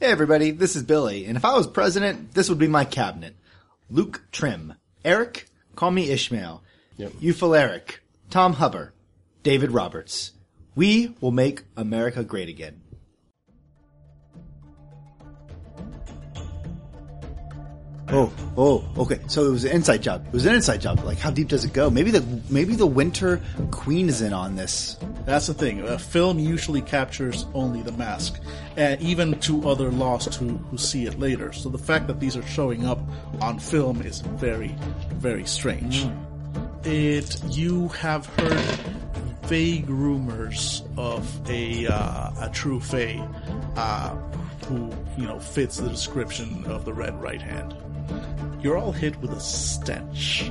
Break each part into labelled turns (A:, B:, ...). A: Hey everybody, this is Billy, and if I was president, this would be my cabinet. Luke Trim. Eric, call me Ishmael.
B: Yep.
A: Ufil Eric. Tom Hubber. David Roberts. We will make America great again. Oh, oh, okay. So it was an inside job. It was an inside job. Like, how deep does it go? Maybe the maybe the Winter Queen is in on this.
C: That's the thing. A film usually captures only the mask, and even to other lost who, who see it later. So the fact that these are showing up on film is very, very strange. It you have heard vague rumors of a uh, a true fae uh, who you know fits the description of the red right hand. You're all hit with a stench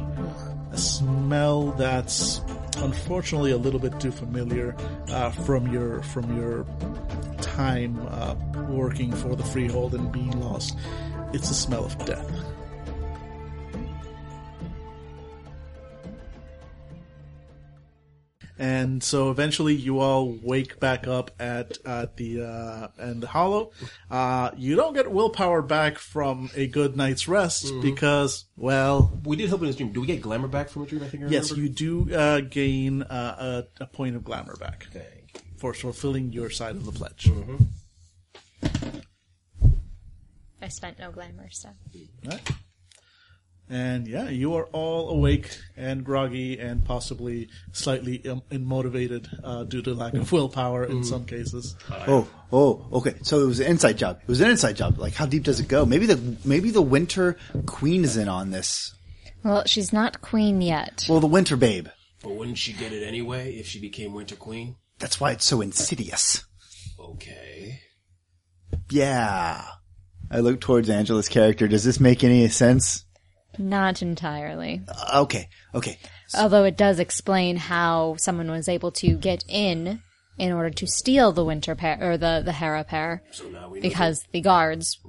C: a smell that's unfortunately a little bit too familiar uh, from your from your time uh, working for the freehold and being lost. It's the smell of death. And so eventually, you all wake back up at at the uh, and the hollow. Uh, you don't get willpower back from a good night's rest because, well,
B: We did help in his dream. Do we get glamour back from a dream? I think I
C: Yes,
B: remember?
C: you do uh, gain uh, a, a point of glamour back
B: Thank you.
C: for fulfilling your side of the pledge.
D: I spent no glamour stuff.
C: Right? And yeah, you are all awake and groggy and possibly slightly Im- immotivated uh, due to lack of willpower in some cases.
A: Oh, oh, okay. So it was an inside job. It was an inside job. Like, how deep does it go? Maybe the maybe the Winter Queen is in on this.
D: Well, she's not queen yet.
A: Well, the Winter Babe.
B: But wouldn't she get it anyway if she became Winter Queen?
A: That's why it's so insidious.
B: Okay.
A: Yeah. I look towards Angela's character. Does this make any sense?
D: Not entirely.
A: Uh, Okay, okay.
D: Although it does explain how someone was able to get in in order to steal the winter pair or the the Hera pair
B: So now we know
D: because the guards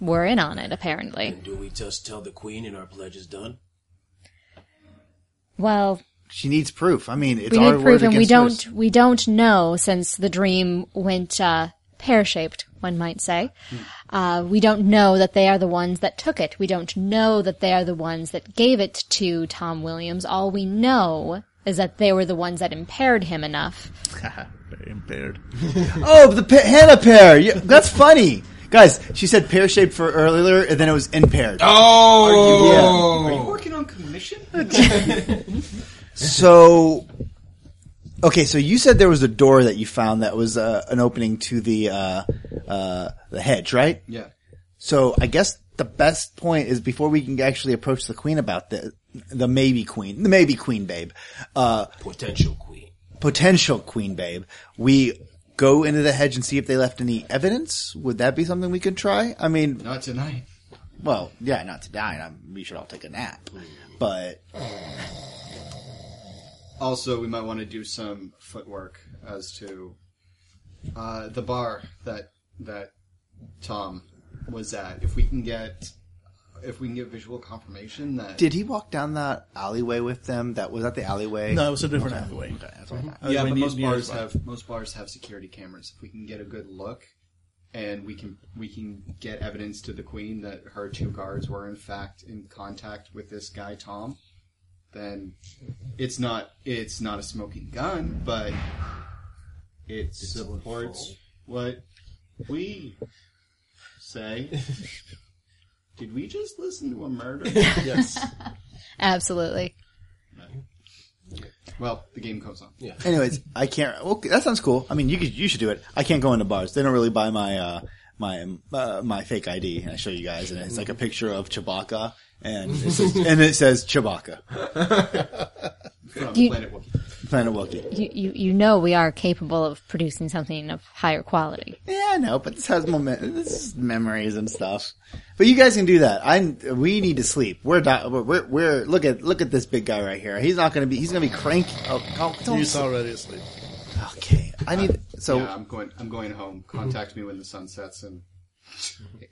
D: were in on it apparently.
B: that- Do we just tell the Queen and our pledge is done?
D: Well,
A: She needs proof. I mean, it's
D: we
A: our
D: need
A: word
D: proof, and we
A: against
D: don't
A: hers.
D: we don't know since the dream went uh, pear shaped. One might say uh, we don't know that they are the ones that took it. We don't know that they are the ones that gave it to Tom Williams. All we know is that they were the ones that impaired him enough.
C: Very impaired.
A: Oh, the pa- Hannah pear. Yeah, that's funny, guys. She said pear shaped for earlier, and then it was in paired.
E: Oh!
F: Are you working on commission?
A: So, okay, so you said there was a door that you found that was uh, an opening to the uh, uh, the hedge, right?
F: Yeah.
A: So I guess the best point is before we can actually approach the queen about the the maybe queen, the maybe queen babe, uh,
B: Potential Queen.
A: potential queen babe, we go into the hedge and see if they left any evidence. Would that be something we could try? I mean,
F: Not tonight.
A: well, yeah, not to die, and I'm, we should all take a nap,
C: Hmm.
A: but
F: Also, we might want to do some footwork as to uh, the bar that that Tom was at. If we can get if we can get visual confirmation that
A: did he walk down that alleyway with them? That was that the alleyway?
C: No, it was a different alleyway.
A: Mm-hmm.
F: Oh, yeah,
C: Alleyway
F: but
C: ne-
F: most
C: near
F: bars
C: as well.
F: have most bars have security cameras. If we can get a good look, and we can we can get evidence to the queen that her two guards were in fact in contact with this guy Tom, then it's not it's not a smoking gun, but it supports what we say. Did we just listen to a murder?
C: Yes.
D: Absolutely.
F: well, the game goes on.
A: Anyways, I can't. Okay, that sounds cool. I mean, you could, you should do it. I can't go into bars. They don't really buy my uh, my uh, my fake ID. And I show you guys, and it's like a picture of Chewbacca, and it says, and it says Chewbacca,
F: From
D: You-
F: Planet Wookiee.
A: Planet Wookiee.
D: You, you you know we are capable of producing something of higher quality.
A: Yeah, I know, but this has moment, this is memories and stuff. But you guys can do that. I we need to sleep. We're not. We're, we're look at look at this big guy right here. He's not going to be. He's going to be cranky. Oh, oh, don't-
C: He's already asleep.
A: okay. I need. So
F: yeah, I'm going. I'm going home. Contact me when the sun sets in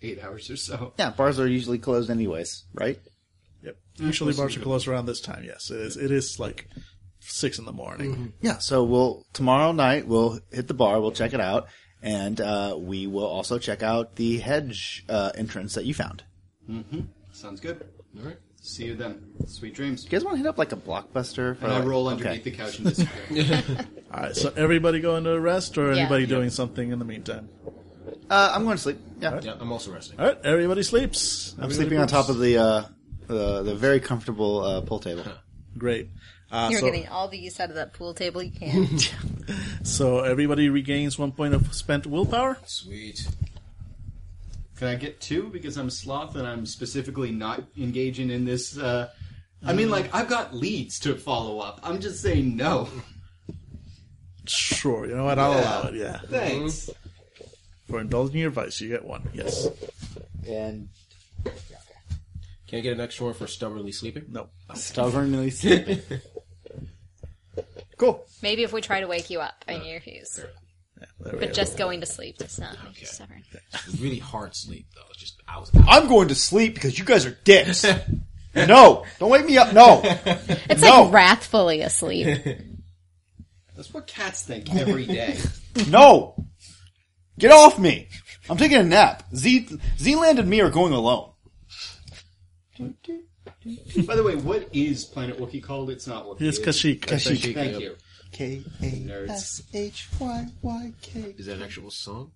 F: eight hours or so.
A: yeah, bars are usually closed anyways, right?
C: Yep. Usually bars are closed around this time. Yes, it is. It is like six in the morning.
A: Mm-hmm. Yeah, so we'll tomorrow night we'll hit the bar, we'll check it out, and uh, we will also check out the hedge uh, entrance that you found.
F: Sounds good.
B: All right.
F: See you then. Sweet dreams.
A: You guys want to hit up like a blockbuster? For
F: And I
A: like-
F: roll
A: okay.
F: underneath the couch and disappear.
C: All right, so everybody going to rest, or
D: Yeah.
C: anybody doing something in the meantime?
A: Uh, I'm going to sleep. Yeah,
B: Yeah, I'm also resting.
C: All right, everybody sleeps.
A: I'm sleeping on top of the uh, the, the very comfortable uh, pool table.
C: Great. Uh,
G: You're
C: so,
G: getting all the use out of that pool table you can.
C: so everybody regains one point of spent willpower.
B: Sweet.
F: Can I get two because I'm sloth and I'm specifically not engaging in this? Uh, I mean, like I've got leads to follow up. I'm just saying no.
C: Sure, you know what? I'll allow it. Yeah,
F: Thanks.
C: for indulging your vice, you get one. Yes.
A: And
B: Can I get an extra one for stubbornly sleeping?
C: No.
A: stubbornly sleeping. cool.
G: Maybe if we try to wake you up and you refuse.
C: There we
G: But
C: go.
G: just going to sleep does not make you
B: Okay.
G: stubborn.
B: Really hard sleep though. It's just I was out.
A: I'm going to sleep because you guys are dicks. no, don't wake me up. No.
G: It's
A: No.
G: like wrathfully asleep.
F: That's what cats think every day.
A: No! Get off me! I'm taking a nap. Z Zealand and me are going alone.
F: By the way, what is Planet Wookiee called? It's not Wookiee.
C: It's Kashyyyk. I think.
F: Kashyyyk. Thank you.
A: K A
F: S
A: H Y Y K.
B: Is that an actual song?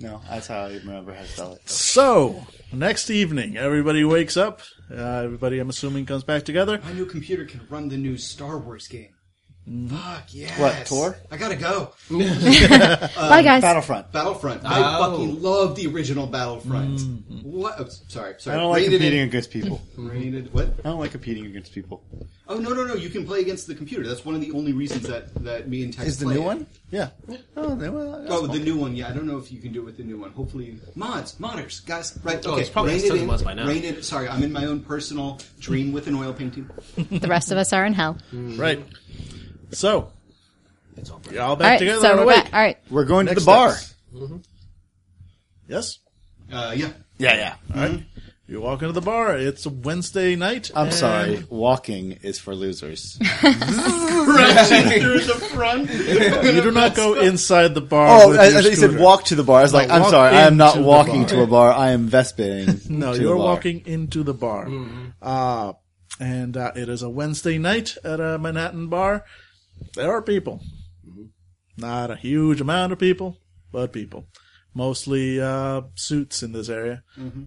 A: No, that's how I remember how to spell it.
C: So next evening, everybody wakes up. Uh, everybody, I'm assuming, comes back together.
F: My new computer can run the new Star Wars game. Fuck yes.
A: What, Tor?
F: I gotta go.
D: Bye, guys.
A: Battlefront.
F: Battlefront. I
B: Oh.
F: fucking love the original Battlefront.
A: Mm-hmm.
F: What? Oh, sorry,
A: I
F: sorry.
A: don't like
F: Rated
A: competing
F: it-
A: against people.
F: rated- what?
A: I don't like competing against people.
F: Oh no, no, no! You can play against the computer. That's one of the only reasons that that me and Tex
A: Is the
F: play
A: new
F: it.
A: one? Yeah. Oh, the new one.
F: Oh, the new one. Yeah, I don't know if you can do it with the new one. Hopefully, mods, modders, guys. Right? Okay.
B: Oh, it's probably-
F: Rein
B: it's
F: it
B: tons of
F: in,
B: mods by now.
F: rein it- sorry, I'm in my own personal dream with an oil painting.
D: The rest of us are in hell.
C: Right. So
B: It's all right.
C: you're all back
D: All right,
C: together.
D: so
C: and
D: we're
C: awake.
D: back. All right,
A: We're going to
C: Next
A: the bar.
C: steps. Yes.
F: Uh, yeah.
A: Yeah, yeah.
C: You walk into the bar. It's a Wednesday night.
A: I'm
C: and-
A: sorry. Walking is for losers.
F: Through the front.
C: You do not go inside the bar.
A: Oh,
C: with
A: I, I
C: your
A: thought you said
C: scooter.
A: walk to the bar. I was
C: No,
A: like, I'm
C: walk
A: sorry, I am not
C: into the
A: walking
C: bar.
A: to a bar. I am vesping.
C: No,
A: to the
C: you're
A: bar. Mm-hmm.
C: walking into the bar. Uh, and uh, it is a Wednesday night at a Manhattan bar. There are people.
A: Mm-hmm.
C: Not a huge amount of people, but people. Mostly uh, suits in this area.
A: Mm-hmm.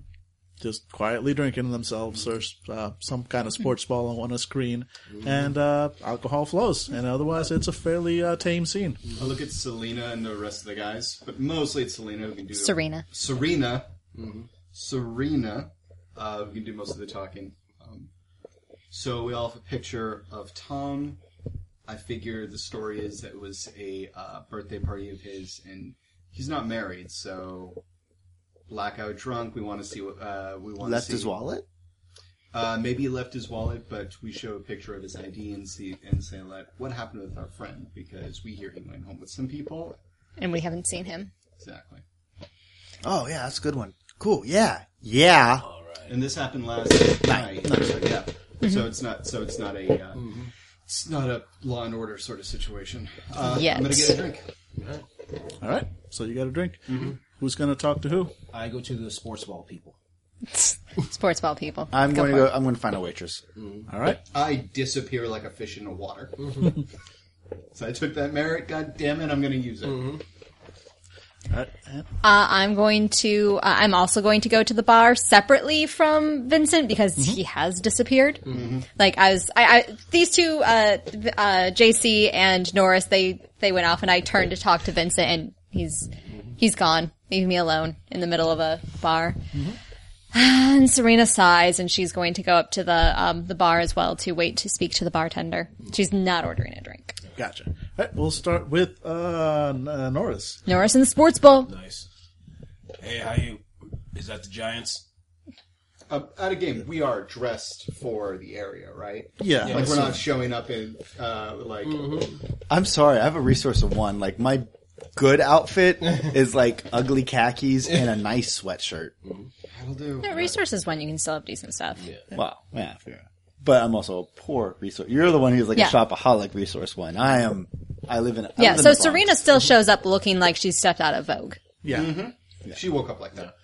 C: Just quietly drinking themselves. There's uh, some kind of sports ball on a screen.
A: Mm-hmm.
C: And uh, alcohol flows. And otherwise, it's a fairly uh, tame scene.
A: Mm-hmm.
F: I look at Selena and the rest of the guys, but mostly it's Selena who can do
D: Serena.
F: Serena,
A: Mm-hmm.
F: Serena, uh, who can do most of the talking. Um, so we all have a picture of Tom. I figure the story is that it was a uh, birthday party of his, and he's not married, so blackout drunk. We want to see what uh, we want.
A: Left
F: see.
A: his wallet?
F: Uh, maybe he left his wallet, but we show a picture of his ID and see and say, "Like, what happened with our friend?" Because we hear he went home with some people.
D: and we haven't seen him.
F: Exactly.
A: Oh, yeah, that's a good one. Cool, yeah. Yeah.
F: And this happened last night. So, yeah. So it's not. So it's not a. Uh, It's not a Law and Order sort of situation. Uh,
D: Yet.
F: I'm gonna get a drink.
C: All right. So you got a drink.
A: Mm-hmm.
C: Who's going to talk to who?
B: I go to the sports ball people.
D: Sports ball people.
A: I'm going to
D: for
A: go.
D: it.
A: I'm going to find a waitress.
C: All right.
F: I disappear like a fish in the water. so I took that merit. God damn it! I'm gonna use it.
C: All right. And
D: Uh, I'm going to. Uh, I'm also going to go to the bar separately from Vincent because he has disappeared. Like I was, I, I these two, uh, v- uh, JC and Norris, they they went off, and I turned to talk to Vincent, and he's he's gone. Leave me alone in the middle of a bar. And Serena sighs, and she's going to go up to the um, the bar as well to wait to speak to the bartender. She's not ordering a drink.
C: Gotcha. All right. We'll start with uh, N- uh, Norris.
D: Norris in the sports bowl.
B: Nice. Hey, how you? Is that the Giants?
F: Uh, at a game, we are dressed for the area, right?
C: Yeah.
F: Like we're not showing up in uh, like
A: I'm sorry. I have a resource of one. Like my good outfit is like ugly khakis and a nice sweatshirt.
F: that'll do.
D: Yeah, resources one, you can still have decent stuff.
A: Well, yeah. I figure. But I'm also a poor resource. You're the one who's like
D: Yeah.
A: a shopaholic resource one. I am I live in. I
D: Yeah,
A: live in
D: so
A: the Bronx.
D: Serena still shows up looking like she stepped out of Vogue.
C: Yeah.
F: She woke up like that.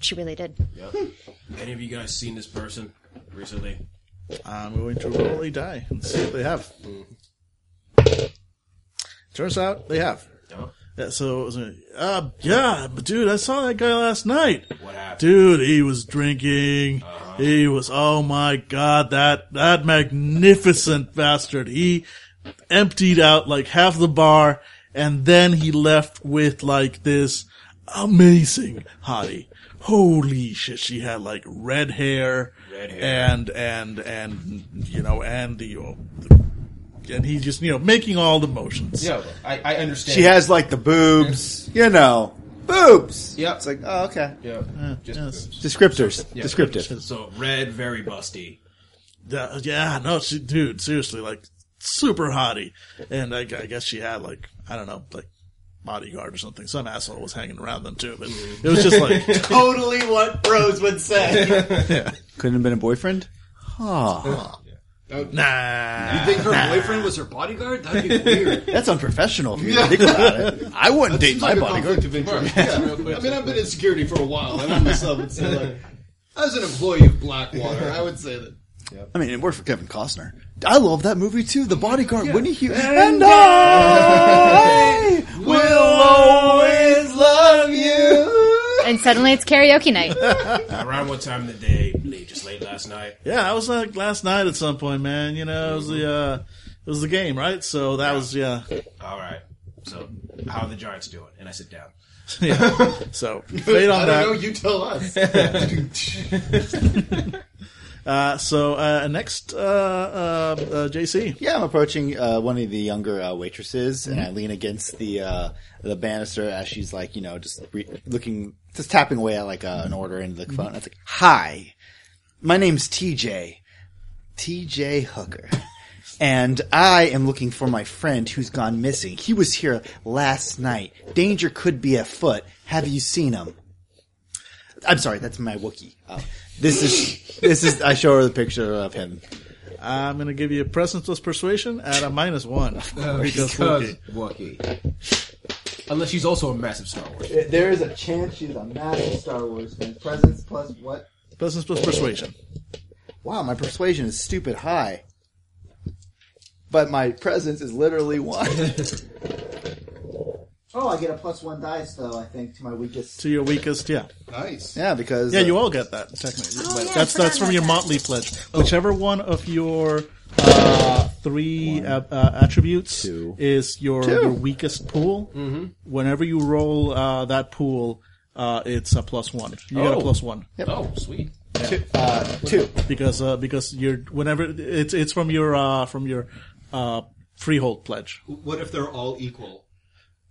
D: She really did.
B: Any of you guys seen this person recently?
C: I'm going to roll a die and see what they have. Turns out they have.
B: No.
C: Yeah, so, it was a- uh, yeah, but dude, I saw that guy last night.
B: What happened?
C: Dude, he was drinking.
B: Uh-huh.
C: He was, oh my god, that, that magnificent bastard. He emptied out like half the bar and then he left with like this amazing hottie. Holy shit, she had like red hair.
B: Red hair.
C: And, and, and, you know, and the, uh, and he just, you know, making all the motions.
B: Yeah, I, I understand.
A: She has like the boobs, you know, boobs.
B: Yeah.
A: It's like, oh, okay.
B: Yeah. Just
C: yes.
B: boobs.
A: Descriptors. Descriptive.
B: So red, very busty.
C: Yeah, yeah, no, she, dude, seriously, like super hottie. And I, I guess she had like I don't know, like bodyguard or something. Some asshole was hanging around them too, but it was just like,
F: Totally what bros would say.
A: Couldn't have been a boyfriend.
C: nah.
F: you think her boyfriend was her bodyguard? That'd be weird.
A: That's unprofessional. If you think about it, I wouldn't date my
F: Like a
A: bodyguard.
F: conflict of interest. Yeah. I mean, I've been in security for a while, and I myself would say, like, as an employee of Blackwater, I would say that.
A: I mean, it worked for Kevin Costner. I love that movie too, The Bodyguard. Wouldn't you? And I will always love you.
D: And suddenly it's karaoke night.
B: Around what time of the day? Late, just late last night.
C: Yeah, I was like last night at some point, man. You know, it was the uh, it was the game, right? So that was yeah.
B: All right. So how are the Giants doing? And I sit down.
C: yeah. So fade
F: I
C: on
F: don't know,
C: that.
F: you tell us.
C: Uh, so uh, next, uh, uh, uh, JC.
A: Yeah, I'm approaching uh, one of the younger uh, waitresses, and I lean against the uh, the banister as she's like, you know, just re- looking, just tapping away at like uh, an order into the phone. It's like, "Hi, my name's TJ, TJ Hooker, and I am looking for my friend who's gone missing. He was here last night. Danger could be afoot. Have you seen him?" I'm sorry, that's my Wookie. Uh, this is this is. I show her the picture of him.
C: I'm gonna give you a presence plus persuasion at a minus one
F: Oh,
C: because Wookiee.
B: Wookie. Unless she's also a massive Star Wars.
F: There is a chance she's a massive Star Wars fan. Presence plus what?
C: presence plus persuasion.
A: wow, my persuasion is stupid high. But my presence is literally one.
H: Oh, I get a plus one dice though. I think to my weakest.
C: to your weakest. Yeah,
F: Nice.
A: yeah, because
C: yeah,
A: uh,
C: you all get that technically. but
G: Oh, yeah, I
C: that's
G: forgot
C: that's from
G: about
C: your
G: that.
C: motley pledge. Whichever one of your uh, three uh, uh, attributes
A: Two.
C: is your, your weakest pool. Mm-hmm. Whenever you roll uh, that pool, uh, it's a plus one. You get a
B: Oh.
C: plus one
B: Oh, sweet.
A: two, uh, two.
C: because uh, because you're whenever it's it's from your uh, from your uh, freehold pledge.
F: What if they're all equal?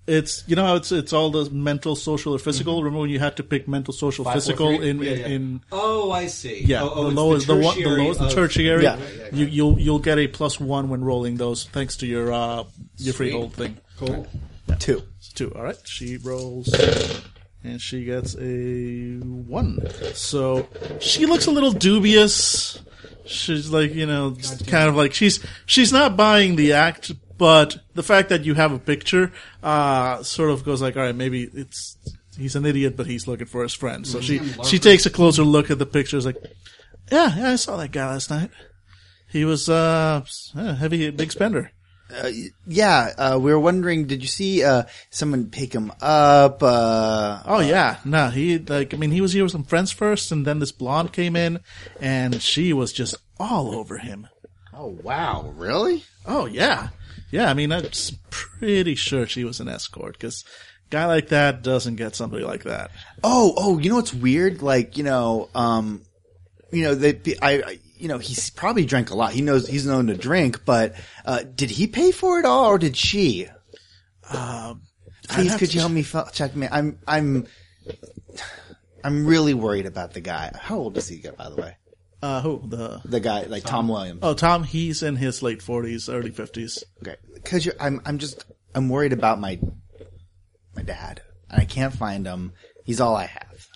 C: It's you know how it's it's all the mental, social, or physical. Remember when you had to pick mental, social, physical in
F: Yeah,
C: in.
F: yeah.
C: in
F: Oh, I see.
C: Yeah,
F: Oh, oh,
C: the
F: it's
C: lowest, the, one, the
F: tertiary
C: lowest, the
F: of-
C: tertiary.
A: Yeah.
C: You, you'll you'll get a plus one when rolling those, thanks to your uh, your freehold thing.
F: Cool.
A: Two.
C: It's two. All right, she rolls, and she gets a one. So she looks a little dubious. She's like, you know, just kind of like she's she's not buying the act, but the fact that you have a picture uh, sort of goes like, all right, maybe it's he's an idiot, but he's looking for his friend. So she she takes a closer look at the pictures, like, yeah, yeah, I saw that guy last night. He was uh, a heavy, big spender.
A: Yeah, uh, we were wondering, did you see uh, someone pick him up? Uh,
C: Oh yeah, no, he like I mean he was here with some friends first, and then this blonde came in, and she was just all over him.
A: oh, wow. Really?
C: Oh yeah, yeah. I mean I'm s- pretty sure she was an escort because guy like that doesn't get somebody like that.
A: Oh, oh, you know what's weird? Like, you know, um, you know, they, the- I, I, you know, he's probably drank a lot. He knows he's known to drink, but uh, did he pay for it all, or did she? Please,
C: Um, have
A: could
C: to
A: you help me f- check me? I'm, I'm, I'm really worried about the guy. How old is he, by the way?
C: Uh, who the?
A: The guy, like Tom, Williams.
C: Oh, Tom. He's in his late forties, early fifties.
A: Okay, because you I'm, I'm just, I'm worried about my, my dad, and I can't find him. He's all I have.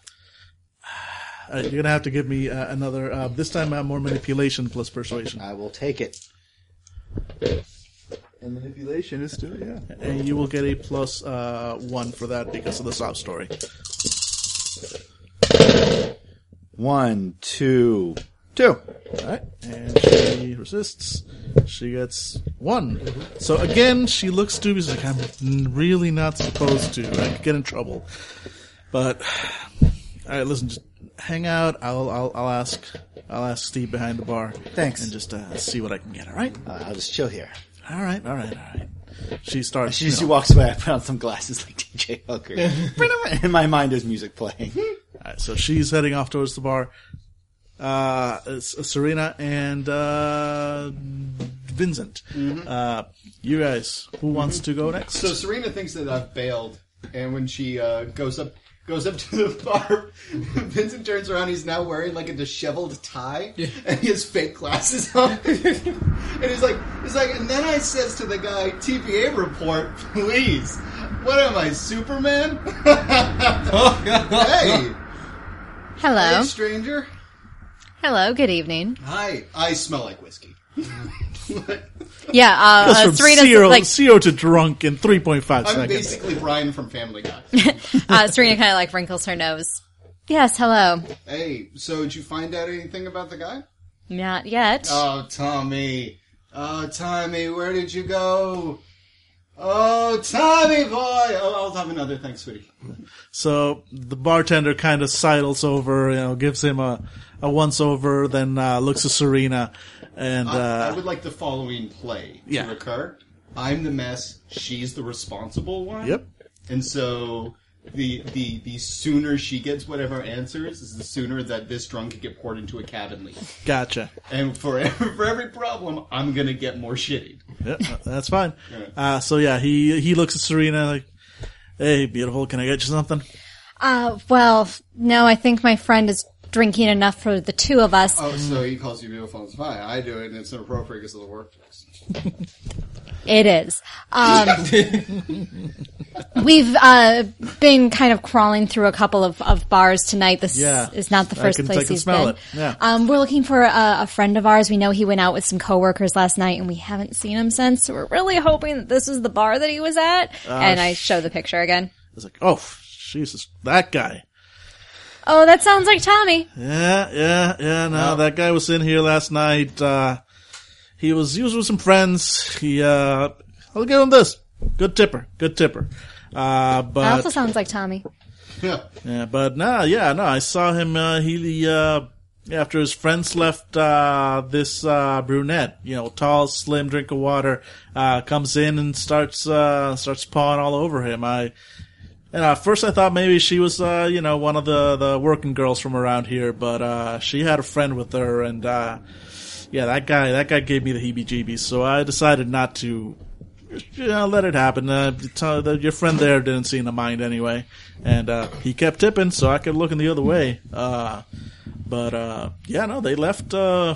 C: Uh, you're gonna have to give me uh, another. Uh, this time, uh, more manipulation plus persuasion.
A: I will take it. And manipulation is still yeah.
C: and you will get a plus uh, one for that because of the sob story.
A: One, two, two.
C: All right, and she resists. She gets one. So again, she looks dubious. Like I'm n- really not supposed to. I could get in trouble. But all right, listen. Just hang out. I'll I'll, I'll ask. I'll ask Steve behind the bar.
A: Thanks.
C: And just uh, see what I can get. All right.
A: Uh, I'll just chill here.
C: All right. All right. All right. She starts.
A: She
C: you
A: just
C: know,
A: walks away. I put on some glasses like DJ Hooker. In my mind, there's music playing.
C: Alright, so she's heading off towards the bar. Uh, S- Serena and uh, Vincent. Uh, you guys, who wants to go next?
F: Mm-hmm. So Serena thinks that I've bailed, and when she uh, goes up goes up to the bar, Vincent turns around. He's now wearing like a disheveled tie, and he has fake glasses on. and he's like, he's like, and then I says to the guy, "TPA report, please. What am I, Superman? hey,
D: Hello.
F: hey, stranger.
D: Hello. Good evening.
F: Hi, I smell like whiskey."
D: Yeah. Uh,
C: Goes
D: uh,
C: from
D: Serena's
C: zero,
D: like
C: zero to drunk in 3.5
F: I'm
C: seconds.
F: basically Brian from Family Guy.
D: uh, Serena kind of like wrinkles her nose. Yes. Hello.
F: hey, so did you find out anything about the guy?
D: Not yet.
F: Oh, Tommy. Oh, Tommy, where did you go? Oh, Tommy boy. Oh, I'll have another. Thanks, sweetie.
C: So the bartender kind of sidles over, you know, gives him a, a once over, then uh, looks at Serena and
F: I
C: uh,
F: would like the following play to
C: Yeah.
F: recur. I'm the mess. She's the responsible one.
C: Yep.
F: And so the the the sooner she gets whatever answers, is the sooner that this drunk could get poured into a cab and leave.
C: gotcha.
F: And for every, for every problem, I'm gonna get more shitty.
C: Yeah, that's fine. Uh, so yeah, he he looks at Serena like, "Hey, beautiful, can I get you something?"
D: Uh, well, no. I think my friend is drinking enough for the two of us.
F: Oh, so he calls you beautiful. It's fine. I do it, and it's inappropriate because of the workplace.
D: It is. Um, we've uh, been kind of crawling through a couple of, of bars tonight. This
C: Yeah.
D: is not the
C: I
D: first
C: can- I
D: place
C: can
D: he's
C: smell
D: been.
C: it. Yeah.
D: Um, we're looking for a, a friend of ours. We know he went out with some coworkers last night, and we haven't seen him since. So we're really hoping that this was the bar that he was at.
C: Uh,
D: and I show the picture again.
C: It's like, oh, Jesus, that guy.
D: Oh, that sounds like Tommy.
C: Yeah, yeah, yeah. No, that guy was in here last night. Uh, he was he was with some friends. He, uh, I'll give him this. Good tipper, good tipper. Uh, but
D: That also sounds like Tommy.
F: Uh,
C: Yeah, but no, yeah, no, I saw him. Uh, he uh, after his friends left, uh, this uh, brunette, you know, tall, slim, drink of water, uh, comes in and starts uh, starts pawing all over him. I and at first I thought maybe she was, uh, you know, one of the the working girls from around here, but uh, she had a friend with her, and uh, yeah, that guy that guy gave me the heebie-jeebies, so I decided not to you know, let it happen. Uh, t- the- your friend there didn't seem to mind anyway, and uh, he kept tipping, so I kept looking the other way. Uh, but uh, yeah, no, they left. Uh,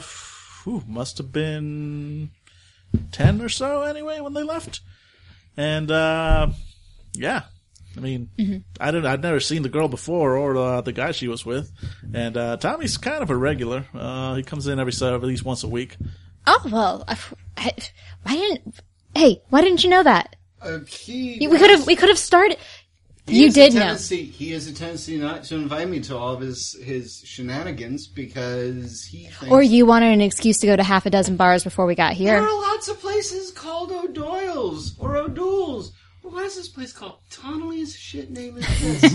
C: whew, must have been ten or so anyway when they left, and uh, yeah. I mean, I didn't. I'd never seen the girl before, or uh, the guy she was with. And uh, Tommy's kind of a regular. Uh, he comes in every so at least once a week.
D: Oh well. I, I, why didn't? Hey, why didn't you know that?
F: Uh, he-
D: We could have. We could have started.
F: He
D: you
F: has
D: did
F: a
D: know.
F: tendency, He has a tendency not to invite me to all of his, his shenanigans because he thinks
D: Or you wanted an excuse to go to half a dozen bars before we got
F: There
D: here.
F: are lots of places called O'Doyle's or O'Doul's. Well, Why is this place called Tonnelly's? Shit name is this.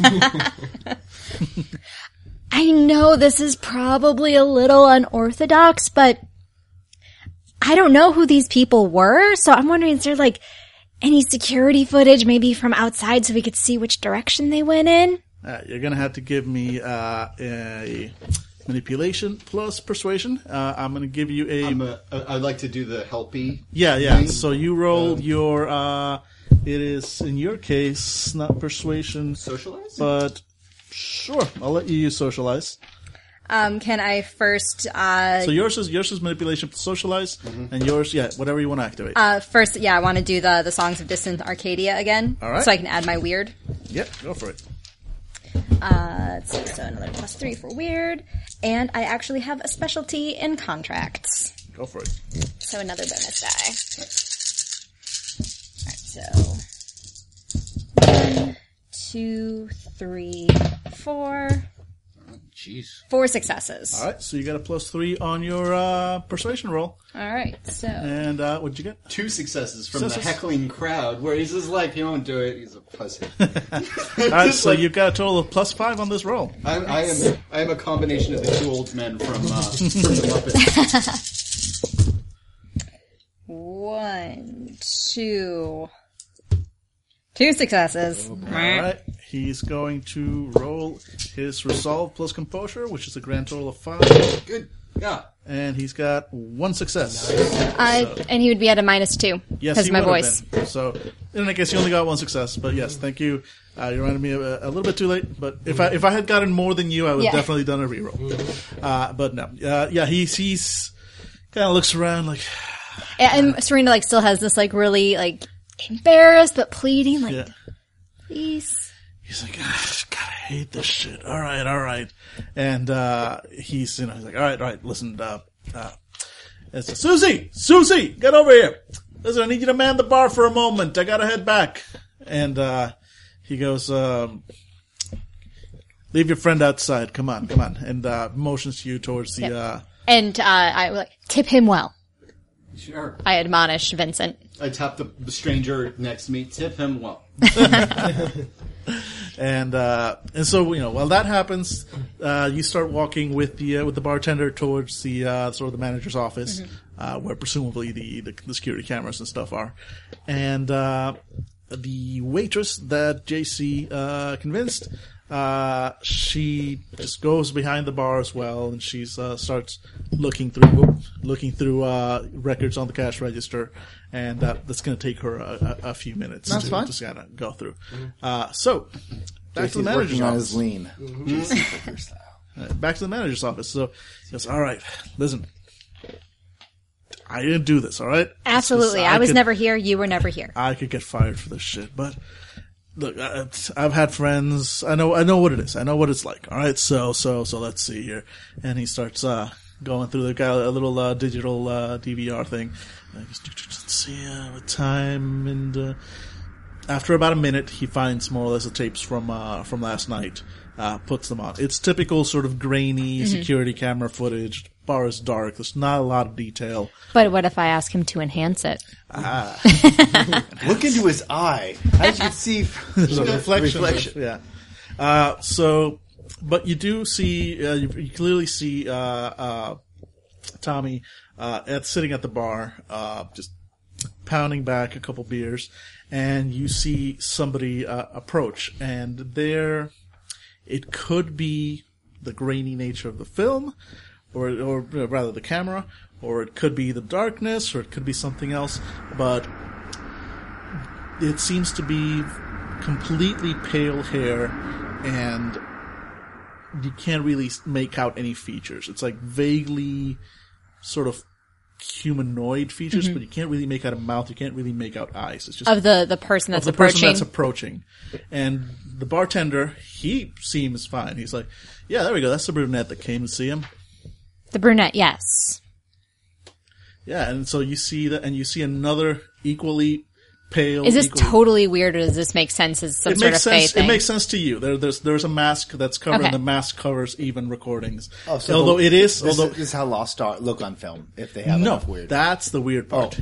D: I know this is probably a little unorthodox, but I don't know who these people were, so I'm wondering is there like any security footage maybe from outside so we could see which direction they went in?
C: Uh, you're gonna have to give me uh, a manipulation plus persuasion. Uh, I'm gonna give you a
F: I'm a, I- I'd like to do the helpy.
C: yeah, yeah.
F: thing. Um,
C: So you roll your. Uh, it is in your case not persuasion,
F: socialize.
C: but sure, I'll let you use socialize.
G: Um, can I first, uh,
C: So yours is yours is manipulation plus socialize,
F: Mm-hmm.
C: and yours yeah whatever you want to activate.
G: uh, first, yeah, I want to do the, the Songs of Distant Arcadia again.
C: All right.
G: So I can add my weird.
C: yep, go for it.
G: Uh, so, so another plus three for weird. And I actually have a specialty in contracts.
C: Go for it.
G: So another bonus die. So one, two, three, four,
E: Jeez.
G: four successes.
C: All right, so you got a plus three on your uh, persuasion roll,
G: All right, so
C: and uh, what'd you get?
F: Two successes from the
C: Successes.
F: heckling crowd, where he's just like, "You won't do it." He's a pussy.
C: All
A: Uh,
C: right, so you've got a total of plus five on this roll.
F: I'm, I am. I am a combination of the two old men from uh, from the Muppets.
G: one, two, two successes.
C: All right, he's going to roll his resolve plus composure, which is a grand total of five,
F: Good. Yeah.
C: and he's got one success.
D: Uh, and he would be at a minus two
C: Yes,
D: because
C: he
D: of my
C: would have
D: voice.
C: Been. So, in any case, you only got one success. But yes, thank you. Uh, you reminded me of a, a little bit too late. But if I if I had gotten more than you, I would
G: Yeah.
C: have definitely done a reroll. Uh, but no, uh, yeah, he sees. Kind of looks around like,
D: And, and Serena like still has this like really like embarrassed but pleading like
C: yeah.
D: please.
C: He's like, "Ah, God, I hate this shit. All right, all right. And uh, he's, you know, he's like, all right, all right. Listen, uh, uh, it's Susie, Susie, get over here. Listen, I need you to man the bar for a moment. I gotta head back. And uh, he goes, um, leave your friend outside. Come on, come on. And uh, motions you towards the.
D: Yep.
C: Uh,
D: And uh, I like tip him well.
F: Sure.
D: I admonish Vincent.
F: I tap the, the stranger next to me. Tip him well.
C: and uh, and so you know while that happens, uh, you start walking with the uh, with the bartender towards the uh, sort of the manager's office,
A: Mm-hmm.
C: uh, where presumably the, the the security cameras and stuff are, and uh, the waitress that JC uh, convinced. Uh, she just goes behind the bar as well, and she uh, starts looking through whoop, looking through uh, records on the cash register, and uh, that's going to take her a, a, a few minutes.
A: That's
C: to,
A: fine.
C: Just gotta go through. Uh, so back to the
A: He's
C: manager's
A: working on his
C: office.
A: lean.
C: Uh, back to the manager's office. So he goes, "All right, listen, I didn't do this. All right, This is-
D: Absolutely. I, was
C: could-
D: never here. You were never here.
C: I could get fired for this shit, but." Look, I, I've had friends. I know. I know what it is. I know what it's like. All right. So, so, so. Let's see here. And he starts uh, going through the guy a little uh, digital uh, DVR thing. And he goes, Let's see uh, what time and uh, after about a minute, he finds more or less the tapes from uh, from last night, uh, puts them on. It's typical sort of grainy security camera footage. Bar is dark. There's not a lot of detail.
D: But what if I ask him to enhance it?
A: Look into his eye. As you can see,
C: There's a reflection. Yeah. Uh, so, but you do see, uh, you, you clearly see uh, uh, Tommy uh, at sitting at the bar, uh, just pounding back a couple beers, and you see somebody uh, approach, and there, it could be the grainy nature of the film, or or rather the camera, or it could be the darkness, or it could be something else, but it seems to be completely pale hair and you can't really s- make out any features it's like vaguely sort of humanoid features but you can't really make out a mouth you can't really make out eyes it's just
D: Mm-hmm. Of the the person that's
C: the
D: approaching.
C: person that's approaching. And the bartender, he seems fine. He's like, yeah, there we go. That's the brunette that came to see him.
D: the brunette. Yes.
C: Yeah, and so you see that, and you see another equally pale.
D: Is this
C: equally-
D: totally weird, or does this make sense as some
C: It
D: sort of
C: makes
D: faith
C: sense. It
D: thing?
C: makes sense to you. There, there's there's a mask that's covered,
D: Okay.
C: and the mask covers even recordings.
A: Oh, so
C: although
A: the-
C: it is,
A: this,
C: although
A: this is how Lost Star look on film if they have
C: no,
A: enough weird. Oh. Mm.
C: that's the weird part.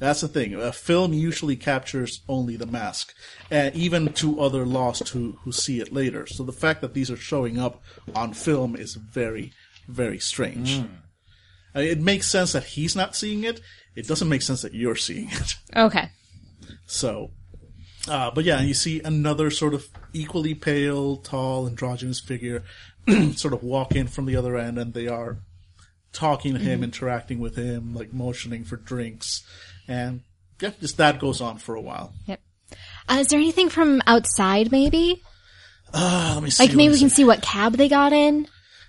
C: That's the thing. A film usually captures only the mask, and even to other lost who who see it later. So the fact that these are showing up on film is very, very strange.
A: Mm.
C: I mean, it makes sense that he's not seeing it. It doesn't make sense that you're seeing it.
D: okay.
C: So, uh, but yeah, you see another sort of equally pale, tall, androgynous figure sort of walk in from the other end, and they are talking to him, interacting with him, like motioning for drinks, and yeah, just that goes on for a while.
D: Yep. Uh, is there anything from outside? Maybe
C: Uh, let me see.
D: like
C: let
D: maybe
C: me
D: we can see what cab they got in.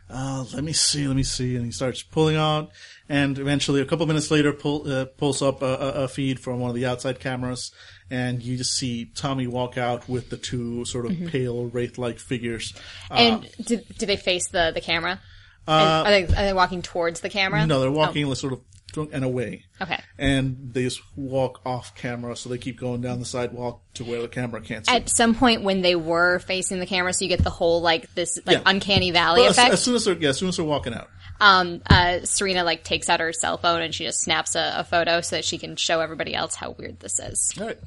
C: uh, let me see, let me see. And he starts pulling out, and eventually, a couple minutes later, pull, uh, pulls up a, a, a feed from one of the outside cameras, and you just see Tommy walk out with the two sort
D: Mm-hmm.
C: of pale wraith-like figures.
D: And do, do they face the the
C: Uh,
D: camera? Oh. And are, they, are they walking towards the camera?
C: No, they're walking like, sort of drunk and away.
D: Okay.
C: and they just walk off camera, so they keep going down the sidewalk to where the camera can't see.
D: At some point when they were facing the camera, so you get the whole like this like
C: Yeah.
D: uncanny valley
C: Well, as,
D: effect.
C: as soon as they're yeah, as soon as they're walking out,
D: um, uh, Serena like takes out her cell phone and she just snaps a, a photo so that she can show everybody else how weird this is.
C: all right,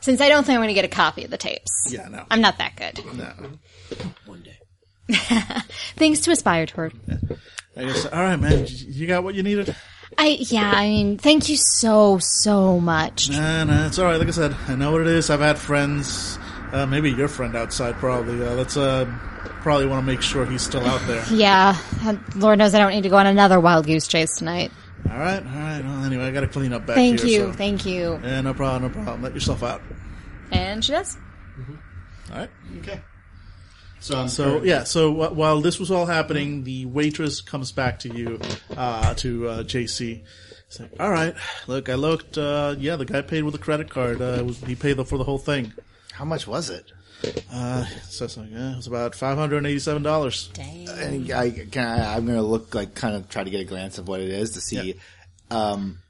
D: Since I don't think I'm going to get a copy of the tapes.
C: yeah, no,
D: I'm not that good.
C: no.
B: One day.
D: Things to aspire toward.
C: I just all right, man, you you got what you needed.
D: I yeah, I mean, thank you so so much.
C: Nah, nah, it's all right. Like I said, I know what it is. I've had friends, uh, maybe your friend outside, probably. Uh, let's uh, probably want to make sure he's still out there.
D: Yeah, uh, Lord knows I don't need to go on another wild goose chase tonight.
C: All right, all right. Well, anyway, I got to clean up back
D: Thank
C: here.
D: you,
C: so-
D: thank you.
C: yeah, no problem, no problem. Let yourself out.
D: And she does.
C: All right.
F: Okay. So I'm
C: So yeah, so wh- while this was all happening, the waitress comes back to you, uh, to uh, JC. It's like, all right, look, I looked. Uh, yeah, the guy paid with a credit card. Uh, it was, he paid for the whole thing.
A: How much was it?
C: Uh, so it's like, yeah, it was about five hundred and eighty-seven dollars.
A: And I, can I, I'm going to look like kind of try to get a glance of what it is to see. Um,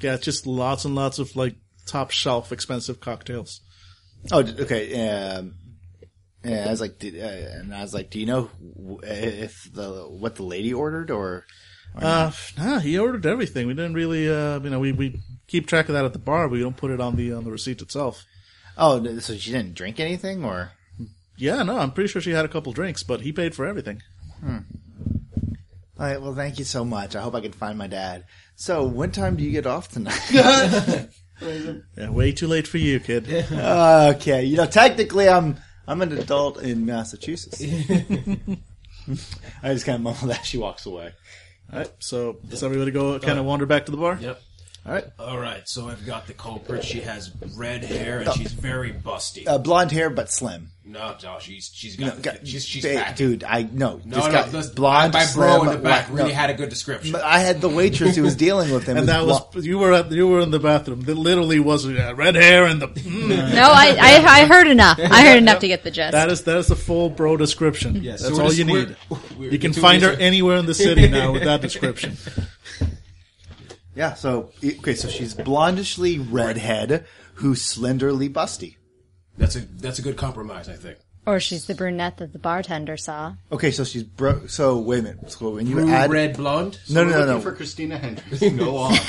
C: Yeah, it's just lots and lots of like top shelf expensive cocktails.
A: oh, d- okay. Um, yeah, I was like, did, uh, and I was like, do you know w- if the what the lady ordered or?
C: Uh, nah, he ordered everything. We didn't really, uh, you know, we, we keep track of that at the bar, but we don't put it on the on the receipt itself.
A: Oh, n- so she didn't drink anything or?
C: Yeah, no, I'm pretty sure she had a couple drinks, but he paid for everything.
A: All right. Well, thank you so much. I hope I can find my dad. So, what time do you get off tonight?
C: Yeah, way too late for you, kid.
A: okay. You know, technically, I'm I'm an adult in Massachusetts. I just kind of mumble that. She walks away.
C: All right, so does everybody go kind of wander back to the bar?
B: Yep.
A: All right.
B: All right. So I've got the culprit. She has red hair and she's very busty.
A: Uh, blonde hair, but slim.
B: no, no, she's she's
A: No,
B: got.
A: got-
B: she's she's
A: hey,
B: fat.
A: dude. I no.
B: No,
A: this
B: no,
A: guy-
B: this-
A: blonde,
B: My
A: slim,
B: bro in the back
A: white,
B: really
A: no.
B: had a good description.
A: But I had the waitress who was dealing with him,
C: And that was you were at, you were in the bathroom. There literally was uh, red hair and the. Mm.
D: No, I, I I hered enough. I heard enough to get the gist.
C: That is that is the full bro description.
B: Yes,
C: That's
B: so we're
C: all
B: just-
C: you
B: we're-
C: need.
B: we're-
C: you can
B: two
C: find her
B: reasons-
C: anywhere in the city now with that description.
A: yeah. So e, okay, so she's blondishly redhead who's slenderly busty.
B: That's a that's a good compromise, I think.
D: or she's the brunette that the bartender saw.
A: Okay, so she's bro. So wait a minute. So when you
B: Blue,
A: add
B: red, blonde.
A: no,
F: we're
A: no,
F: looking
A: no,
F: for
A: no.
F: Christina Hendricks. No, odds.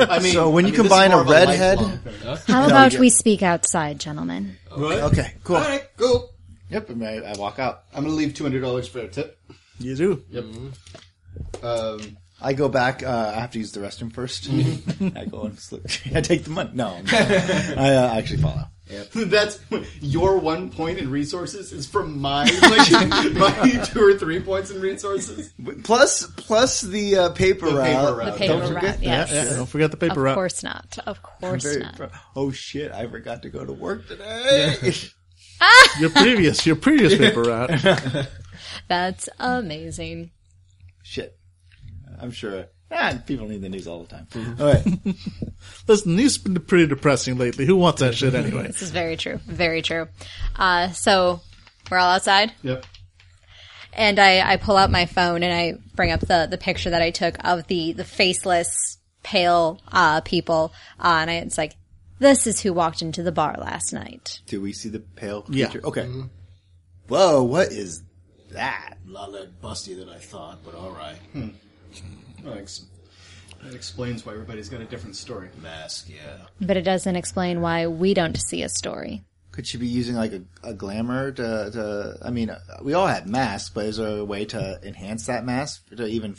F: I mean,
A: So when
F: I
A: you
F: mean, this is
A: combine
F: more
A: a
F: of
A: redhead-
F: lifelong thing.
D: How
A: we
D: about
A: get-
D: we speak outside, gentlemen?
A: Okay, cool.
F: All right, cool.
A: Yep, and I, I walk out.
F: I'm gonna leave two hundred dollars for a tip.
C: You do.
F: Um,
A: I go back. Uh, I have to use the restroom first.
F: Mm-hmm.
A: I go and slip. I take the money. No, no. I uh, actually follow.
F: that's your one point in resources is from my like my two or three points in resources.
A: Plus, plus the uh, paper
F: The paper
A: route.
F: route. The
D: paper
A: Don't forget
D: route,
A: that.
D: yes.
C: Yeah, don't forget the
D: Of
C: paper route.
D: course not. Of course
A: Very
D: not.
A: pro- oh shit! I forgot to go to work today.
C: Your previous your previous paper route.
D: That's amazing.
A: shit, I'm sure. Mm-hmm. Ah, people need the news all the time. All right.
C: Listen, news has been pretty depressing lately. Who wants that shit anyway?
D: This is very true. Very true. Uh, so we're all outside,
F: Yep.
D: and I, I pull out my phone and I bring up the, the picture that I took of the, the faceless, pale uh, people. Uh, and I, it's like, this is who walked into the bar last night.
A: Do we see the pale
C: Yeah.
A: creature? Okay. Whoa! What is that?
B: A lot less busty than I thought, but all right.
F: Thanks. That explains why everybody's got a different story.
B: Mask, yeah.
D: But it doesn't explain why we don't see a story.
A: Could she be using like a, a glamour to, to? I mean, uh, we all have masks, but is there a way to enhance that mask to even?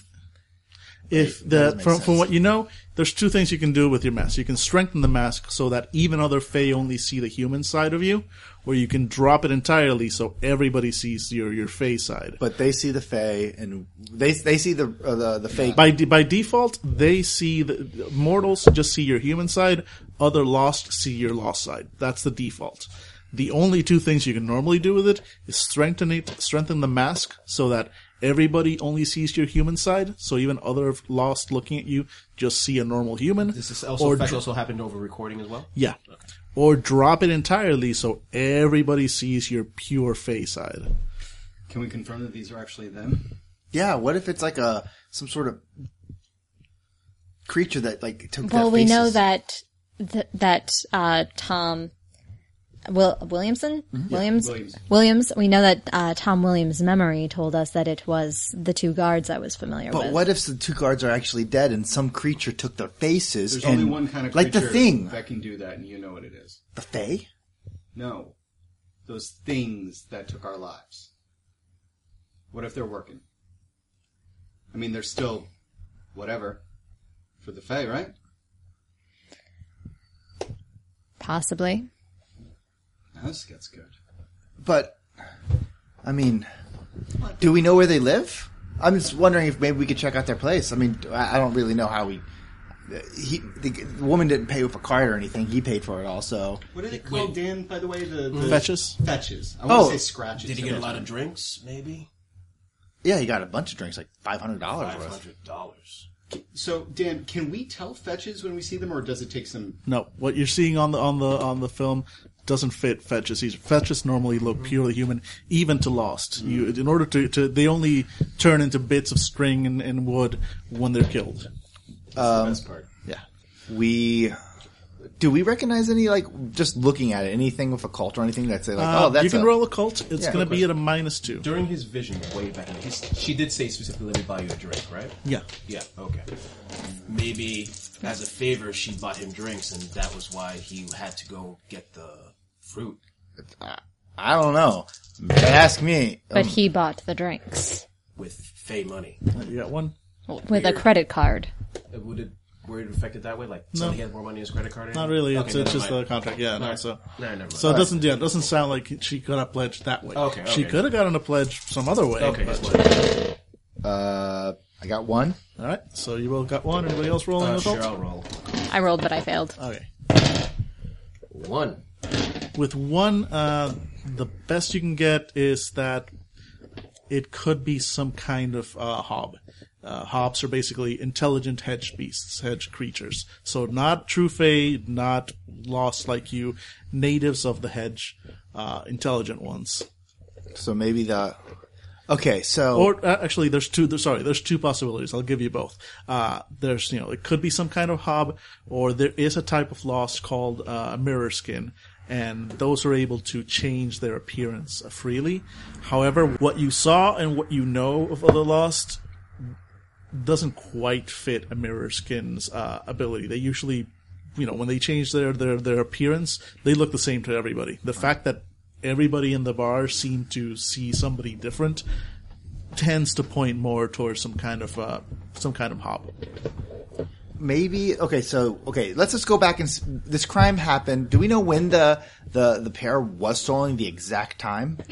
C: If
A: doesn't
C: the
A: make
C: from, from
A: sense.
C: what you know, there's two things you can do with your mask. You can strengthen the mask so that even other Fey only see the human side of you, or you can drop it entirely so everybody sees your your Fey side.
A: But they see the Fey, and they they see the uh, the the fake.
C: by de- by default, they see the mortals just see your human side. Other lost see your lost side. That's the default. The only two things you can normally do with it is strengthen it, strengthen the mask so that everybody only sees your human side. So even other lost looking at you just see a normal human.
B: This is also
C: Or
B: effect
C: dr-
B: also happened over recording as well.
C: yeah. Or drop it entirely so everybody sees your pure face side.
F: Can we confirm that these are actually them?
A: Yeah. What if it's like a some sort of creature that like took.
D: Well,
A: their
D: we know
A: faces.
D: that th- that uh, Tom Will Williamson
A: Mm-hmm.
D: Williams
F: Williams.
D: Williams. We know that uh, Tom Williams' memory told us that it was the two guards I was familiar
A: But
D: with.
A: what if the two guards are actually dead and some creature took their faces?
F: There's
A: and,
F: only one kind of
A: like the
F: creature
A: thing,
F: that can do that, and you know what it is.
A: the Fae.
F: No, those things that took our lives. What if they're working? I mean, they're still whatever for the Fae, right?
D: Possibly.
F: Now This gets good.
A: But I mean, do we know where they live? I'm just wondering if maybe we could check out their place. I mean, I I don't really know how we. He, the, the woman didn't pay with a card or anything. He paid for it all, so
F: What are they called, Dan? By the way, the, the
C: Fetches.
F: fetches. I want
A: Oh.
F: to say scratches.
B: Mm-hmm. Did he get a lot of drinks? Maybe
A: yeah, he got a bunch of drinks, like five hundred dollars
B: five
A: worth.
B: hundred dollars.
F: So, Dan, can we tell fetches when we see them, or does it take some?
C: No, what you're seeing on the on the on the film doesn't fit fetches. These fetches normally look
B: Mm-hmm.
C: purely human, even to Lost. You, in order to, to, they only turn into bits of string and, and wood when they're killed.
B: Um,
F: best part.
A: Yeah, we. Do we recognize any like just looking at it, anything with a cult or anything that's like,
C: Uh,
A: oh, that's
C: you can
A: a-
C: roll a cult. It's
A: Yeah.
C: going to be at a minus two.
B: During his vision, way back, in- he's, she did say specifically, "Let me buy you a drink," right?
C: Yeah,
B: Yeah. Okay. Maybe as a favor, she bought him drinks, and that was why he had to go get the fruit.
A: I don't know. Ask me. um,
D: But he bought the drinks
B: with Fey money.
C: you got one.
A: Oh,
D: with a credit card.
B: Uh, Would it were it affected that way? Like so he had more money in his credit card? or
C: Not
B: anything?
C: really.
B: Okay,
C: It's, it's
B: never
C: just
B: mind.
C: the contract. Yeah, no,
B: Alright.
C: so.
B: No, never mind.
C: So it doesn't. Yeah, it doesn't sound like she got a pledge that way.
B: Okay, okay.
C: she could have gotten a pledge some other way.
B: okay,
C: but-
B: just wondering.
A: Uh, I got one.
C: all right. So you both got one. Anybody else rolling
B: uh,
C: with
B: sure,
C: cult?
B: I'll roll
D: I rolled, but I failed.
C: Okay.
B: one.
C: With one, uh, the best you can get is that it could be some kind of uh, hob. Uh, hobs are basically intelligent hedge beasts, hedge creatures. So not true fae, not lost like you, natives of the hedge, uh, intelligent ones.
A: So maybe the. Okay, so
C: Or uh, actually, there's two. There's, sorry, there's two possibilities. I'll give you both. Uh, there's you know it could be some kind of hob, or there is a type of loss called uh, mirror skin, and those are able to change their appearance freely. However, what you saw and what you know of other lost doesn't quite fit a mirror skin's uh, ability. They usually, you know, when they change their, their, their appearance, they look the same to everybody. The fact that everybody in the bar seemed to see somebody different tends to point more towards some kind of uh, some kind of hob.
A: maybe okay, so okay, let's just go back and s- this crime happened. Do we know when the the the pair was stolen? The exact time?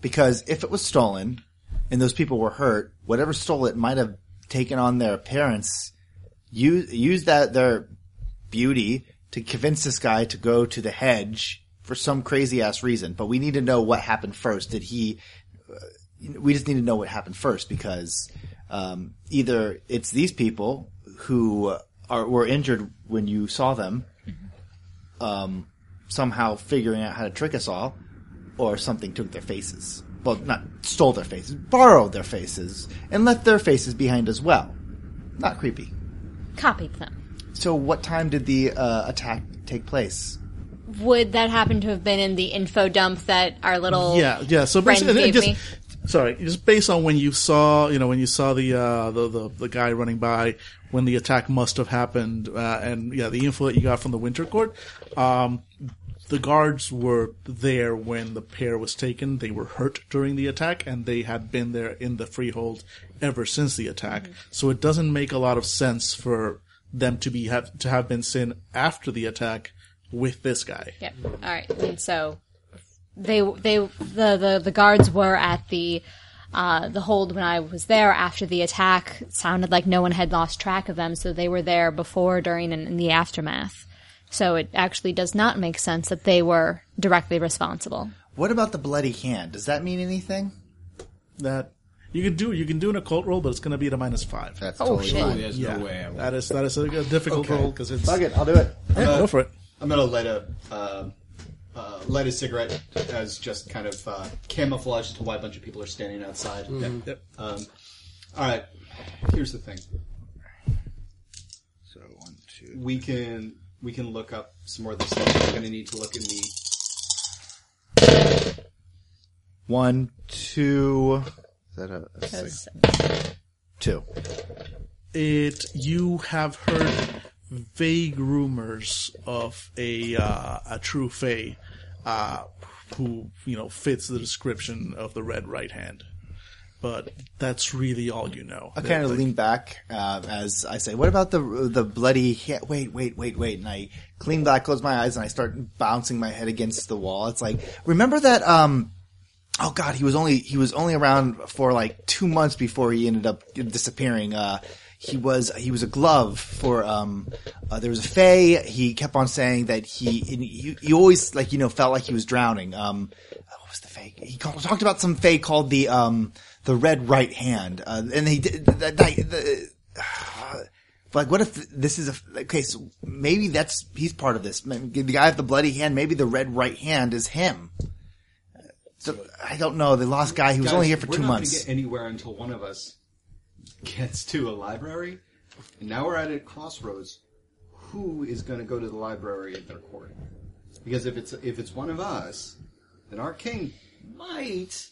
A: Because if it was stolen and those people were hurt, whatever stole it might have taken on their appearance. Use use that their beauty to convince this guy to go to the hedge for some crazy ass reason. But we need to know what happened first. Did he? Uh, we just need to know what happened first because um, either it's these people who are were injured when you saw them, um, somehow figuring out how to trick us all, or something took their faces. Well, not stole their faces, borrowed their faces, and left their faces behind as well. Not creepy.
D: Copied them.
A: So, what time did the uh, attack take place?
D: Would that happen to have been in the info dump that our little
C: Yeah, yeah. So
D: friend
C: basically,
D: gave
C: just
D: me?
C: sorry, just based on when you saw, you know, when you saw the uh, the, the the guy running by when the attack must have happened, uh, and yeah, the info that you got from the Winter Court. Um, the guards were there when the pair was taken. They were hurt during the attack, and they had been there in the freehold ever since the attack.
D: Mm-hmm.
C: So it doesn't make a lot of sense for them to be have to have been seen after the attack with this guy.
D: Yeah. All right. And so they they the the, the guards were at the uh, the hold when I was there after the attack. It sounded like no one had lost track of them, so they were there before, during, and in the aftermath. So it actually does not make sense that they were directly responsible.
A: What about the bloody hand? Does that mean anything?
C: that you can do you can do an occult roll, but it's going to be at a minus five.
A: That's
D: Oh, shit.
B: There's
C: yeah,
B: no way. I'm,
C: that is that is a, a difficult
A: Okay.
C: roll because it's
A: Fuck it, I'll do it. Uh,
C: Yeah, go for it.
F: I'm gonna light a uh, uh, light a cigarette as just kind of uh, camouflage to why a bunch of people are standing outside.
C: Yep.
F: Um, all right, here's the thing. we can we can look up some more of this stuff. I'm gonna need to look in the
A: One, two. Is that a, a six? Two.
C: it you have heard vague rumors of a uh, a true fae uh, who you know fits the description of the red right hand but that's really all you know
A: I kind of lean back uh, as I say, "What about the the bloody ha- wait, wait, wait, wait?" And I clean back, close my eyes, and I start bouncing my head against the wall. It's like remember that. um Oh God, he was only he was only around for like two months before he ended up disappearing. Uh, he was he was a glove for um uh, there was a fae. He kept on saying that he and you, you always like you know felt like he was drowning. Um, what was the fae? He called, talked about some fae called the um the red right hand. Uh, and he did that night. The, like, what if this is a okay? So maybe that's he's part of this. Maybe the guy with the bloody hand. Maybe the red right hand is him. So I don't know. The lost guy. He was
F: Guys,
A: only here for
F: we're
A: two
F: not gonna
A: months.
F: Get anywhere until one of us gets to a library. And now we're at a crossroads. Who is going to go to the library at their court? Because if it's if it's one of us, then our king might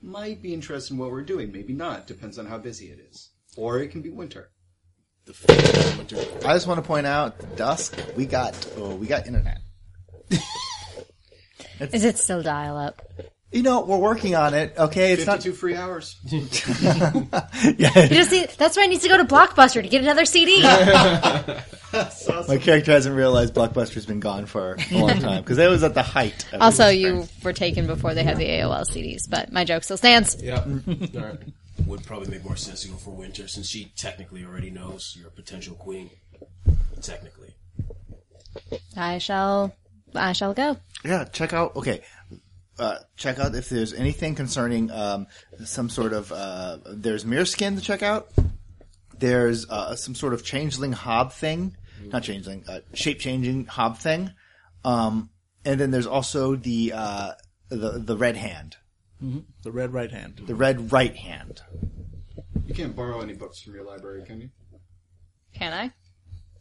F: might be interested in what we're doing. Maybe not. Depends on how busy it is. Or it can be winter.
B: The fae went to-
A: I just want to point out, dusk. We got oh, we got internet.
D: Is it still dial up?
A: You know, we're working on it. Okay, it's not
F: Fifty-two free hours.
D: You just need, that's why I need to go to Blockbuster to get another CD.
A: my character hasn't realized Blockbuster's been gone for a long time because it was at the height. Of
D: also,
A: its
D: you were taken before they had the AOL CDs, but my joke still stands.
B: Yeah. All right. Would probably make more sense to go for winter since she technically already knows you're a potential queen. Technically.
D: I shall, I shall go.
A: Yeah, check out. Okay, uh, check out if there's anything concerning um, some sort of. Uh, there's mirror skin to check out. There's uh, some sort of changeling hob thing, not changeling, uh, shape changing hob thing, um, and then there's also the uh, the the red hand,
C: the red right hand
A: the red right hand.
F: You can't borrow any books from your library, can you?
D: Can I?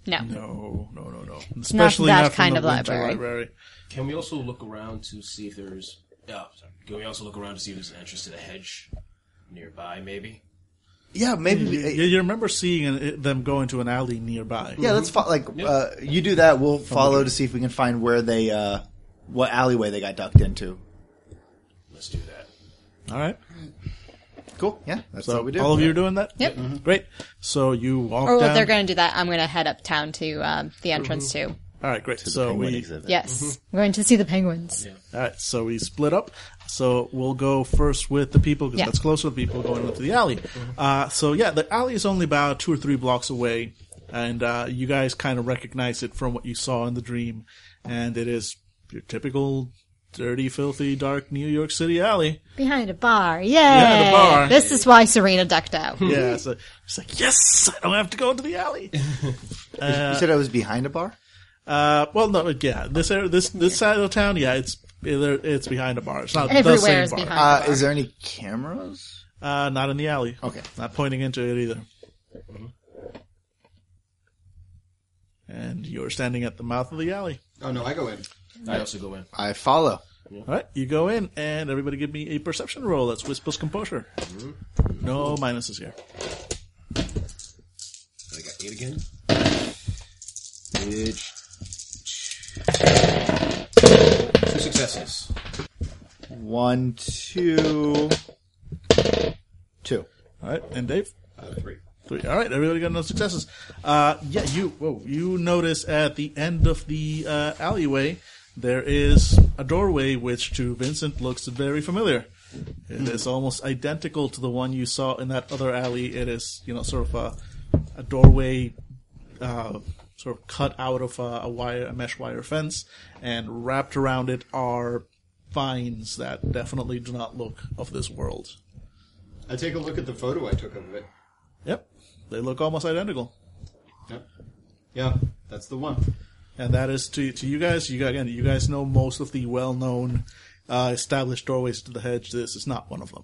D: No.
C: no no no no especially from
D: that kind
C: the
D: of
C: winter
D: library.
B: Can we also look around to see if there's? Oh, sorry. Can we also look around to see if there's an entrance to the hedge nearby? Maybe.
A: Yeah, maybe.
C: You, you remember seeing an, them go into an alley nearby
A: yeah, let's fo- like uh, you do that. We'll follow to see if we can find where they, uh, what alleyway they got ducked into.
B: Let's do that.
C: all right
A: Cool. Yeah, that's
C: so
A: what we do.
C: all of you are doing that Mm-hmm.
D: Yep.
C: great so you walk
D: Or well,
C: down
D: if they're going to do that, I'm going to head uptown to um, the entrance too.
C: all right great so
A: Penguin
C: we
A: exhibit.
D: Yes, Mm-hmm. we're going to see the penguins.
C: All right, so we split up. So we'll go first with the people because
D: Yeah.
C: that's closer to the people going into the alley. Uh, so yeah, the alley is only about two or three blocks away, and uh, you guys kind of recognize it from what you saw in the dream, and it is your typical dirty, filthy, dark New York City alley.
D: Behind a bar, yay!
C: Behind a bar.
D: This is why Serena ducked out.
C: yeah, so it's like yes, I don't have to go into the alley.
A: You said I was behind a bar.
C: Uh, well, no, yeah, this area, this this side of town, yeah, it's it's behind a bar. It's not the
D: Everywhere
C: same
D: is
C: bar.
D: behind.
A: Uh, is there any cameras?
C: Uh, not in the alley.
A: Okay.
C: Not pointing into it either. And you're standing at the mouth of the alley.
F: Oh no, I go in.
B: I also go in.
A: I follow.
C: All right, you go in, and everybody give me a perception roll. That's Wispel's composure. No minuses here.
B: I got eight again. It- Two successes.
A: One, two, two.
C: All right, and Dave.
F: Uh, three.
C: Three. All right, everybody got no successes. Uh, yeah, you. Whoa, you notice at the end of the uh, alleyway there is a doorway which to Vincent looks very familiar. It is
F: Hmm.
C: almost identical to the one you saw in that other alley. It is, you know, sort of a, a doorway, uh, sort of cut out of a, a wire, a mesh wire fence, and wrapped around it are vines that definitely do not look of this world.
F: I take a look at the photo I took of it.
C: Yep, they look almost identical.
F: Yep. Yeah, that's the one.
C: and that is to to you guys. You got- again, you guys know most of the well known uh, established doorways to the hedge. This is not one of them.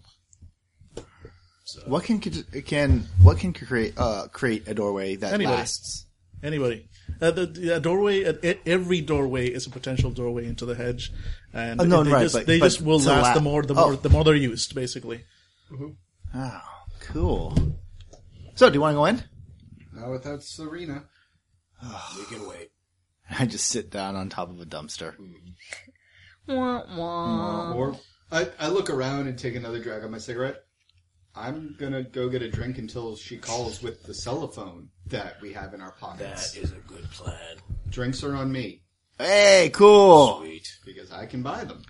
A: What can can what can create uh, create a doorway that
C: Anybody.
A: lasts?
C: Anybody. Uh, the, the doorway, uh, e- every doorway is a potential doorway into the hedge, and
A: Uh, no,
C: they
A: right,
C: just
A: but-
C: they
A: but
C: just will
A: to
C: last
A: la-
C: the more the more
A: Oh.
C: the more they're used, basically.
A: Oh, cool. So, do you want to go in?
F: Not without Serena.
B: We can wait.
A: I just sit down on top of a dumpster.
G: Wah, wah.
F: Or I, I look around and take another drag on my cigarette. I'm gonna go get a drink until she calls with the cell phone that we have in our pockets.
B: That is a good plan.
F: Drinks are on me
A: Hey, cool.
B: Sweet.
F: because I can buy them.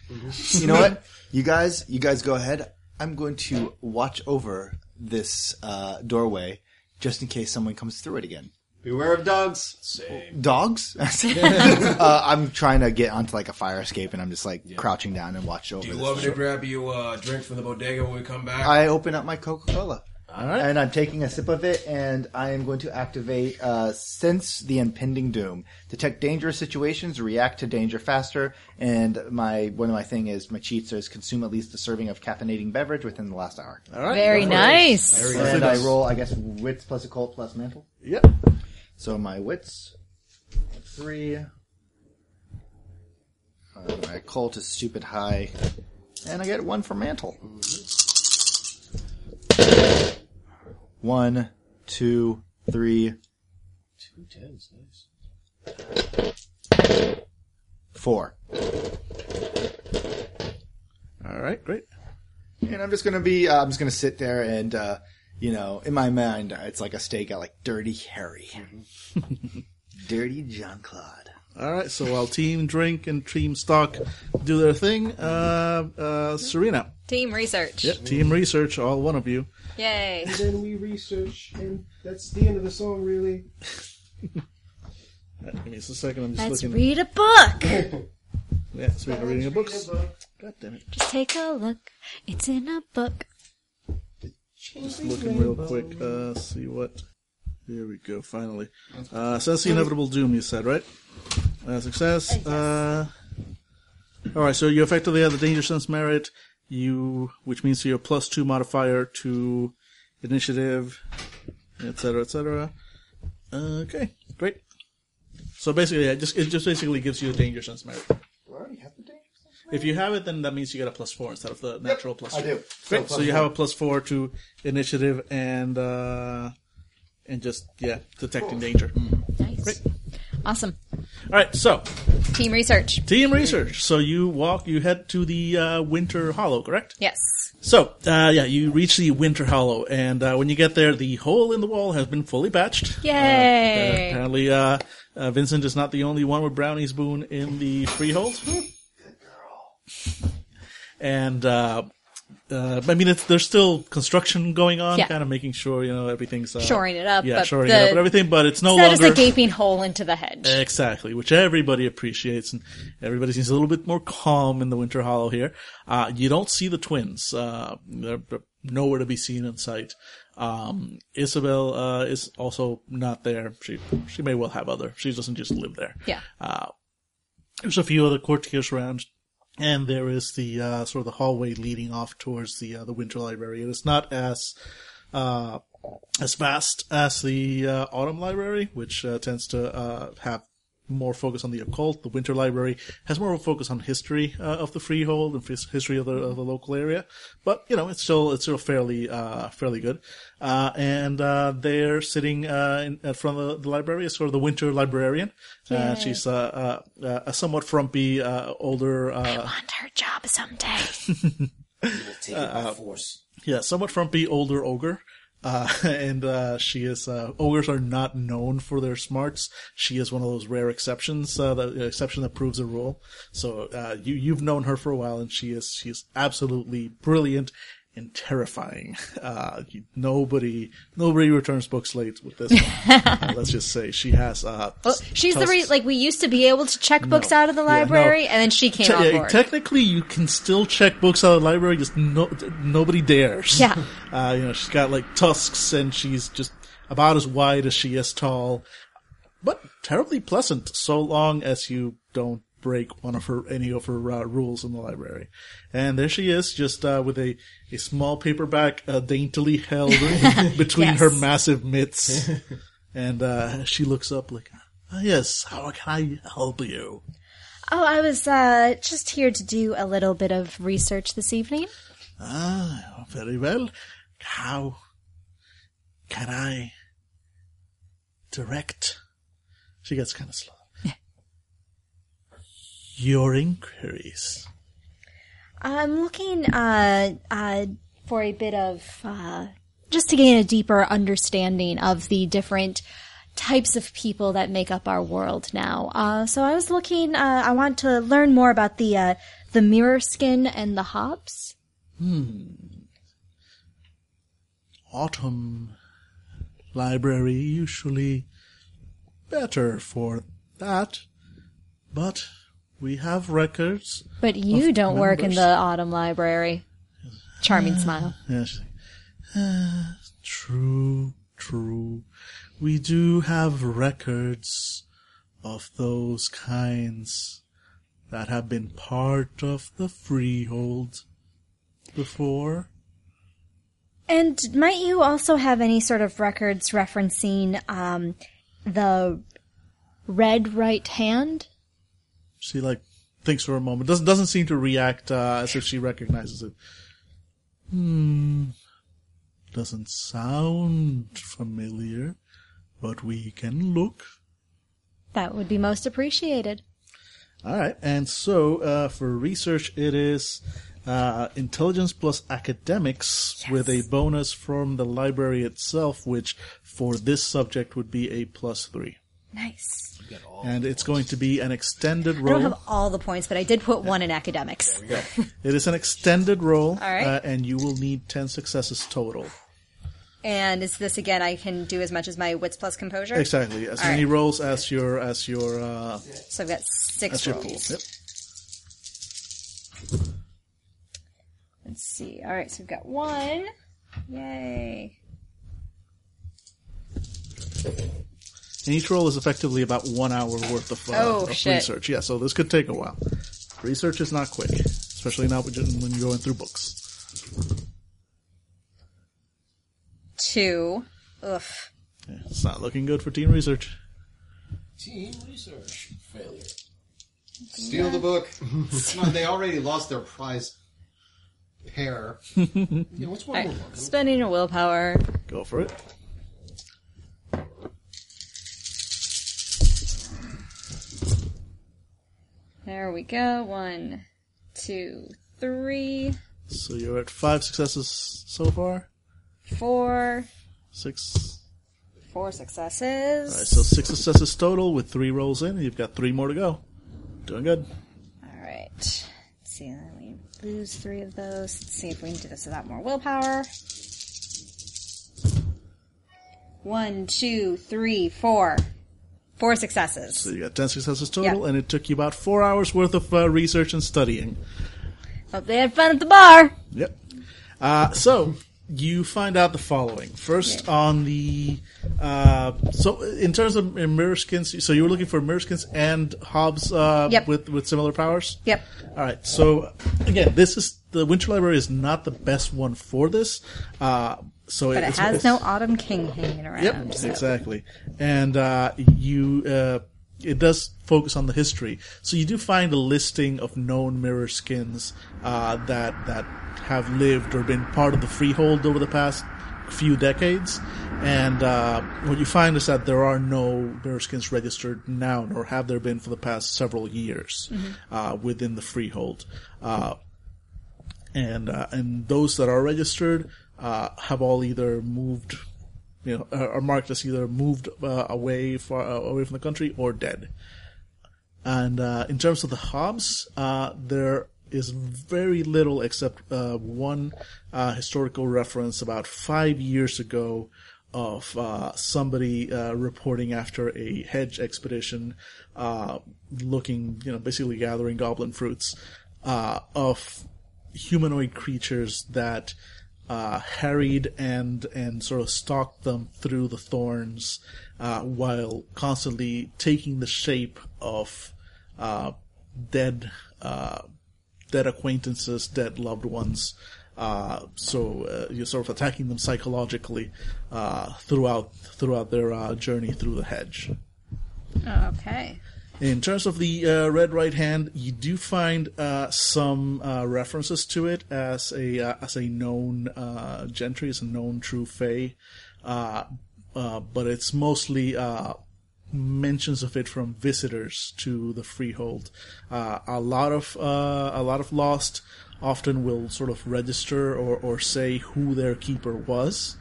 A: You know what? You guys, you guys go ahead. I'm going to watch over this uh, doorway just in case someone comes through it again.
F: Beware of dogs.
B: Same.
A: Dogs. uh, I'm trying to get onto like a fire escape, and I'm just like crouching down and watch over.
B: Do you
A: this.
B: want me to grab you a drink from the bodega when we come back?
A: I open up my Coca Cola. And I'm taking a sip of it, and I am going to activate uh, Sense the Impending Doom. Detect dangerous situations, react to danger faster, and my one of my thing is my cheats is consume at least a serving of caffeinating beverage within the last hour.
D: Very nice.
A: and I roll, I guess, wits plus occult plus mantle.
C: Yeah.
A: So my wits three. Uh, my occult is stupid high, and I get one for mantle. One, two, three,
B: Two tens, nice.
A: four.
C: All right. Great.
A: And I'm just gonna be, uh, I'm just gonna sit there and, uh, you know, in my mind, uh, it's like a stakeout, like Dirty Harry,
B: Mm-hmm.
A: Dirty Jean Claude.
C: All right. So while team drink and team stock do their thing, uh, uh, Serena,
D: Team research.
C: team research, all one of you.
D: Yay.
E: Then we research, and that's the end of the song, really.
C: All right, give me just a second. I'm just
D: Let's
C: looking.
D: read a book.
C: yeah, Serena reading a book. God damn it!
D: Just take a look. It's in a book.
C: Just looking real quick. Uh, see what. Here we go. Finally. Uh, sense the inevitable doom. You said right. Uh, success. Uh, all right. So you effectively have the danger sense merit. You, which means your plus two modifier to initiative, etc., cetera, etc. Okay. Great. So basically, yeah, just it just basically gives you a danger sense merit. If you have it, then that means you get a plus four instead of the natural plus two. I do. Great. So, you have a plus four to initiative and uh, and just yeah, detecting danger.
D: Nice. Awesome.
C: All right. So
D: Team research.
C: team research. So you walk. You head to the uh, Winter Hollow, correct?
D: Yes.
C: So uh, yeah, you reach the Winter Hollow, and uh, when you get there, the hole in the wall has been fully patched.
D: Yay.
C: Apparently, uh, uh, Vincent is not the only one with brownie spoon in the freehold. And uh, uh, I mean, it's, there's still construction going on,
D: Yeah.
C: kind of making sure you know everything's uh,
D: Shoring it up,
C: Yeah,
D: but
C: shoring
D: the-
C: it up and everything, but it's no
D: so
C: longer
D: just a gaping hole into the hedge.
C: Exactly, which everybody appreciates, and everybody seems a little bit more calm in the Winter Hollow here. Uh, you don't see the twins; uh, they're b- nowhere to be seen in sight. Um, Isabel uh, is also not there. She she may well have other. She doesn't just live there.
D: Yeah.
C: Uh, there's a few other courtiers around, and there is the uh, sort of the hallway leading off towards the uh, the Winter Library. It is not as uh, as fast as the uh, autumn library, which uh, tends to uh, have more focus on the occult. The winter library has more of a focus on history uh, of the freehold and fis- history of the, of the local area. But you know, it's still it's still fairly uh, fairly good. Uh, and uh, they're sitting uh, in, in front of the, the library is sort of the winter librarian. Uh, she's uh, uh, uh, a somewhat frumpy uh, older uh,
D: Want her job someday.
B: We'll take it by force.
C: Yeah, somewhat frumpy older ogre. Uh, and uh, she is uh, ogres are not known for their smarts. She is one of those rare exceptions, uh, the the exception that proves a rule. So uh, you you've known her for a while, and she is she is absolutely brilliant and terrifying. Uh, you- nobody nobody returns books late with this. one. Uh, let's just say she has. Uh,
D: Well, she's the
C: tusks.
D: re- like we used to be able to check books out of the
C: Yeah, no. uh,
D: library, and then she came
C: Te-
D: on
C: yeah,
D: board.
C: technically, you can still check books out of the library. Just no, nobody dares.
D: Yeah.
C: Uh, you know, she's got like tusks, and she's just about as wide as she is tall, but terribly pleasant. So long as you don't break one of her any of her uh, rules in the library. And there she is, just uh, with a a small paperback uh, daintily held between her massive mitts. and uh, she looks up like, "Ah, "Yes, how can I help you?"
D: Oh, I was uh, just here to do a little bit of research this evening.
C: Ah, very well. How can I direct? She gets kind of slow. Your inquiries.
D: I'm looking uh, uh, for a bit of uh, just to gain a deeper understanding of the different types of people that make up our world now. Uh, so I was looking. Uh, I want to learn more about the uh, the mirror skin and the hops.
C: autumn library usually better for that, but we have records.
D: But you
C: Of
D: don't work in
C: members.
D: the autumn library. Charming smile.
C: Yeah, she's like, "Ah, true, true. We do have records of those kinds that have been part of the freehold before.
D: And might you also have any sort of records referencing um, the red right hand?
C: She like thinks for a moment. Doesn't doesn't seem to react uh, as if she recognizes it. Hmm. Doesn't sound familiar, but we can look.
D: That would be most appreciated.
C: All right, and so uh, for research, it is uh, intelligence plus academics with a bonus from the library itself, which for this subject would be a plus three,
G: Nice.
C: and it's going to be an extended
G: Oh, I
C: roll.
G: don't have all the points, but I did put one in academics.
C: It is an extended roll,
G: All right.
C: uh, and you will need ten successes total.
G: And is this again? I can do as much as my wits plus composure.
C: Exactly, as
G: All
C: many
G: right.
C: rolls as your as your uh,
G: So I've got
C: as
G: six
C: your
G: rolls.
C: pool. Yep.
G: Let's see. All right, so we've got one. Yay.
C: And each roll is effectively about one hour worth of, uh,
G: Oh,
C: of
G: shit.
C: research. Yeah, so this could take a while. Research is not quick, especially not when you- when you're going through books.
G: Two. Oof.
C: Yeah, it's not looking good for team research.
B: Team research failure.
F: Steal the book. Come on, they already lost their prize pair.
B: Yeah, what's one
G: All right.
B: more? one?
G: Spending a willpower.
C: Go for it.
G: There we go. One, two, three,
C: So you're at five successes so far.
G: four,
C: Six.
G: four
C: All right,
G: successes.
C: so six successes total with three rolls in. and You've got three more to go. Doing good.
G: All right. Let's see. Then we lose three of those. Let's see if we can do this without more willpower. One, two, three, four. Four successes.
C: So you got ten successes total, and it took you about four hours worth of uh, research and studying.
G: Hope they had fun at the bar.
C: Yep. Uh, so you find out the following first on the uh, so in terms of mirror skins. So you were looking for mirror skins and Hobbs uh,
G: Yep.
C: with with similar powers.
G: Yep.
C: All right. So again, this is the Winter Library is not the best one for this. Uh, so
G: But it
C: it's-
G: has no Autumn King hanging around.
C: Yep,
G: so-
C: exactly. And uh, you, uh, it does focus on the history. So you do find a listing of known mirror skins uh, that that have lived or been part of the freehold over the past few decades. And uh, what you find is that there are no mirror skins registered now, nor have there been for the past several years
G: Mm-hmm.
C: uh, within the freehold. Uh, and uh, and those that are registered uh, have all either moved, you know, uh, are, are marked as either moved uh, away far uh, away from the country or dead. And uh, in terms of the Hobbs, uh, there is very little except uh, one uh, historical reference about five years ago of uh, somebody uh, reporting after a hedge expedition, uh, looking, you know, basically gathering goblin fruits uh, of humanoid creatures that uh, harried and and sort of stalked them through the thorns, uh, while constantly taking the shape of uh, dead uh, dead acquaintances, dead loved ones, Uh, so uh, you're sort of attacking them psychologically uh, throughout throughout their uh, journey through the hedge.
I: Okay.
C: In terms of the uh, Red Right Hand, you do find uh, some uh, references to it as a uh, as a known uh, gentry, as a known true fae, uh, uh, but it's mostly uh, mentions of it from visitors to the freehold. Uh, a lot of uh, a lot of lost often will sort of register or, or say who their keeper was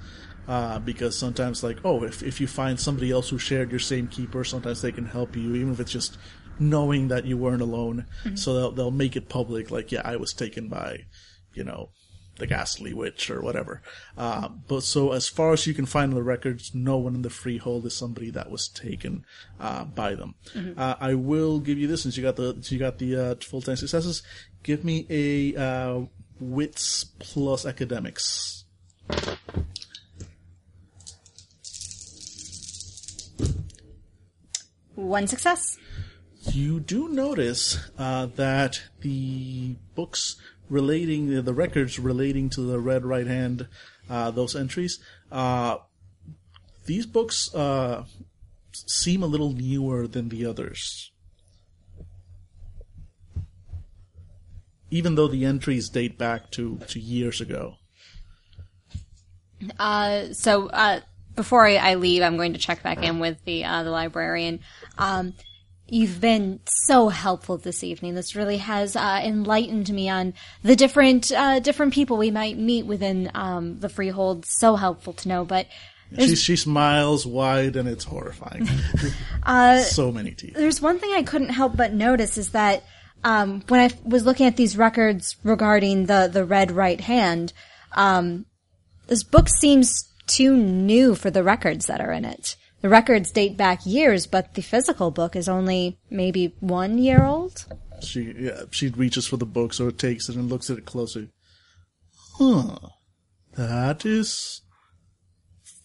C: uh, because sometimes like oh if, if you find somebody else who shared your same keeper sometimes they can help you even if it's just knowing that you weren't alone so they'll, they'll make it public like yeah i was taken by you know the ghastly witch or whatever uh, but so as far as you can find in the records no one in the freehold is somebody that was taken uh, by them uh, i will give you this since you got the since you got the uh, full 10 successes give me a uh, wits plus academics
I: One success.
C: you do notice uh, that the books relating the, the records relating to the red right hand uh, those entries uh, these books uh, s- seem a little newer than the others even though the entries date back to, to years ago
I: Uh, so uh, before I, I leave, I'm going to check back in with the uh, the librarian.
D: Um, you've been so helpful this evening. This really has uh, enlightened me on the different uh, different people we might meet within um, the freehold. So helpful to know, but
C: she, she smiles wide and it's horrifying so many teeth
D: there's one thing I couldn't help but notice is that um, when I f- was looking at these records regarding the the red right hand, um, this book seems too new for the records that are in it. The records date back years, but the physical book is only maybe one year old.
C: She yeah, she reaches for the book, so it takes it and looks at it closer. Huh. That is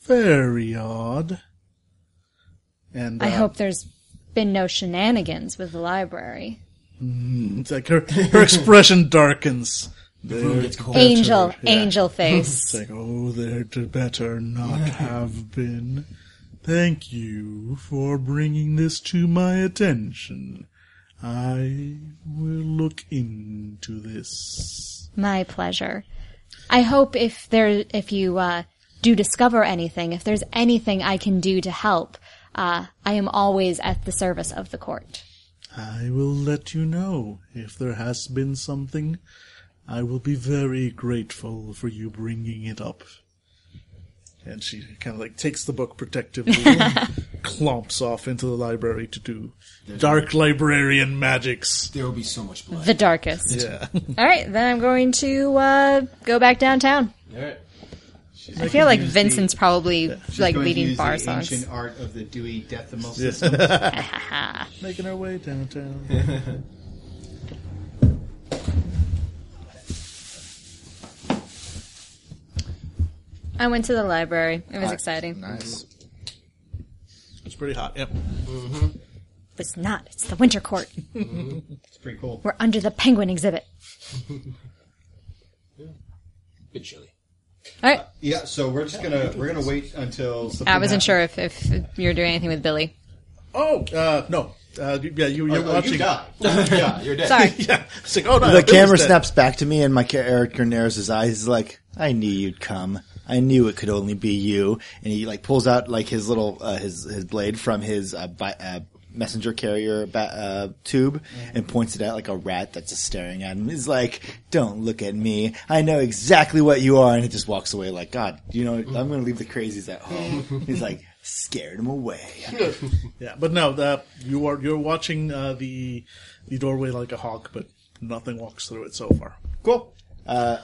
C: very odd. And uh,
D: I hope there's been no shenanigans with the library.
C: it's like her her expression darkens. They're better-
D: Angel,
C: yeah.
D: angel
C: It's
D: face.
C: like oh, there to better not have been. Thank you for bringing this to my attention. I will look into this.
D: My pleasure. I hope if there, if you uh, do discover anything, if there's anything I can do to help, uh, I am always at the service of the court.
C: I will let you know if there has been something. I will be very grateful for you bringing it up. And she kind of like takes the book protectively and clomps off into the library to do dark librarian magics.
B: There will be so much blood.
D: The darkest.
C: Yeah.
I: All right, then I'm going to uh, go back downtown.
B: All right.
I: I feel like Vincent's probably like leading bar
F: the
I: songs.
F: ancient art of the Dewey Decimal
C: Yeah.
F: System.
C: Making her way downtown.
I: I went to the library. It was exciting.
H: Nice.
C: It's pretty hot. Yep.
D: It's not. It's the winter court.
F: It's pretty cool.
D: We're under the penguin exhibit.
B: Bit chilly.
I: All right,
F: Yeah, so we're just gonna we're gonna wait until something
I: I
F: happens.
I: wasn't sure if, if you're doing anything with Billy.
C: Oh, uh, no. Uh, you- yeah, you, you're
F: Oh,
C: watching.
F: you die. yeah, you're dead.
I: Sorry.
C: Yeah. It's like, oh, no,
A: The
C: Billy's
A: camera
C: dead.
A: snaps back to me, and my ca- character narrows his eyes. He's like, "I knew you'd come. I knew it could only be you." And he like pulls out like his little uh, his his blade from his uh, bi- uh, messenger carrier ba- uh, tube and points it at like a rat that's just staring at him. He's like, "Don't look at me. I know exactly what you are." And he just walks away. Like, God, you know, I'm going to leave the crazies at home. He's like, scared him away.
C: Yeah, but no, the, you are you're watching uh, the the doorway like a hawk, but nothing walks through it so far.
A: Cool. Uh,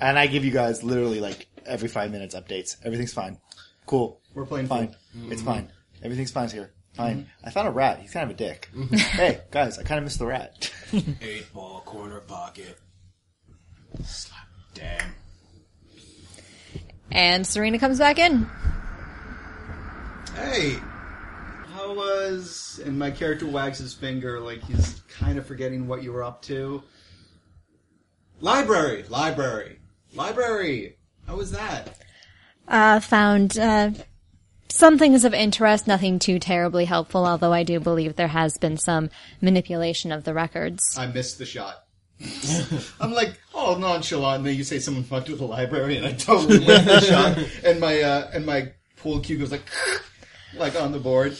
A: and I give you guys literally like every five minutes updates. Everything's fine. Cool.
F: We're playing Mm-hmm.
A: fine. It's fine. Everything's fine here. Fine. I found a rat. He's kind of a dick. hey guys, I kind of missed the rat.
B: Eight ball, corner pocket. Slap. Damn.
I: And Serena comes back in.
F: Hey, how was? And my character wags his finger like he's kind of forgetting what you were up to. Library, library, library. How was that?
D: uh, found uh, some things of interest, nothing too terribly helpful, although I do believe there has been some manipulation of the records.
F: I missed the shot. I'm like all nonchalant, and then you say someone fucked with the library, and I totally missed the shot. And my uh, and my pool cue goes like, like on the board.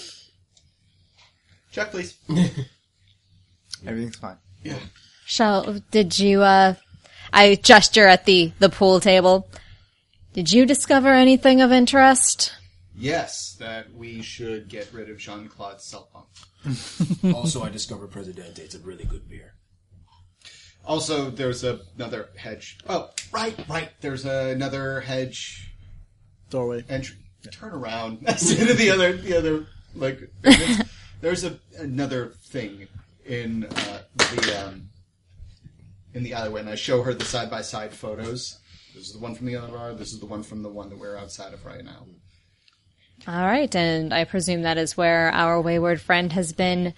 F: Check, please.
A: Everything's fine.
D: Shall did you? Uh, I gesture at the the pool table. Did you discover anything of interest?
F: Yes, that we should get rid of Jean Claude Selpon.
B: also, I discovered Presidente. It's a really good beer.
F: Also, there's a, another hedge. Oh, right, right. There's another hedge
C: Doorway.
F: entry. Turn around. That's the end of the other. The other like there's, there's a another thing in uh, the um, in the alleyway, and I show her the side by side photos. This is the one from the other bar. This is the one from the one that we're outside of right now.
D: All right, and I presume that is where our wayward friend has been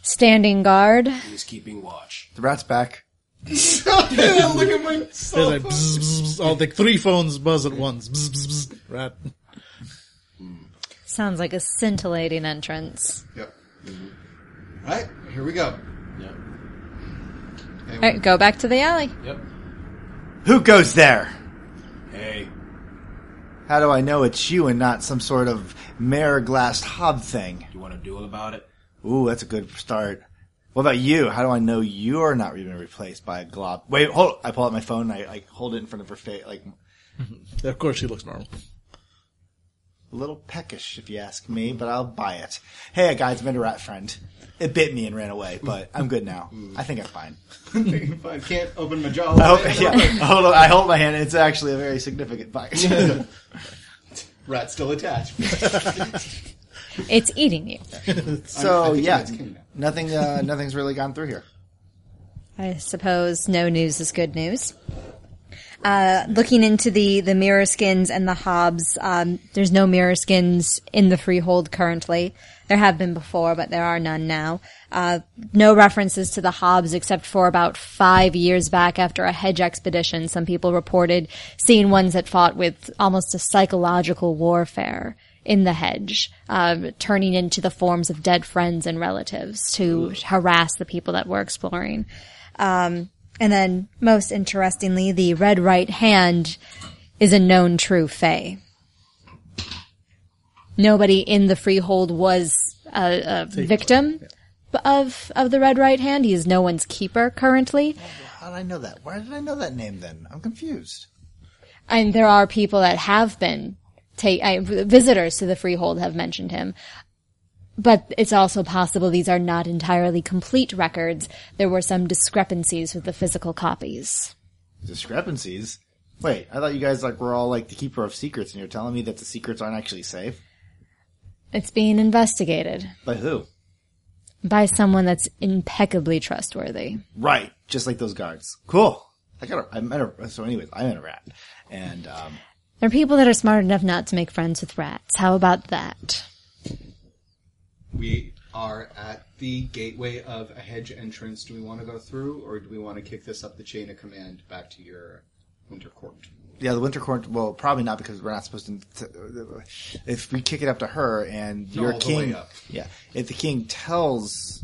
D: standing guard.
B: He was keeping watch.
A: The rat's back.
F: Look at my
C: There's
F: cell
C: like,
F: phone.
C: bzz, bzz, bzz, all like three phones buzz at once. Bzz, bzz, bzz, rat.
D: Sounds like a scintillating entrance.
F: Yep. All right, here we go.
B: Yep.
F: And
D: All right, go back to the alley.
B: Yep.
A: Who goes there?
B: Hey.
A: How do I know it's you and not some sort of mirror glassed hob thing?
B: You want to duel about it?
A: Ooh, that's a good start. What about you? How do I know you're not being replaced by a glob? Wait, hold. I pull out my phone. And I like hold it in front of her face, like
C: Of course, she looks normal.
A: a little peckish, if you ask me. But I'll buy it. Hey, guys, I met a rat friend. It bit me and ran away, but I'm good now. I think I'm fine.
F: if I can't open my jaw.
A: I hope, yeah, hold on, I hold my hand. It's actually a very significant bite.
F: Rat still attached.
D: It's eating you.
A: so
F: I'm- I think
A: yeah,
F: it's king now.
A: nothing. Uh, nothing's really gone through here.
D: I suppose no news is good news. Uh,
G: Looking into the the mirror skins and the hobs, um,
D: There's no mirror skins in the freehold currently. There have been before, but there are none now. Uh, no references to the Hobbs except for about five years back after a hedge expedition. Some people reported seeing ones that fought with almost a psychological warfare in the hedge, uh, turning into the forms of dead friends and relatives to harass the people that were exploring. Um,
G: and then most interestingly, the red right hand
D: is a known true fae. Nobody in the freehold was a, a victim b- of of the Red Right Hand. He is no one's keeper currently,
A: How did I know that? Where did I know that name? Then I'm confused.
D: and there are people that have been take I, visitors to the freehold have mentioned him. But it's also possible these are not entirely complete records. There were some discrepancies with the physical copies.
A: Discrepancies. Wait, I thought you guys like were all like the keeper of secrets, and you're telling me that the secrets aren't actually safe
D: It's being investigated
A: by who?
D: by someone that's impeccably trustworthy.
A: Right, just like those guards. Cool. I got. A, I met a. So, anyways, I met a rat, and um,
D: There are people that are smart enough not to make friends with rats. How about that?
F: We are at the gateway of a hedge entrance. Do we want to go through, or do we want to kick this up the chain of command back to your winter court?
A: Yeah, the winter court. Well, probably not because we're not supposed to. t- if we kick it up to her and your
F: all the
A: king,
F: way up.
A: yeah, if the king tells,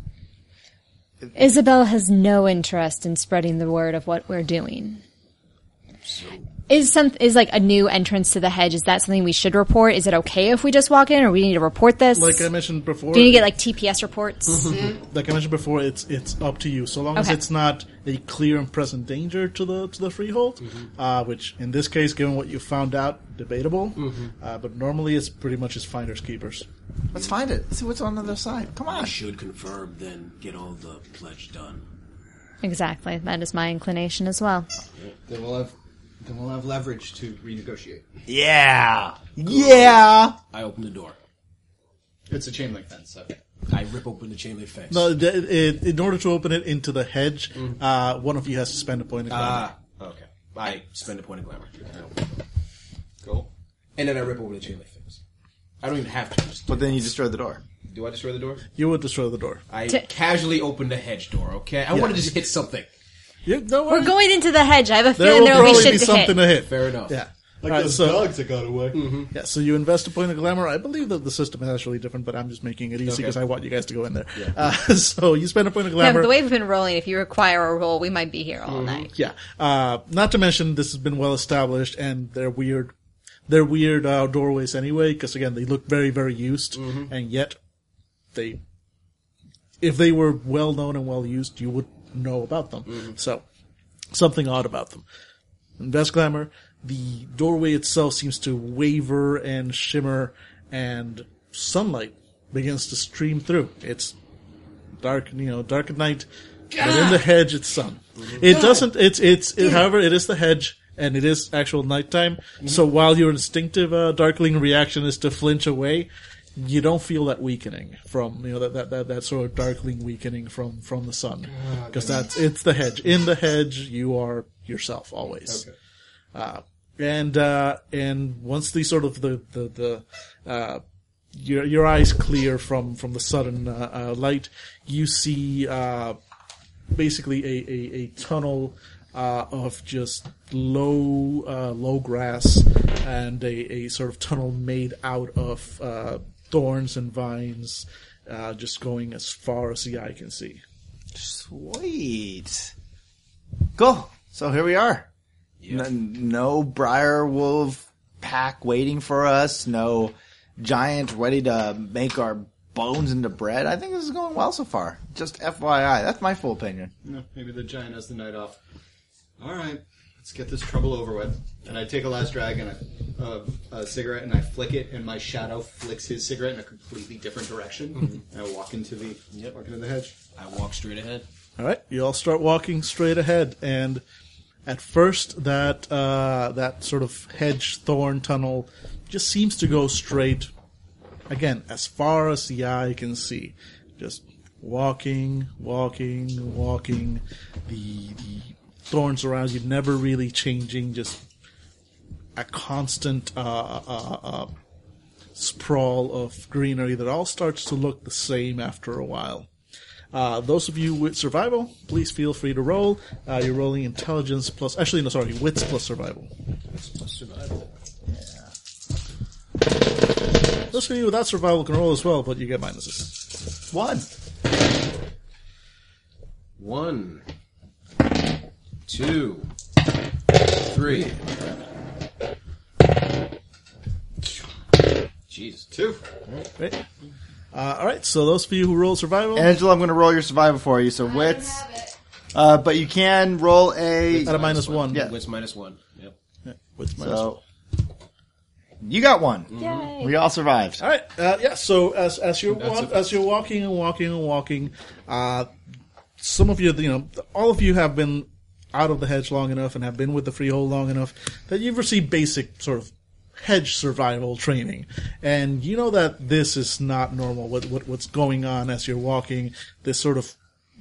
D: Isabel has no interest in spreading the word of what we're doing. Is some is like a new entrance to the hedge? Is that something we should report? Is it okay if we just walk in, or we need to report this?
C: Like I mentioned before,
D: Do you need to get like TPS reports?
C: like I mentioned before, it's it's up to you. So long as
D: Okay.
C: it's not a clear and present danger to the to the freehold, uh, which in this case, given what you found out, debatable. Uh, but normally, it's pretty much just finders keepers.
A: let's find it. Let's see what's on the other side. Come on.
B: Should confirm, then get all the pledge done.
D: exactly. That is my inclination as well.
F: Then we'll have then we'll have leverage to renegotiate.
A: Yeah, yeah.
B: I open the door.
F: It's a chain link fence, so
B: I rip open the chain link fence.
C: No, it, Uh, it, in order to open it into the hedge, uh, one of you has to spend a point. Of uh,
B: Ah, okay. I spend a point of glamour.
F: cool.
B: And then I rip open the chain link fence. I don't even have to. Just
A: But then you destroy the door.
B: do I destroy the door?
C: you would destroy the door.
B: I casually open the hedge door. Okay, I want to just hit something.
C: Yeah, don't worry.
I: We're going into the hedge. I have a
C: there
I: feeling
C: will
I: there will be
C: probably
I: shit
C: be
I: to
C: something to
I: hit.
C: hit.
B: Fair enough.
C: Yeah.
J: Like
C: Alright,
J: those
C: so-
J: dogs that got away.
F: Hmm.
C: Yeah, so you invest a point of glamour. I believe that the system is actually different, but I'm just making it easy because I want you guys to go in there. Uh, so you spend a point of
I: Yeah,
C: glamour.
I: but the way we've been rolling, if you require a roll, we might be here
C: Mm-hmm.
I: all night.
C: Yeah. Uh, not to mention this has been well established and they're weird, they're weird, uh, doorways anyway, because again, they look very, very used and yet they, if they were well known and well used, you would know about them. So something odd about them. Invest glamour. The doorway itself seems to waver and shimmer and sunlight begins to stream through. It's dark, you know, dark at night. But in the hedge, it's sun. It doesn't. It's it's. It, however, it is the hedge, and it is actual nighttime. So while your instinctive uh, darkling reaction is to flinch away, you don't feel that weakening from you know that that, that, that sort of darkling weakening from from the sun because that's it's the hedge. In the hedge, you are yourself always. Uh, and uh, and once the sort of the the, the uh, your your eyes clear from from the sudden uh, uh, light, you see uh, basically a, a, a tunnel uh, of just low uh, low grass and a, a sort of tunnel made out of uh, thorns and vines, uh, just going as far as the eye can see.
A: Sweet. Cool. So here we are. N- no briar wolf pack waiting for us. No giant ready to make our bones into bread. I think this is going well so far. Just FYI. That's my full opinion.
F: No, maybe the giant has the night off. All right, let's get this trouble over with. And I take a last drag and a, uh, a cigarette, and I flick it, and my shadow flicks his cigarette in a completely different direction. and I walk into the walk into the hedge.
B: Mm-hmm. I walk straight ahead.
C: All right, you all start walking straight ahead, and at first, that uh, that sort of hedge thorn tunnel just seems to go straight. Again, as far as the eye can see, just walking, walking, walking. The the thorns around you never really changing, just a constant uh, uh, uh, sprawl of greenery that all starts to look the same after a while. Uh, those of you with survival, please feel free to roll. Uh, you're rolling intelligence plus, actually, no, sorry, wits plus survival. Those of you without survival can roll as well, but you get minuses.
A: One.
B: One, two, three. Jeez.
F: Two.
C: Right? Uh, all right, so those of you who roll survival,
A: Angela, I'm going to roll your survival for you. So wits. Uh, but you can roll a.
C: at a minus one.
A: Yeah.
B: Wits minus one. Yep.
C: Wits minus one.
A: So you got one. We all survived.
C: All right. Uh, yeah. So as as you're wa- as you're walking and walking and walking, uh, some of you, you know, all of you have been out of the hedge long enough and have been with the freehold long enough that you've received basic sort of hedge survival training, and you know that this is not normal. What, what what's going on as you're walking? This sort of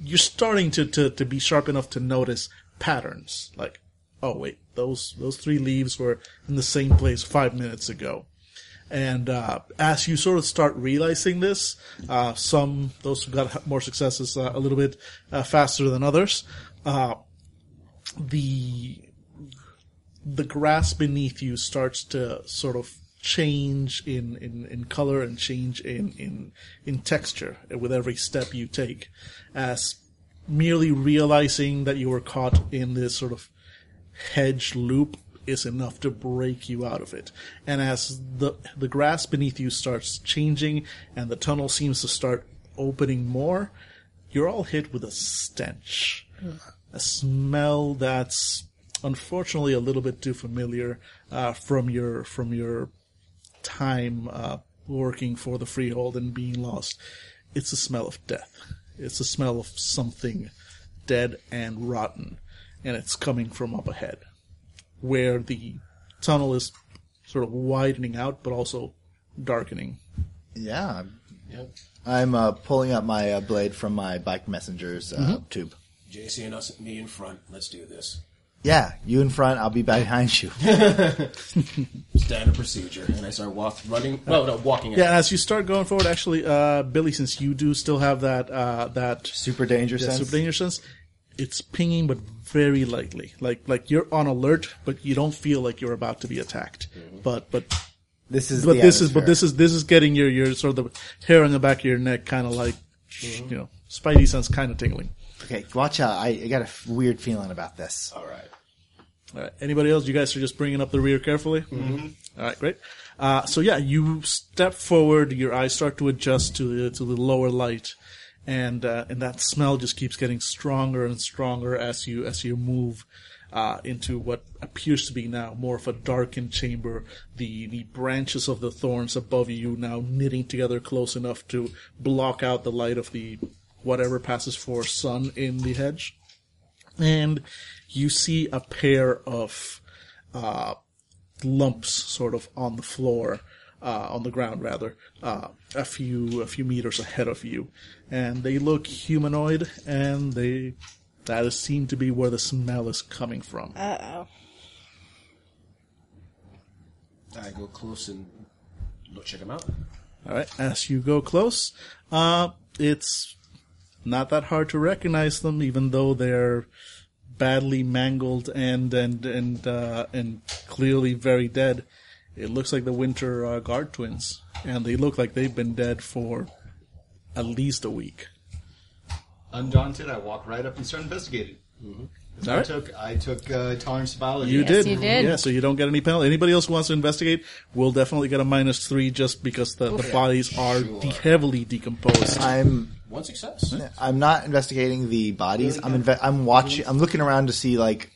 C: you're starting to, to, to be sharp enough to notice patterns. Like, oh wait, those those three leaves were in the same place five minutes ago. And uh, as you sort of start realizing this, uh, some those who got more successes uh, a little bit uh, faster than others, uh, the the grass beneath you starts to sort of change in, in, in color and change in, in in texture with every step you take, as merely realizing that you were caught in this sort of hedge loop is enough to break you out of it. And as the the grass beneath you starts changing and the tunnel seems to start opening more, you're all hit with a stench. A smell that's unfortunately a little bit too familiar uh, from your from your time uh, working for the freehold and being lost. It's the smell of death. It's the smell of something dead and rotten, and it's coming from up ahead, where the tunnel is sort of widening out, but also darkening.
A: Yeah. I'm uh, pulling up my uh, blade from my bike messenger's uh,
C: Mm-hmm.
A: tube.
B: JC and us, me in front. Let's do this.
A: Yeah, you in front, I'll be behind you.
B: Standard procedure. And I start walk, running. No, no, walking.
C: Yeah, and as you start going forward, actually, uh, Billy, since you do still have that uh, that
A: Super dangerous.
C: yeah, super danger sense, it's pinging but very lightly like like you're on alert but you don't feel like you're about to be attacked but but
A: This is
C: but
A: Mm-hmm. the
C: this is but
A: atmosphere.
C: this is this is getting your your sort of the hair on the back of your neck kind of like
A: Mm-hmm.
C: you know spidey sense kind of tingling
A: Okay, watch out. I, I got a f- weird feeling about this.
B: All right.
C: All right. Anybody else? You guys are just bringing up the rear carefully. Mm-hmm. right. Great. Uh, so yeah, you step forward. Your eyes start to adjust to the, to the lower light, and uh, and that smell just keeps getting stronger and stronger as you as you move uh, into what appears to be now more of a darkened chamber. The the branches of the thorns above you now knitting together close enough to block out the light of the whatever passes for sun in the hedge and you see a pair of uh, lumps sort of on the floor, uh, on the ground rather, uh, a few a few meters ahead of you, and they look humanoid, and they that is seem to be where the smell is coming from.
B: I go close and go check him out.
C: All right, as you go close, uh, it's not that hard to recognize them, even though they're badly mangled and and and uh, and clearly very dead. It looks like the Winter uh, Guard twins, and they look like they've been dead for at least a week.
F: Undaunted, I walk right up and start investigating. Mm-hmm. I
C: Alright.
F: took I took uh, tolerance to biology.
C: You did,
I: you did.
C: yeah. So you don't get any penalty. Anybody else who wants to investigate will definitely get a minus three, just because the, the bodies are de- heavily decomposed.
A: I'm
B: One success.
A: I'm not investigating the bodies. I'm inve- I'm watching. I'm looking around to see like,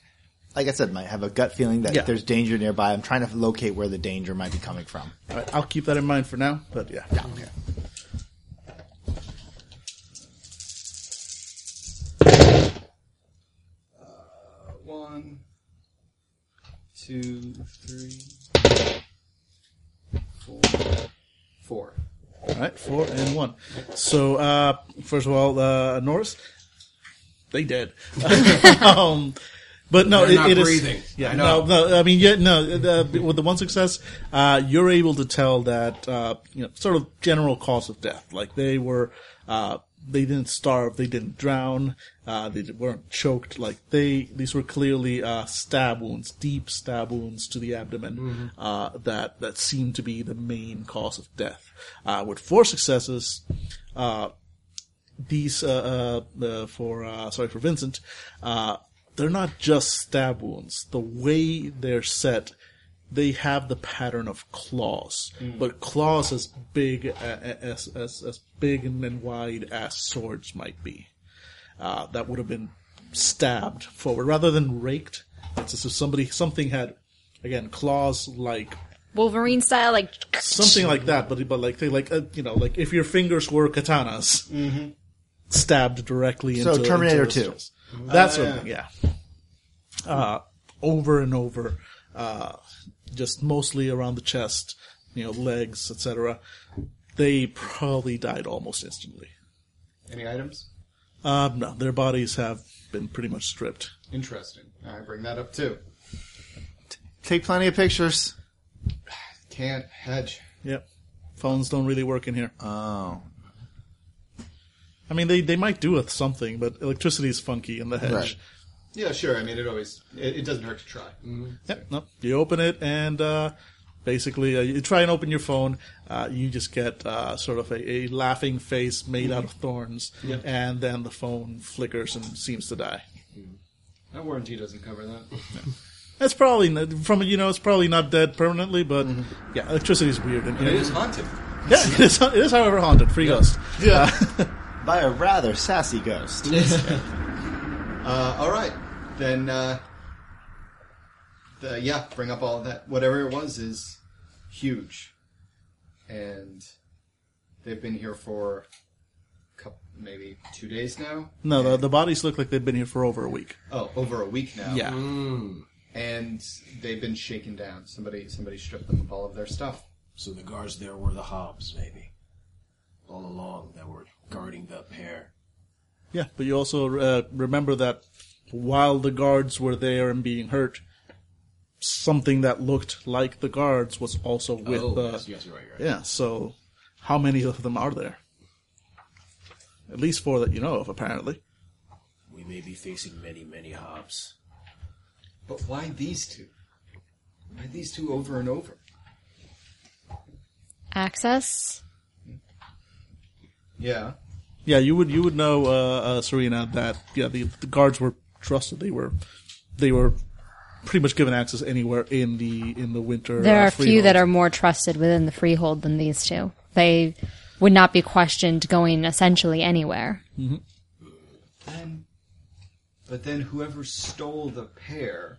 A: like I said, might have a gut feeling that
C: Yeah.
A: there's danger nearby. I'm trying to locate where the danger might be coming from.
C: All right, I'll keep that in mind for now. But yeah, yeah, okay.
F: One, two, three, four, four.
C: All right, four and one. So uh, first of all, uh, Norris, they dead. um, but no,
B: They're
C: it,
B: not
C: it is-
B: breathing.
C: Yeah,
B: I know.
C: no, no. I mean, yeah, no. uh, with the one success, uh, you're able to tell that uh, you know sort of general cause of death. Like they were, uh, they didn't starve, they didn't drown, uh, they weren't choked. Like they, these were clearly uh, stab wounds, deep stab wounds to the abdomen
B: Mm-hmm.
C: uh, that that seemed to be the main cause of death. Uh, with four successes, uh, these uh, uh, uh, for uh, sorry for Vincent, uh, they're not just stab wounds. The way they're set, they have the pattern of claws, but claws as big a- a- as as as big and and wide as swords might be. Uh, that would have been stabbed forward rather than raked. It's as if somebody something had again claws like
I: Wolverine style, like
C: something like that. But but like they like uh, you know like if your fingers were katanas, stabbed directly
A: Mm-hmm. So
C: into
A: Terminator Oh,
C: into the
A: 2.
C: chest. That's what yeah. Uh, over and over, uh, just mostly around the chest, you know, legs, etc. They probably died almost instantly.
F: Any items?
C: Um, no, their bodies have been pretty much stripped.
F: Interesting. I bring that up too.
A: Take plenty of pictures.
F: Can't hedge.
C: Yep, phones don't really work in here.
A: Oh,
C: I mean, they they might do with something, but electricity is funky in the hedge.
A: Right.
F: Yeah, sure. I mean, it always it, it doesn't hurt to try.
C: Yep. No. You open it and uh, basically uh, you try and open your phone. Uh, you just get uh, sort of a, a laughing face made out of thorns, and then the phone flickers and seems to die.
F: That warranty doesn't cover that.
C: That's probably not- from you know it's probably not dead permanently, but yeah, electricity is weird. And,
F: Mm-hmm. It is haunted.
C: yeah, it is. It is, however, haunted. Free ghost. Yeah.
A: by a rather sassy ghost.
F: Uh, all right, then. Uh, the, yeah, bring up all that. Whatever it was is huge, and they've been here for a couple, maybe two days now.
C: no, the, the bodies look like they've been here for over a week.
F: Oh, over a week now.
C: Yeah.
F: Mm. and they've been shaken down. Somebody, somebody stripped them of all of their stuff.
B: So the guards there were the Hobbs, maybe. All along that were guarding the pair.
C: Yeah, but you also uh, remember that while the guards were there and being hurt, something that looked like the guards was also with
B: oh,
C: the.
B: yes, yes, you're right, you're right.
C: Yeah, so how many of them are there? At least four that you know of, apparently.
B: We may be facing many, many Hobbs.
F: But why these two? Why these two over and over?
D: Access.
F: Yeah.
C: Yeah, you would you would know, uh, uh, Serena, that yeah the, the guards were trusted. They were they were pretty much given access anywhere in the in the winter.
D: There
C: uh,
D: are a few that
C: freehold.
D: are more trusted within the freehold than these two. They would not be questioned going essentially anywhere.
F: Then, but then whoever stole the pair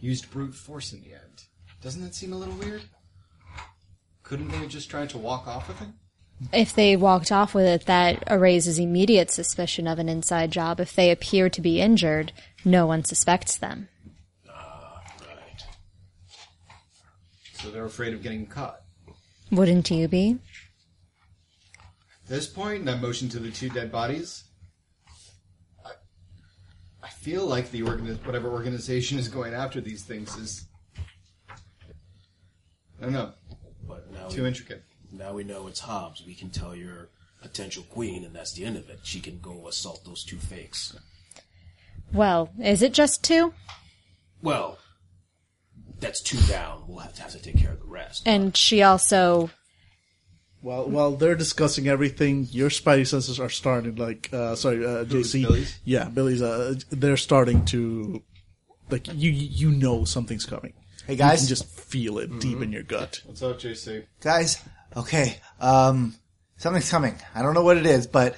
F: used brute force in the end. Doesn't that seem a little weird? Couldn't they have just tried to walk off with him?
D: If they walked off with it, that raises immediate suspicion of an inside job. If they appear to be injured, no one suspects them.
B: Right.
F: So they're afraid of getting caught.
D: Wouldn't you be?
F: At this point, and I motion to the two dead bodies. I- I feel like the organi- whatever organization is going after these things is. I don't know.
B: But now
F: Too intricate.
B: Now we know it's Hobbs. We can tell your potential queen, and that's the end of it. She can go assault those two fakes.
D: Well, is it just two?
B: Well, that's two down. We'll have to have to take care of the rest.
D: And she also
C: While while they're discussing everything, your spidey senses are starting. Like, uh, sorry, uh, JC.
F: Billy's?
C: Yeah, Billy's. Uh, they're starting to, like, you you know something's coming.
A: Hey
C: You
A: guys,
C: can just feel it deep
B: Mm-hmm.
C: in your gut.
F: What's up, JC?
A: guys. Okay, um, something's coming. I don't know what it is, but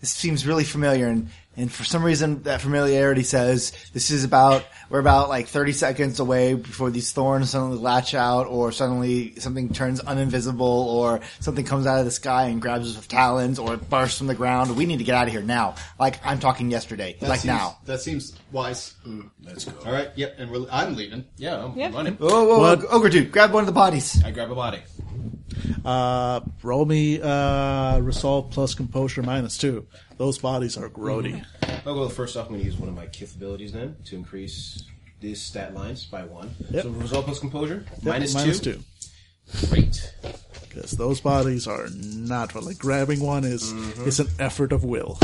A: this seems really familiar, and and for some reason that familiarity says this is about we're about like thirty seconds away before these thorns suddenly latch out, or suddenly something turns uninvisible, or something comes out of the sky and grabs us with talons, or it bursts from the ground. We need to get out of here now. Like I'm talking yesterday,
F: That
A: like
F: seems-
A: now. Mm.
F: That seems wise.
B: Let's go.
F: All right. Yep. And we're, I'm leaving.
B: Yeah, I'm running.
A: Oh, whoa, whoa,
C: What?
A: ogre dude, grab one of the bodies.
F: I grab a body.
C: Uh, roll me uh, resolve plus composure minus two. Those bodies are grody.
B: I'll go first off. I'm going to use one of my kith abilities then to increase these stat lines by one.
C: Yep.
B: So result plus composure minus
C: Minus
B: two.
C: two.
B: Great.
C: Because those bodies are not fun. Like grabbing one is
B: Mm-hmm.
C: it's an effort of will.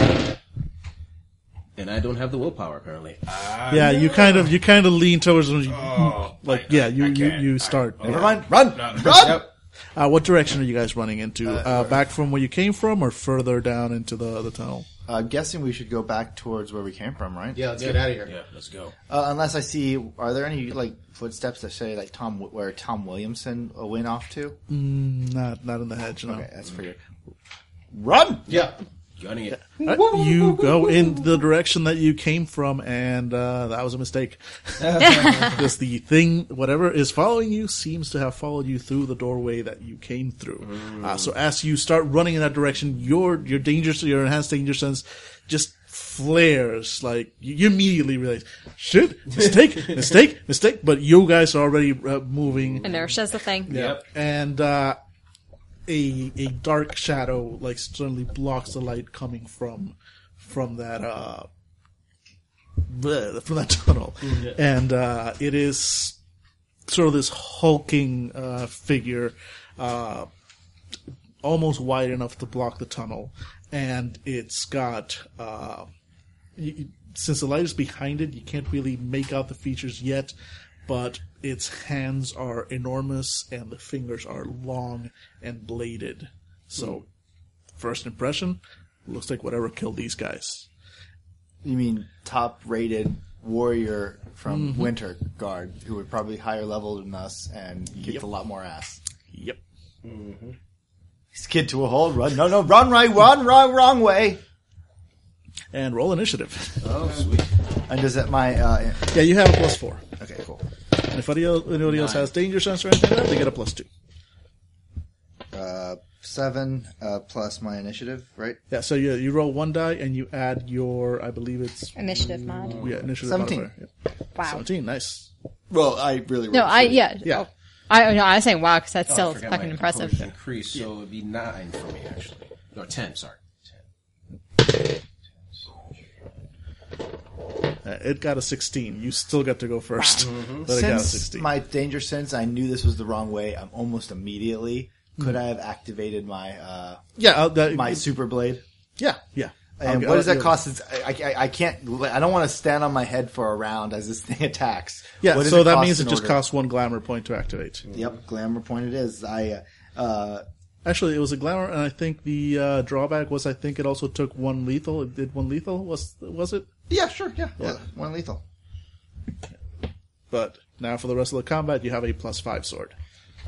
B: And I don't have the willpower apparently.
C: yeah, you kind of you kind of lean towards them. You- like yeah, you
B: Oh, I
C: you,
B: can't.
C: you start.
A: Never mind. Run, run.
F: Yep.
C: Uh, what direction are you guys running into? Uh, back from where you came from, or further down into the the tunnel?
A: I'm Uh, guessing we should go back towards where we came from, right?
F: Yeah. Let's get out of here.
B: Yeah, let's go.
A: Uh, unless I see, are there any like footsteps that say like Tom where Tom Williamson uh, went off to?
C: Not not in the hedge. No.
A: Okay, that's pretty. Run!
F: Yeah.
B: Gunning it.
C: Uh, you go in the direction that you came from, and uh, that was a mistake. Because the thing, whatever is following you, seems to have followed you through the doorway that you came through. Uh, so as you start running in that direction, your your danger, your enhanced danger sense, just flares. Like you, you immediately realize, shit, mistake, mistake, mistake. But you guys are already uh, moving
I: Inertia's the thing.
B: Yep.
C: and uh, a a dark shadow like suddenly blocks the light coming from from that uh bleh, from that tunnel, and uh, it is sort of this hulking uh, figure, uh, almost wide enough to block the tunnel, and it's got. Uh, you- you- since the light is behind it, you can't really make out the features yet, but its hands are enormous and the fingers are long and bladed. So, first impression, looks like whatever killed these guys.
A: You mean top rated warrior from
C: Mm-hmm.
A: Winter Guard, who were probably higher level than us and kicked a lot more ass.
C: Yep.
A: He's kid to a hole. Run! No, no, run! Right, run! Wrong, wrong way.
C: And roll initiative.
B: Oh, sweet.
A: And does that my? Uh,
C: yeah, you have a plus four.
A: okay, cool.
C: And if anybody else, anybody else has danger sense or anything like that, they get a plus two.
A: Uh, seven uh, plus my initiative, right?
C: Yeah, so you, you roll one die and you add your, I believe it's
G: Initiative mod.
C: yeah, initiative
A: 17.
C: modifier. Yep. 17, nice.
A: Well, I really
D: no. I yeah.
C: Yeah.
A: Oh,
D: I no. I was saying wow because that's
B: Oh, I
D: still
B: forgot
D: fucking
B: my
D: impressive.
B: composure Increase, so it'd be nine for me actually, or ten. Sorry, ten.
C: Uh, it got a 16. You still got to go first. Mm-hmm. But it got a
A: since
C: 16.
A: my danger sense, I knew this was the wrong way. I'm almost
C: Mm-hmm.
A: immediately. Could I have activated my uh,
C: yeah, uh, that,
A: my super blade?
C: Yeah, yeah.
A: And
C: Okay,
A: what does
C: I'll-
A: that cost? It's, I, I, I can't. I don't want to stand on my head for a round as this thing attacks.
C: Yeah,
A: What does
C: so that
A: cost
C: means
A: in
C: it just
A: order?
C: costs one glamour point to activate.
A: Yep, glamour point. It is. I. Uh, uh,
C: Actually, it was a glamour, and I think the uh, drawback was I think it also took one lethal. It did one lethal. Was was it?
A: yeah, sure. Yeah, yeah. One lethal.
C: But now for the rest of the combat, you have a plus five sword.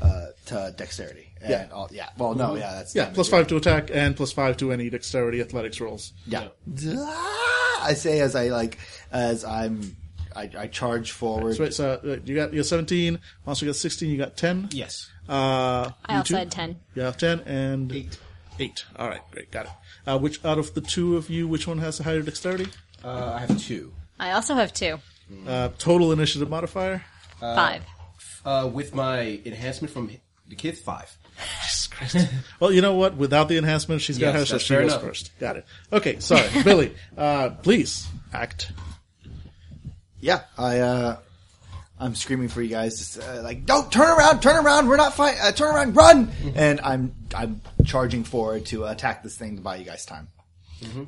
A: Uh, to dexterity. And
C: Yeah. Mm-hmm.
A: All, yeah. Well, no. Yeah. That's
C: Yeah,
A: damage,
C: plus five to attack and plus five to any dexterity athletics rolls.
A: Yeah. I say as I like as I'm. I, I charge forward.
C: So, wait, so uh, you got your seventeen. Monster got sixteen. You got ten.
B: Yes.
C: Uh,
D: I
C: you
D: also
C: two?
D: had 10.
C: You have ten and
K: Eight.
C: Eight. All right, great, got it. Uh, which out of the two of you, which one has a higher dexterity?
K: Uh, I have two.
D: I also have two.
C: Uh, total initiative modifier.
D: Five.
B: Uh, with my enhancement from the kids, five.
C: Well, you know what? Without the enhancement, she's got
B: Yes,
C: her, so
B: that's
C: she
B: fair
C: goes
B: enough.
C: first. Got it. Okay, sorry, Billy. Uh, please act.
A: Yeah, I uh I'm screaming for you guys just, uh, like don't turn around, turn around, we're not fight uh, turn around, run. And I'm I'm charging forward to attack this thing to buy you guys time.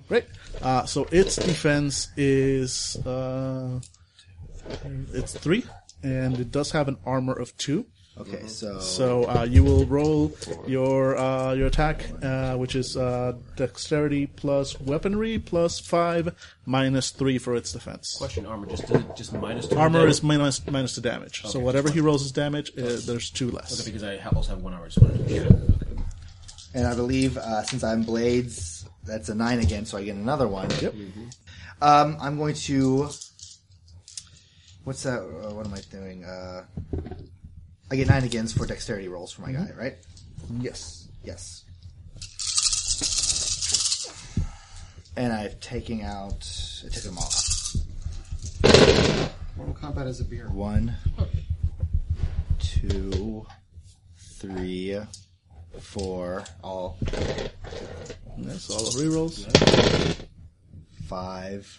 C: Great. Uh, so its defense is uh, it's three, and it does have an armor of two.
A: Okay, so,
C: So uh, you will roll your uh, your attack, uh, which is uh, dexterity plus weaponry plus five minus three for its defense.
B: Question armor just does it just minus two.
C: Armor
B: damage?
C: is minus minus to damage. So whatever he rolls as damage, uh, there's two less.
B: because I ha- also have one armor. Just wanted to make sure. Okay.
A: and I believe uh, since I'm blades, that's a 9 again, so I get another one.
C: Yep.
K: Mm-hmm.
A: Um I'm going to What's that uh, what am I doing? Uh I get 9 agains for dexterity rolls for my guy, right?
C: Yes.
A: Yes. And I've taken out. I took them all out.
K: Mortal Kombat is a beer.
A: One, two, three, four, all
C: That's all the rerolls.
A: five.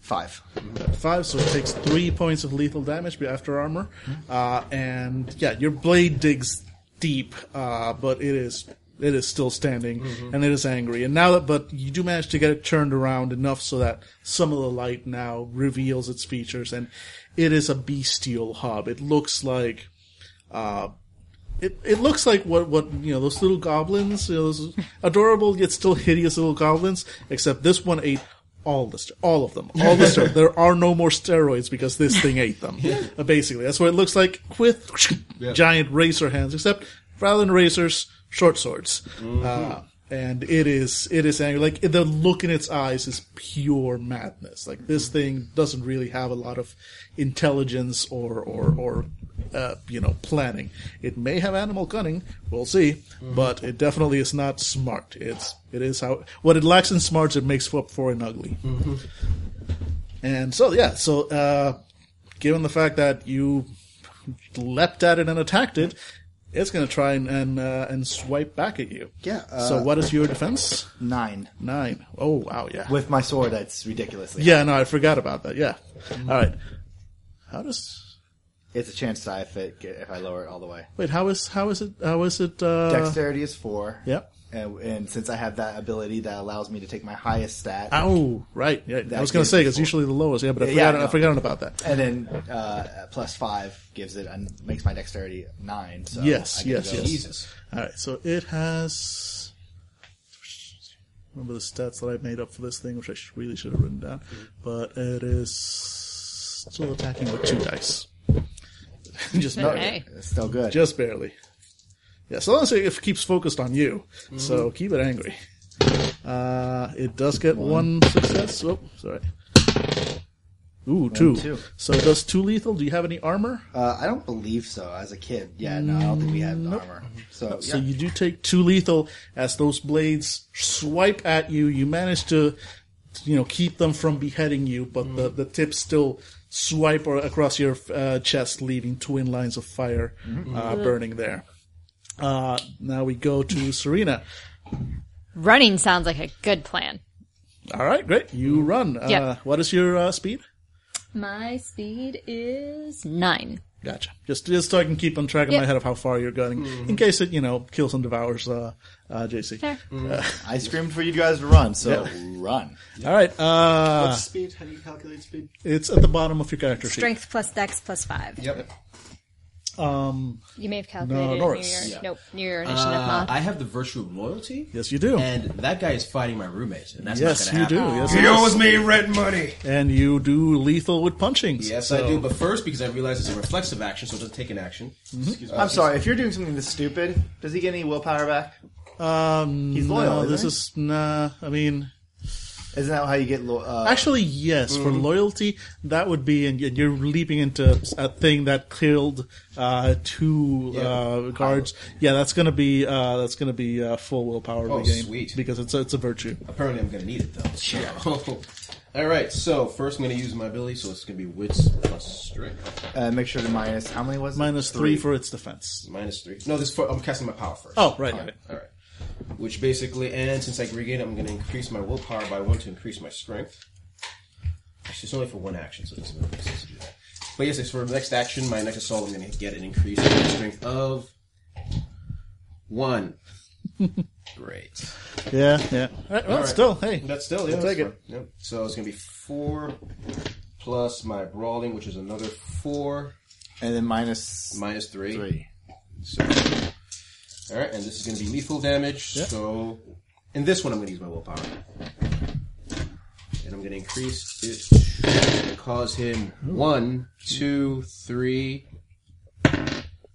A: Five.
C: Five, so it takes three points of lethal damage but after armor. Uh, and yeah, your blade digs deep, uh, but it is it is still standing and it is angry. And now that but you do manage to get it turned around enough so that some of the light now reveals its features and it is a bestial hob. It looks like it, it looks like what, what you know those little goblins you know, those adorable yet still hideous little goblins except this one ate all the st- all of them all the ster- there are no more steroids because this thing ate them Uh, basically that's what it looks like with giant razor hands except rather than razors short swords uh, and it is it is angry like the look in its eyes is pure madness like this thing doesn't really have a lot of intelligence or or or uh, you know planning it may have animal cunning we'll see but it definitely is not smart it's it is how what it lacks in smarts it makes up for in ugly
A: Mm-hmm.
C: and so yeah so uh given the fact that you leapt at it and attacked it it's going to try and and, uh, and swipe back at you
A: Yeah,
C: so
A: uh,
C: what is your defense?
A: Nine.
C: Nine. Oh wow, yeah.
A: With my sword, that's ridiculously.
C: yeah, no, I forgot about that. Yeah.
A: Mm-hmm.
C: All right. How does
A: It's a chance die if, it, if I lower it all the way.
C: wait? How is how is it? How is it? Uh,
A: Dexterity is four.
C: Yep.
A: And, and since I have that ability that allows me to take my highest stat,
C: Oh, right. Yeah, I
A: That
C: was going to
A: gives
C: say
A: it
C: it's
A: four.
C: usually the lowest. Yeah, but
A: Yeah,
C: I forgot.
A: I
C: I
A: know.
C: forgot about that.
A: And then uh, plus five gives it and makes my dexterity nine. So
C: Yes,
A: I get
C: yes,
A: to go-
C: yes. All right, so it has. Remember the stats that I made up for this thing, which I sh- really should have written down. But it is still attacking with two dice. Just barely.
D: Okay.
A: It's still good.
C: Just barely. Yeah, so let's say if it keeps focused on you,
A: Mm-hmm.
C: so keep it angry. Uh, it does get one, success. Oh, sorry. Ooh, two.
A: two.
C: So it does two lethal. Do you have any armor?
A: uh, I don't believe so. As a kid, yeah, no, I don't think we had armor. So,
C: So
A: yeah.
C: you do take two lethal as those blades swipe at you. You manage to, you know, keep them from beheading you, but the,
A: Mm-hmm.
C: the tips still swipe or across your uh, chest, leaving twin lines of fire
A: Mm-hmm.
C: uh, burning there. Uh, now we go to Serena.
D: Running sounds like a good plan.
C: All right, great. You run. Uh,
D: Yep.
C: What is your uh, speed?
D: My speed is nine.
C: Gotcha. Just just so I can keep on track in
D: Yep.
C: my head of how far you're going, in case it you know kills and devours uh, uh, JC.
D: Fair.
H: I screamed for you guys to run, so run.
C: All right, uh,
F: What's speed? How do you calculate speed?
C: it's at the bottom of your character sheet.
G: Strength plus dex plus five.
F: Yep.
D: You may have calculated
C: No,
D: no, your,
C: Norris.
D: nope, your initiative
B: Uh,
D: mod.
B: I have the virtue of loyalty.
C: Yes, you do.
B: And that guy is fighting my roommate, and that's
C: Yes, you
B: not
C: do.
B: going to happen.
C: Yes,
B: He
C: it is.
B: owes me rent money.
C: and you do lethal with punchings.
B: Yes,
C: So- uh,
B: I do. But first, because I realize it's a reflexive action, so it doesn't take an action.
C: Mm-hmm.
B: Excuse me.
H: I'm sorry. If you're doing something this stupid, does he get any willpower back?
C: Um,
H: He's loyal,
C: No, this
H: isn't
C: is nah. I mean,
H: Isn't that how you get? Lo- uh,
C: actually, yes. For
B: Mm.
C: loyalty, that would be, and and you're leaping into a thing that killed uh, two uh, guards. Yeah, that's gonna be uh, that's gonna be uh, full willpower
B: Oh,
C: regain
B: sweet.
C: because it's a, it's a virtue.
B: Apparently, I'm going to need it though. So. All right. So first, I'm going to use my ability. So it's going to be wits plus strength
H: uh, make sure to minus. How many was it?
C: Minus three for its defense.
B: minus three. No, this. For, I'm casting my power first.
C: Oh, right,
B: All
C: right.
B: All right. Which basically, and since I regain, it, I'm going to increase my willpower by one to increase my strength. Actually, it's only for one action, so it doesn't really make sense to do that. But yes, it's for the next action. My next assault, I'm going to get an increase in my strength of one. Great.
C: Yeah, yeah. All right, well,
B: right.
C: still, hey,
B: That's still, yeah.
C: I'll
B: that's
C: take
B: fine. Yep. So it's going to be four plus my brawling, which is another four
H: And then minus
B: minus three.
H: three.
B: So, all right, and this is going to be lethal damage. So, in this one, I'm going to use my willpower, and I'm going to increase it and cause him one, two, three,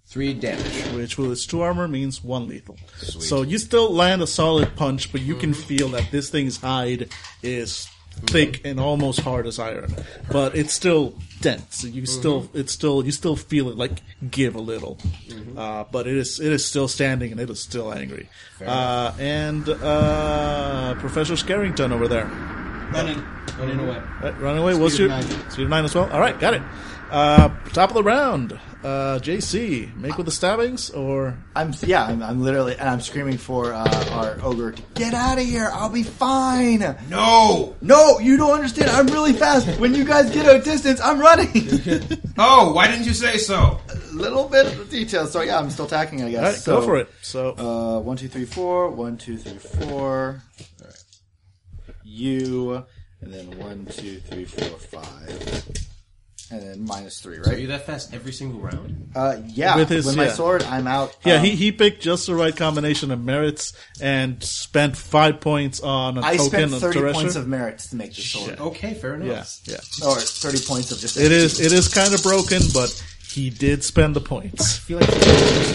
B: three damage.
C: which with its two armor means one lethal. So you still land a solid punch, but you can feel that this thing's hide is thick and almost hard as iron, but it's still dense. You still, it's still, you still feel it like give a little, uh, but it is, it is still standing and it is still angry. Uh, and uh, Professor Scarrington over there,
B: Running, running away.
C: right, run away. What's
F: Speed
C: your
F: of
C: speed of nine as well? All right, got it. Uh, top of the round, uh, JC, make with the stabbings or
H: I'm yeah. I'm, I'm literally and I'm screaming for uh, our ogre to get out of here. I'll be fine.
B: No,
H: No, you don't understand. I'm really fast. When you guys get a distance, I'm running.
B: no. Oh, Why didn't you say so?
H: Little bit of detail. So yeah, I'm still attacking. I guess.
C: All right,
H: so,
C: go for it. So
H: Uh, one, two, three, four. One, two, three, four. You, and then one, two, three, four, five, and then minus three,
B: Are
H: right?
B: you that fast every single round?
H: Uh, yeah.
C: With his-
H: With my
C: yeah.
H: sword, I'm out.
C: yeah,
H: Um,
C: he, he picked just the right combination of merits and spent five points on a
H: I
C: token
H: spent
C: of
H: thirty
C: Terrestrial.
H: points of merits to make the sword,
B: Okay, fair enough.
C: yeah, yeah.
H: or thirty points of just.
C: It is it is kind of broken, but he did spend the points.
B: feel like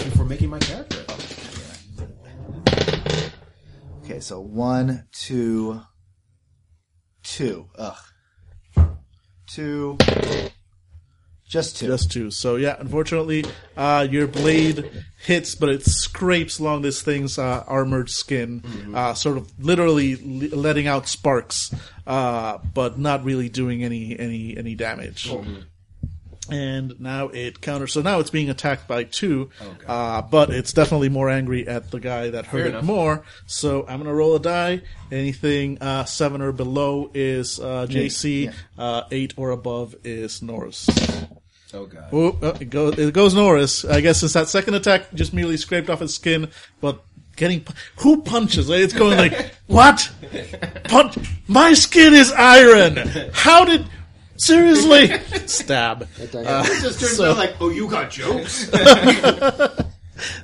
B: I'm for making my character.
H: Okay, so one, two, two. Ugh. Two. Just two.
C: Just two. So yeah, unfortunately, uh, your blade hits, but it scrapes along this thing's uh, armored skin, uh, sort of literally le- letting out sparks, uh, but not really doing any any any damage. And now it counters. So now it's being attacked by two, uh, but it's definitely more angry at the guy that hurt it
B: enough.
C: more. So I'm gonna roll a die. Anything uh, seven or below is uh, JC. Uh, eight or above is Norris.
B: Oh god.
C: Oh, uh, it, go, it goes Norris. I guess since that second attack just merely scraped off his skin, but getting pu- who punches? Like, It's going like what? Punch! My skin is iron. How did? Seriously, stab.
F: Just turns
C: So-
F: out like, oh, you got jokes.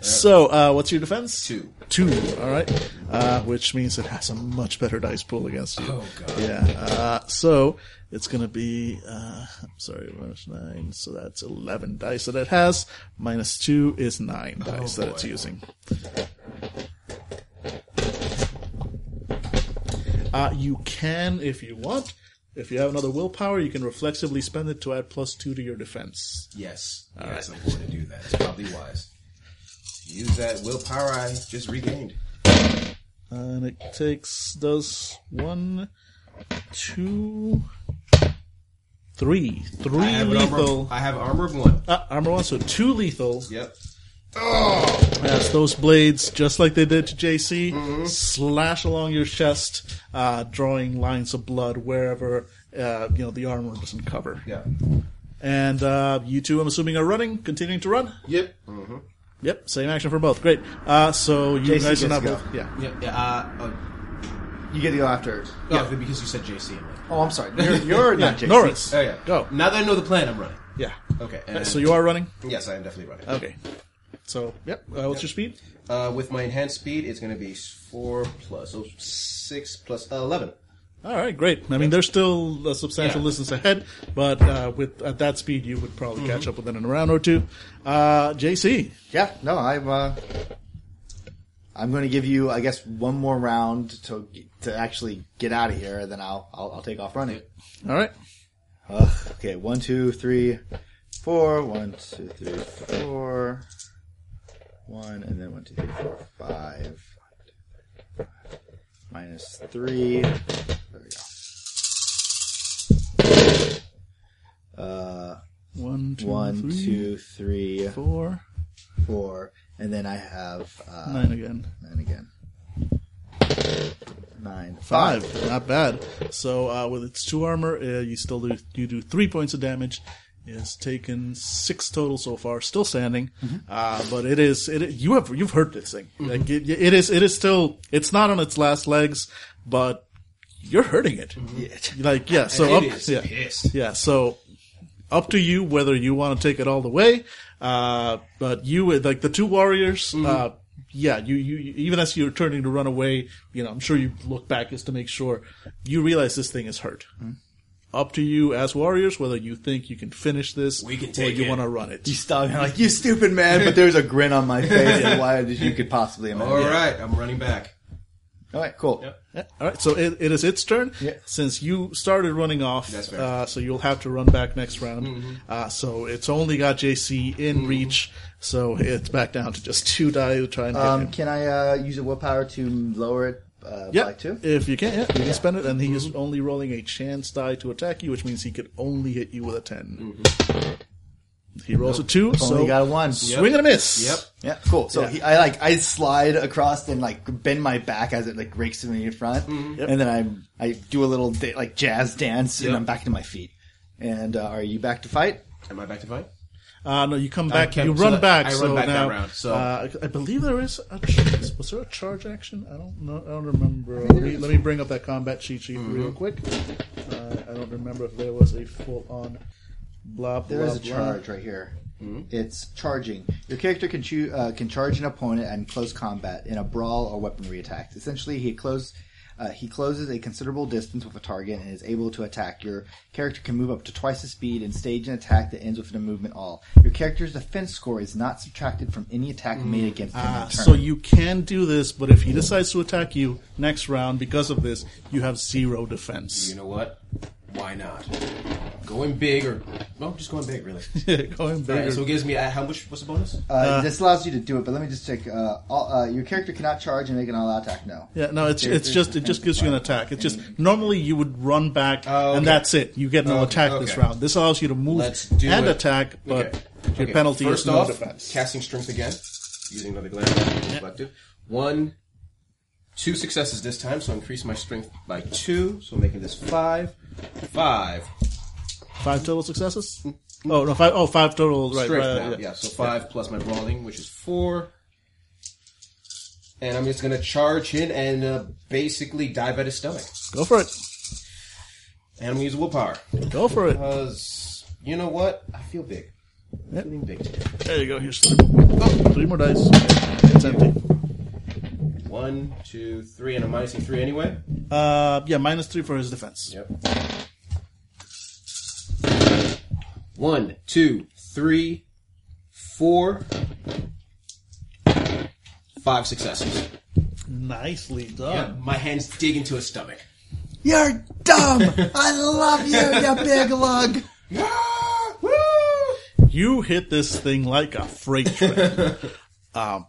C: So, uh, what's your defense?
B: Two.
C: Two. All right, uh, which means it has a much better dice pool against you. Oh god. Yeah. Uh, so it's gonna be. Uh, I'm sorry, minus nine. So that's eleven dice that it has. Minus two is nine dice that it's using. Uh, you can, if you want, if you have another willpower, you can reflexively spend it to add plus two to your defense.
B: Yes. yes, I'm going to do that. It's probably wise. Use that willpower I just regained.
C: And it takes does one, two, three, three
B: I have an
C: lethal
B: armor. I have armor of one.
C: uh, armor one, so two lethal. Oh.
B: Yep.
C: As those blades, just like they did to JC,
B: Mm-hmm.
C: slash along your chest, uh, drawing lines of blood wherever uh, you know the armor doesn't cover.
B: Yeah.
C: And uh, you two, I'm assuming, are running, continuing to run.
B: Yep.
C: Yep, same action for both. Great. Uh, so you
A: JC
C: guys are
A: gets
C: not
A: to go.
C: both. Yeah.
B: Yeah. yeah uh, oh,
A: You get to go after.
B: yeah. Because you said JC. I'm like,
A: Oh, I'm sorry. You're, you're not JC.
C: Norris.
B: oh yeah.
C: Go.
B: Now that I know the plan, I'm running.
C: Yeah.
B: Okay. And
C: Uh, So you are Oh. running.
B: Yes, I am definitely running.
C: Okay. So yep. Uh, what's your speed?
B: Uh, with my enhanced speed, it's going to be four plus so six plus eleven.
C: All right, great. I mean, there's still a substantial
B: Yeah.
C: distance ahead, but uh, with at that speed, you would probably catch up within a round or two. Uh, JC,
A: Yeah, no, I'm. Uh, I'm going to give you, I guess, one more round to to actually get out of here. Then I'll I'll, I'll take off running.
C: all right.
A: Ugh, okay, one, two, three, four. One, two, three, four. One, and then one, two, three, four, five. Minus three. There we go. Uh,
C: One, two,
A: one,
C: three,
A: two, three,
C: four,
A: four, and then I have uh,
C: nine again.
A: Nine again. Nine.
C: Five, not bad. So uh, with its two armor, uh, you still do you do three points of damage. It's taken six total so far, still standing. Uh, but it is it you have you've hurt this thing. Like it, it is it is still it's not on its last legs, but you're hurting it. Mm-hmm. Like yeah, so up,
B: it is
C: yeah.
B: pissed.
C: Yeah, so up to you whether you want to take it all the way. Uh, but you, like the two warriors,
B: Mm-hmm.
C: uh, yeah, you, you, you- even as you're turning to run away, you know, I'm sure you look back just to make sure you realize this thing is hurt.
B: Mm-hmm.
C: Up to you as warriors whether you think you can finish this
B: We can
C: or
B: take
C: you
B: it.
C: want to run it.
A: You stop me I'm like, you stupid man, but there's a grin on my face that why did you could possibly imagine.
B: All right, I'm running back.
A: All right, cool.
C: Yeah, All right, so it, it is its turn.
A: Yeah.
C: Since you started running off,
B: That's fair.
C: uh, so you'll have to run back next round. Uh, so it's only got JC in reach, so it's back down to just two die to try and get
A: Um,
C: him.
A: can I uh, use a willpower to lower it uh,
C: Yeah,
A: by two?
C: if you can, yeah, you can spend it, and he is only rolling a chance die to attack you, which means he could only hit you with a 10 He rolls a two, so
A: Only got a one.
C: swing and a miss.
B: Yep.
A: Yeah, cool. So
C: Yeah.
A: He, I like I slide across and like bend my back as it like rakes me in front, and then I'm I do a little da- like jazz dance and
B: Yep.
A: I'm back to my feet. And uh, are you back to fight?
B: Am I back to fight?
C: Uh, no, you come back.
B: kept-
C: you
B: so
C: run
B: that-
C: back.
B: I run
C: so
B: back that
C: now,
B: round, so-
C: uh, I believe there is a ch- was there a charge action? I don't know. I don't remember. Let me, let me bring up that combat cheat sheet
B: Mm-hmm.
C: real quick. Uh, I don't remember if there was a full on blah blah.
A: There is a
C: blah.
A: charge right here.
C: Hmm?
A: It's charging. Your character can choo- uh, can charge an opponent in close combat in a brawl or weaponry attack. Essentially, he close uh, he closes a considerable distance with a target and is able to attack. Your character can move up to twice the speed and stage an attack that ends with a movement all. Your character's defense score is not subtracted from any attack made against him. in turn.
C: Hmm. Ah, Uh, So you can do this, but if he decides to attack you next round because of this, you have zero defense.
B: You know what? Why not? Going big or no? Just going big, really.
C: Going
B: All right,
C: bigger.
B: so it gives me uh, how much? What's the bonus?
A: uh, this allows you to do it, but let me just check. Uh, all, uh, your character cannot charge and make an all-out attack. No.
C: Yeah, no, it's it's just it just gives you an attack. It's just normally you would run back
B: Oh, okay.
C: and that's it. You get no
B: Okay,
C: attack this
B: okay.
C: round. This allows you to move
B: Let's do
C: and
B: it.
C: attack, but
B: Okay.
C: your
B: Okay,
C: penalty
B: First
C: is no
B: off,
C: defense.
B: casting strength again, using another glance. which is Reflective. One, two successes this time, so increase my strength by two, so making this five, five
C: Five total successes. Oh no, five, oh, five total. Right,
B: strength
C: right,
B: Mm. now. Yeah. so five plus my brawling, which is four. And I'm just gonna charge in and uh, basically dive at his stomach.
C: Go for it.
B: And I'm gonna use willpower
C: Go for
B: Uh,
C: it.
B: because you know what? I feel big. I'm feeling big today.
C: There you go. Here's three, oh, three more dice. It's empty.
B: One, two, three, and I'm minusing three anyway.
C: Uh, yeah, minus three for his defense.
B: Yep. One, two, three, four, five successes.
C: Nicely
B: Yeah,
C: done.
B: my hands dig into his stomach.
A: You're dumb. I love you, you big lug.
B: Woo!
C: You hit this thing like a freight train. um,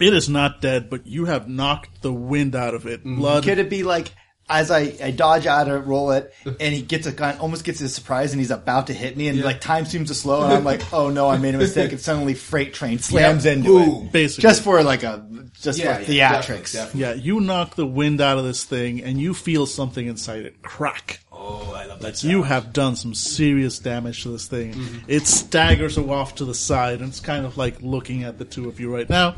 C: it is not dead, but you have knocked the wind out of it. Blood
A: Could it be like as I, I dodge out of it, roll it, and he gets a gun, almost gets his surprise, and he's about to hit me, and like time seems to slow, and I'm like, oh no, I made a mistake, and suddenly freight train slams
B: Yeah.
A: into
B: Boom.
A: it,
C: Basically.
A: just for like a just
B: Yeah,
A: for
B: yeah,
A: theatrics.
B: definitely,
C: Yeah, you knock the wind out of this thing, and you feel something inside it crack. Oh.
B: Oh, I love that. sound.
C: You have done some serious damage to this thing. It staggers off to the side, and it's kind of like looking at the two of you right now.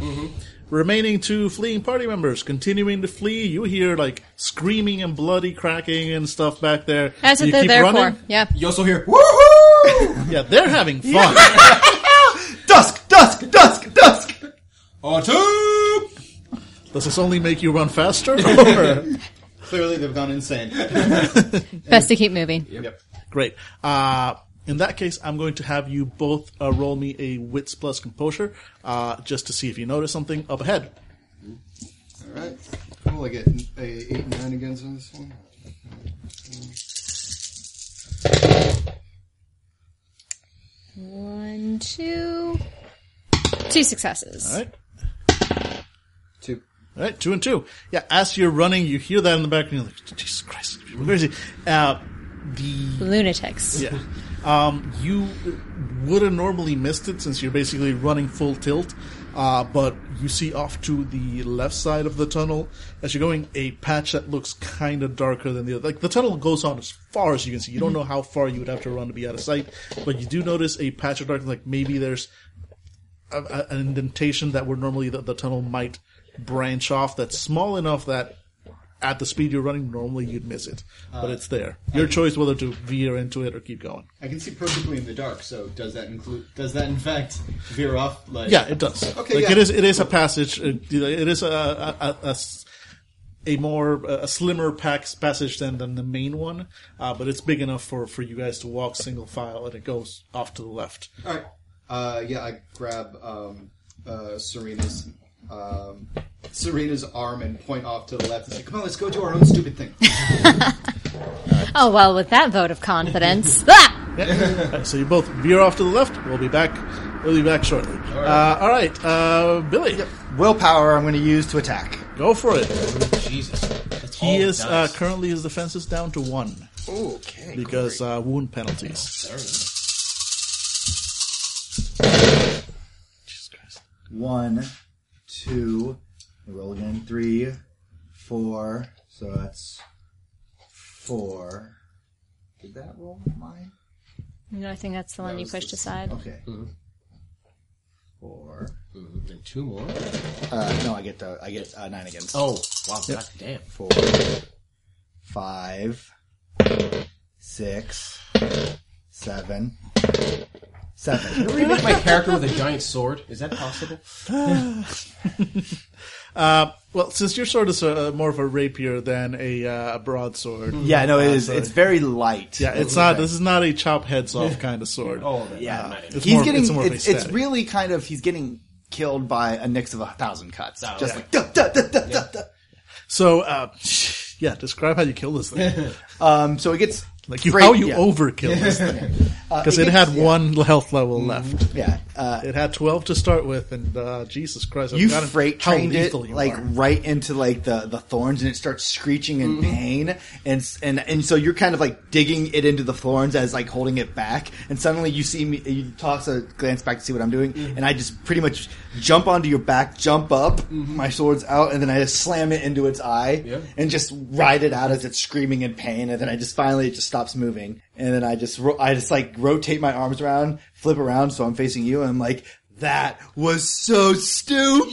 C: Remaining two fleeing party members continuing to flee. You hear like screaming and bloody cracking and stuff back there.
L: That's what
C: you
L: they're
C: keep
L: there
C: running.
L: for. Yeah.
B: You also hear woohoo!
C: Yeah, they're having fun.
A: Dusk, dusk, dusk, dusk.
B: Autumn!
C: Does this only make you run faster? Or-
F: Clearly, they've gone insane.
L: Best to keep moving.
F: yep.
C: Great. Uh, in that case, I'm going to have you both uh, roll me a wits plus composure, uh, just to see if you notice something up ahead.
F: All right. Cool. I get an- a eight and nine against on this one.
D: One, two, two successes.
C: All right.
F: Two.
C: All right, two and two. Yeah, as you're running, you hear that in the back, and you're like, Jesus Christ, people are crazy. Uh, the
D: Lunatics.
C: yeah, um, you would have normally missed it since you're basically running full tilt, uh, but you see off to the left side of the tunnel as you're going a patch that looks kind of darker than the other. Like the tunnel goes on as far as you can see. You don't know how far you would have to run to be out of sight, but you do notice a patch of darkness. Like maybe there's a- an indentation that would normally the, the tunnel might branch off that's small enough that at the speed you're running normally you'd miss it but it's there your choice whether to veer into it or keep going
F: I can see perfectly in the dark. So does that include? Does that in fact veer off? Like
C: yeah it does
F: Okay,
C: like
F: yeah.
C: it is it is a passage it, it is a a, a- a s- a more a slimmer pack passage than, than the main one uh, but it's big enough for for you guys to walk single file and it goes off to the left
F: All right. Uh, yeah, I grab um, uh, Serena's um, Serena's arm and point off to the left and say, "Come on, let's go do our own stupid thing."
D: Oh well, with that vote of confidence. ah!
C: Alright, so you both veer off to the left we'll be back we'll be back shortly uh, all right uh, billy
A: Willpower. I'm going to use to attack.
C: Go for it.
B: Jesus. That's
C: He
B: all
C: is
B: it
C: uh,
B: does.
C: currently his defense is down to one
A: Okay.
C: because uh, wound penalties.
A: One, two, roll again. Three, four. So that's four. Did that roll mine?
D: No, I think that's the one you pushed aside.
A: Okay.
B: Mm-hmm.
A: Four.
B: Mm, and two more.
A: Uh, no, I get the I get uh, nine against.
B: Oh, wow. God damn.
A: Four, five, six, seven, seven.
B: Can you make my character with a giant sword? Is that possible?
C: Well, since your sword is a, more of a rapier than a uh, broadsword,
A: Yeah, no, it is. It's very light.
C: yeah, it's not. This is not a chop heads off kind of sword.
B: Oh, that.
A: Yeah.
C: It's
A: uh, he's
C: more-
A: getting.
C: it's
A: It's,
C: more of a
A: it's,
C: static.
A: really kind of. He's getting killed by a nix of a thousand cuts.
B: Oh,
A: just
B: yeah.
A: like duh, duh, duh, duh, duh, duh.
C: So, uh, yeah, describe how you kill this thing.
A: Um. So it gets
C: Like you,
A: break-
C: how you
A: yeah.
C: overkill this thing
A: Uh,
C: because it,
A: gets-
C: had
A: yeah, Mm-hmm.
C: one health level left.
A: Yeah. Uh,
C: It had twelve to start with, and uh, Jesus Christ, I've
A: you
C: forgotten
A: freight
C: how
A: trained it
C: lethal you
A: like
C: are.
A: right into like the, the thorns and it starts screeching in pain and s- and and so you're kind of like digging it into the thorns as like holding it back and suddenly you see me you toss a glance back to see what I'm doing and I just pretty much jump onto your back jump up my sword's out and then I just slam it into its eye
B: Yeah.
A: and just ride it out as it's screaming in pain and then I just finally it just stops moving and then I just ro- I just like rotate my arms around flip around so I'm facing you and I'm like that was so stupid.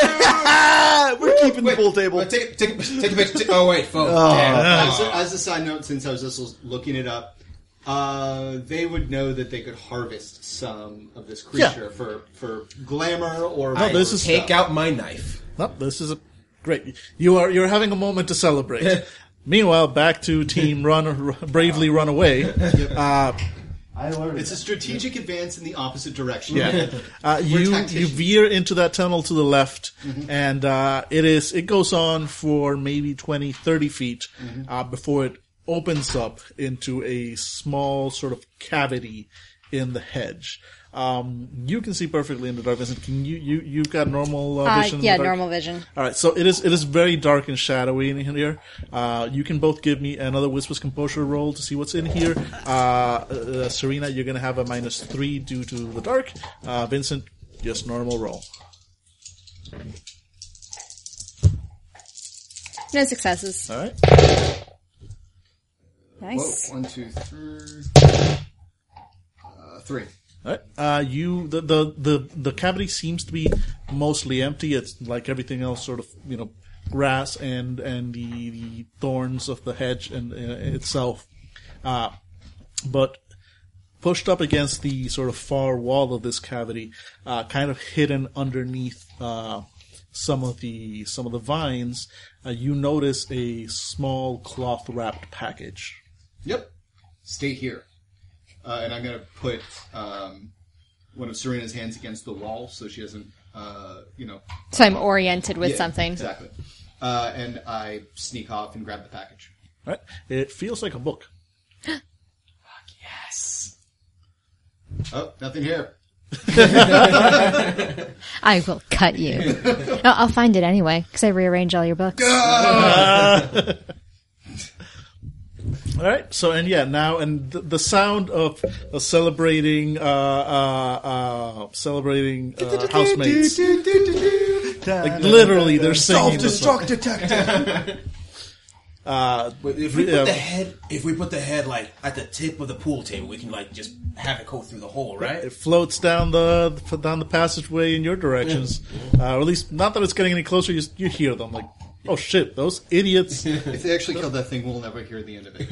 A: We're keeping the pool table.
F: Uh,
B: Wait, take, take, take a picture. Take, oh, wait, phone.
F: As, a, as a side note, since I was just looking it up, uh, they would know that they could harvest some of this creature for for glamour or
C: No, this is-
F: stuff.
B: Take out my knife.
C: Well, this is a great. You are you're having a moment to celebrate. Meanwhile, back to Team Run Bravely Run Away.
F: It's a strategic advance in the opposite direction.
C: Yeah. Uh,
F: We're
C: you you
F: tacticians.
C: veer into that tunnel to the left, and uh, it is it goes on for maybe 20, 30 feet uh, before it opens up into a small sort of cavity in the hedge. Um, you can see perfectly in the darkness. And Can you you you've got normal uh,
D: Uh,
C: vision? in the
D: yeah,
C: dark?
D: normal vision.
C: All right, so it is it is very dark and shadowy in here. Uh, you can both give me another Whispers Composure roll to see what's in here. Uh, uh, Serena, you're gonna have a minus three due to the dark. Uh, Vincent, just normal roll.
D: No successes.
C: All right.
M: Nice.
F: Whoa, one, two, three. Uh, three.
C: Uh, you the, the the the cavity seems to be mostly empty. It's like everything else, sort of you know, grass and and the, the thorns of the hedge and uh, itself. Uh, but pushed up against the sort of far wall of this cavity, uh, kind of hidden underneath uh, some of the some of the vines, uh, you notice a small cloth wrapped package.
F: Yep. Stay here. Uh, and I'm going to put um, one of Serena's hands against the wall so she doesn't, uh, you know.
D: So I'm oriented with
F: Yeah,
D: something.
F: Exactly. Uh, and I sneak off and grab the package.
C: Right? It feels like a book.
F: Oh, nothing here.
D: I will cut you. no, I'll find it anyway because I rearrange all your books.
C: All right. So and yeah, now and th- the sound of uh, celebrating, uh, uh, uh, celebrating uh, housemates. Like literally, they're singing. the song.
A: Self-destruct detector.
B: Uh, But if we put
C: Yeah.
B: the head, if we put the head like at the tip of the pool table, we can like just have it go through the hole,
C: It
B: right?
C: floats down the down the passageway in your directions, uh, or at least not that it's getting any closer. You, just- you hear them like, oh shit, those idiots
F: If they actually kill that thing, we'll never hear the end of it.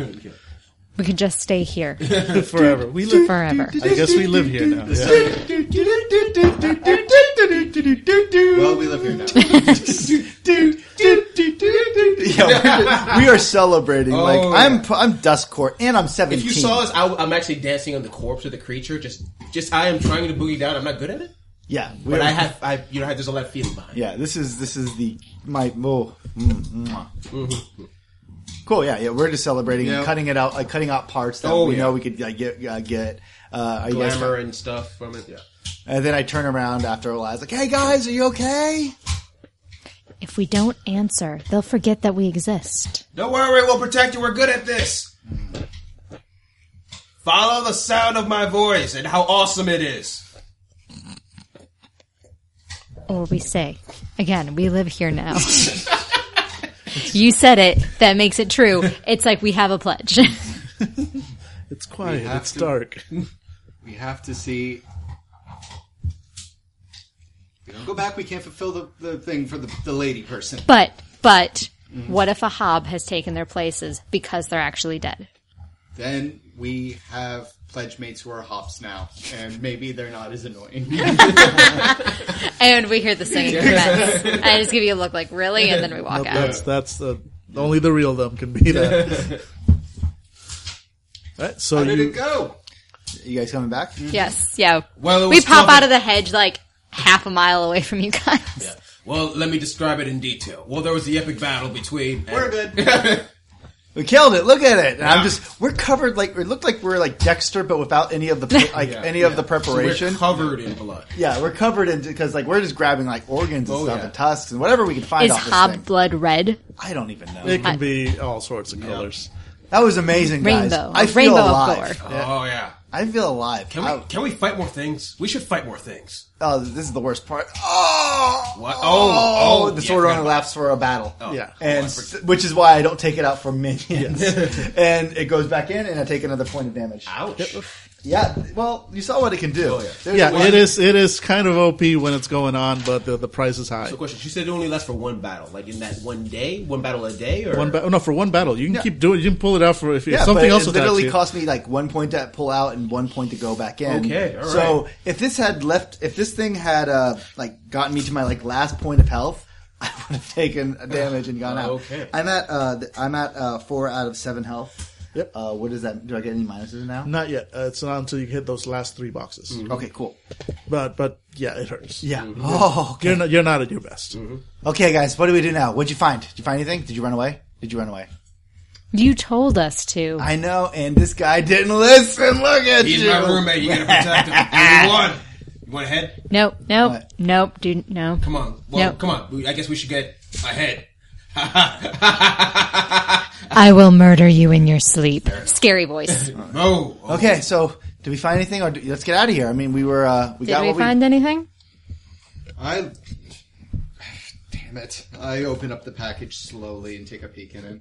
D: We can just stay here
C: forever. We live.
D: forever.
C: I guess we live here now. Yeah.
F: well, we live here now.
A: yeah, we, we are celebrating. like
F: Oh,
A: I'm, I'm Duskcore, and I'm seventeen.
B: If you saw us, I, am actually dancing on the corpse of the creature. Just, just I am trying to boogie down. I'm not good at it,
A: yeah, we
B: but
A: are-
B: I have, I you know, there's a lot of feeling behind. it.
A: Yeah, this is this is the my oh, mm, mm. cool. Yeah, yeah, we're just celebrating and
F: Yeah.
A: cutting it out, like cutting out parts that
B: Oh,
A: we
B: yeah.
A: know we could like, get uh, get. Uh, are you guys-
B: Glamour and stuff from it. Yeah.
A: and then I turn around after a while. I was like, "Hey guys, are you okay?"
D: If we don't answer, they'll forget that we exist.
B: Don't worry, we'll protect you. We're good at this. Follow the sound of my voice and how awesome it is.
D: Or we say, again, we live here now. you said it. That makes it true. It's like we have a pledge.
C: It's quiet.
F: have
C: It's
F: to-
C: dark.
F: we have to see. We don't go back. We can't fulfill the, the thing for the, the lady person.
D: but, but, what if a hob has taken their places because they're actually dead?
F: Then we have pledge mates who are hops now, and maybe they're not as annoying.
D: And we hear the singing commence. I just give you a look like, really? And then we walk out.
C: That's that's the only the real them can be that. All right, so
F: How did
C: you
F: it go?
A: You guys coming back?
D: Yes. Yeah.
B: Well, it
D: we
B: was
D: pop
B: covered-
D: out of the hedge like half a mile away from you guys.
B: Yeah. Well, let me describe it in detail. Well, there was the epic battle between.
F: We're good.
A: We killed it. Look at it. And I'm
B: Yeah.
A: just we're covered like it looked like we're like Dexter, but without any of the pre- like any of the
B: We're
A: preparation.
B: covered in blood.
A: yeah, we're covered in because like we're just grabbing like organs and
B: Oh,
A: stuff
B: yeah.
A: and tusks and whatever we can find
D: Is
A: off this
D: hob
A: thing.
D: blood red?
A: I don't even know.
C: it can be all sorts of colors.
A: That was amazing, guys.
D: Rainbow.
A: I
D: A
A: feel
D: rainbow of
A: alive.
D: gore.
B: Oh yeah.
A: I feel alive.
B: Can we
A: I-
B: can we fight more things? We should fight more things.
A: oh, this is the worst part. Oh,
B: What? Oh, oh,
A: the
B: yeah, Oh,
A: sword
B: yeah.
A: only lasts for a battle.
C: Yeah.
A: And s- which is why I don't take it out for minions, and it goes back in, and I take another point of damage.
B: Ouch.
A: Yeah, well, you saw what it can do.
B: Oh,
A: There's
C: Yeah,
A: one-
C: it is. It is kind of OP when it's going on, but the, the price is high.
B: So, question: She said it only lasts for one battle, like in that one day, one battle a day, or
C: One ba- oh, no for one battle, you can keep doing. You can pull it out for if, if
A: Yeah,
C: something
A: but
C: else
A: it
C: attacks
A: literally
C: you.
A: cost me like one point to pull out and one point to go back in.
B: Okay, all
A: so
B: right.
A: if this had left, if this thing had uh like gotten me to my like last point of health, I would have taken a damage and gone out.
B: Okay.
A: I'm at uh th- I'm at uh four out of seven health. Yep. Uh, what is that? Do I get any minuses now?
C: Not yet. Uh, it's not until you hit those last three boxes.
A: Okay, cool.
C: But but yeah, it hurts.
A: Yeah. Oh, okay.
C: You're not, you're not at your best.
A: okay, guys. What do we do now? What'd you find? Did you find anything? Did you run away? Did you run away?
D: You told us to.
A: I know, and this guy didn't listen. Look at
B: he's
A: you.
B: my roommate. You gotta protect him. you won. You went ahead.
D: nope. Nope.
A: What?
D: Nope. Dude. No.
B: Come on. Well,
D: No.
B: come on. We- I guess we should get ahead.
D: I will murder you in your sleep. Scary voice.
B: Oh.
A: Okay, so did we find anything, or do, let's get out of here? I mean, we were uh, we
D: Did
A: got
D: we
A: what we
D: find anything?
F: I. Damn it. I open up the package slowly and take a peek in it.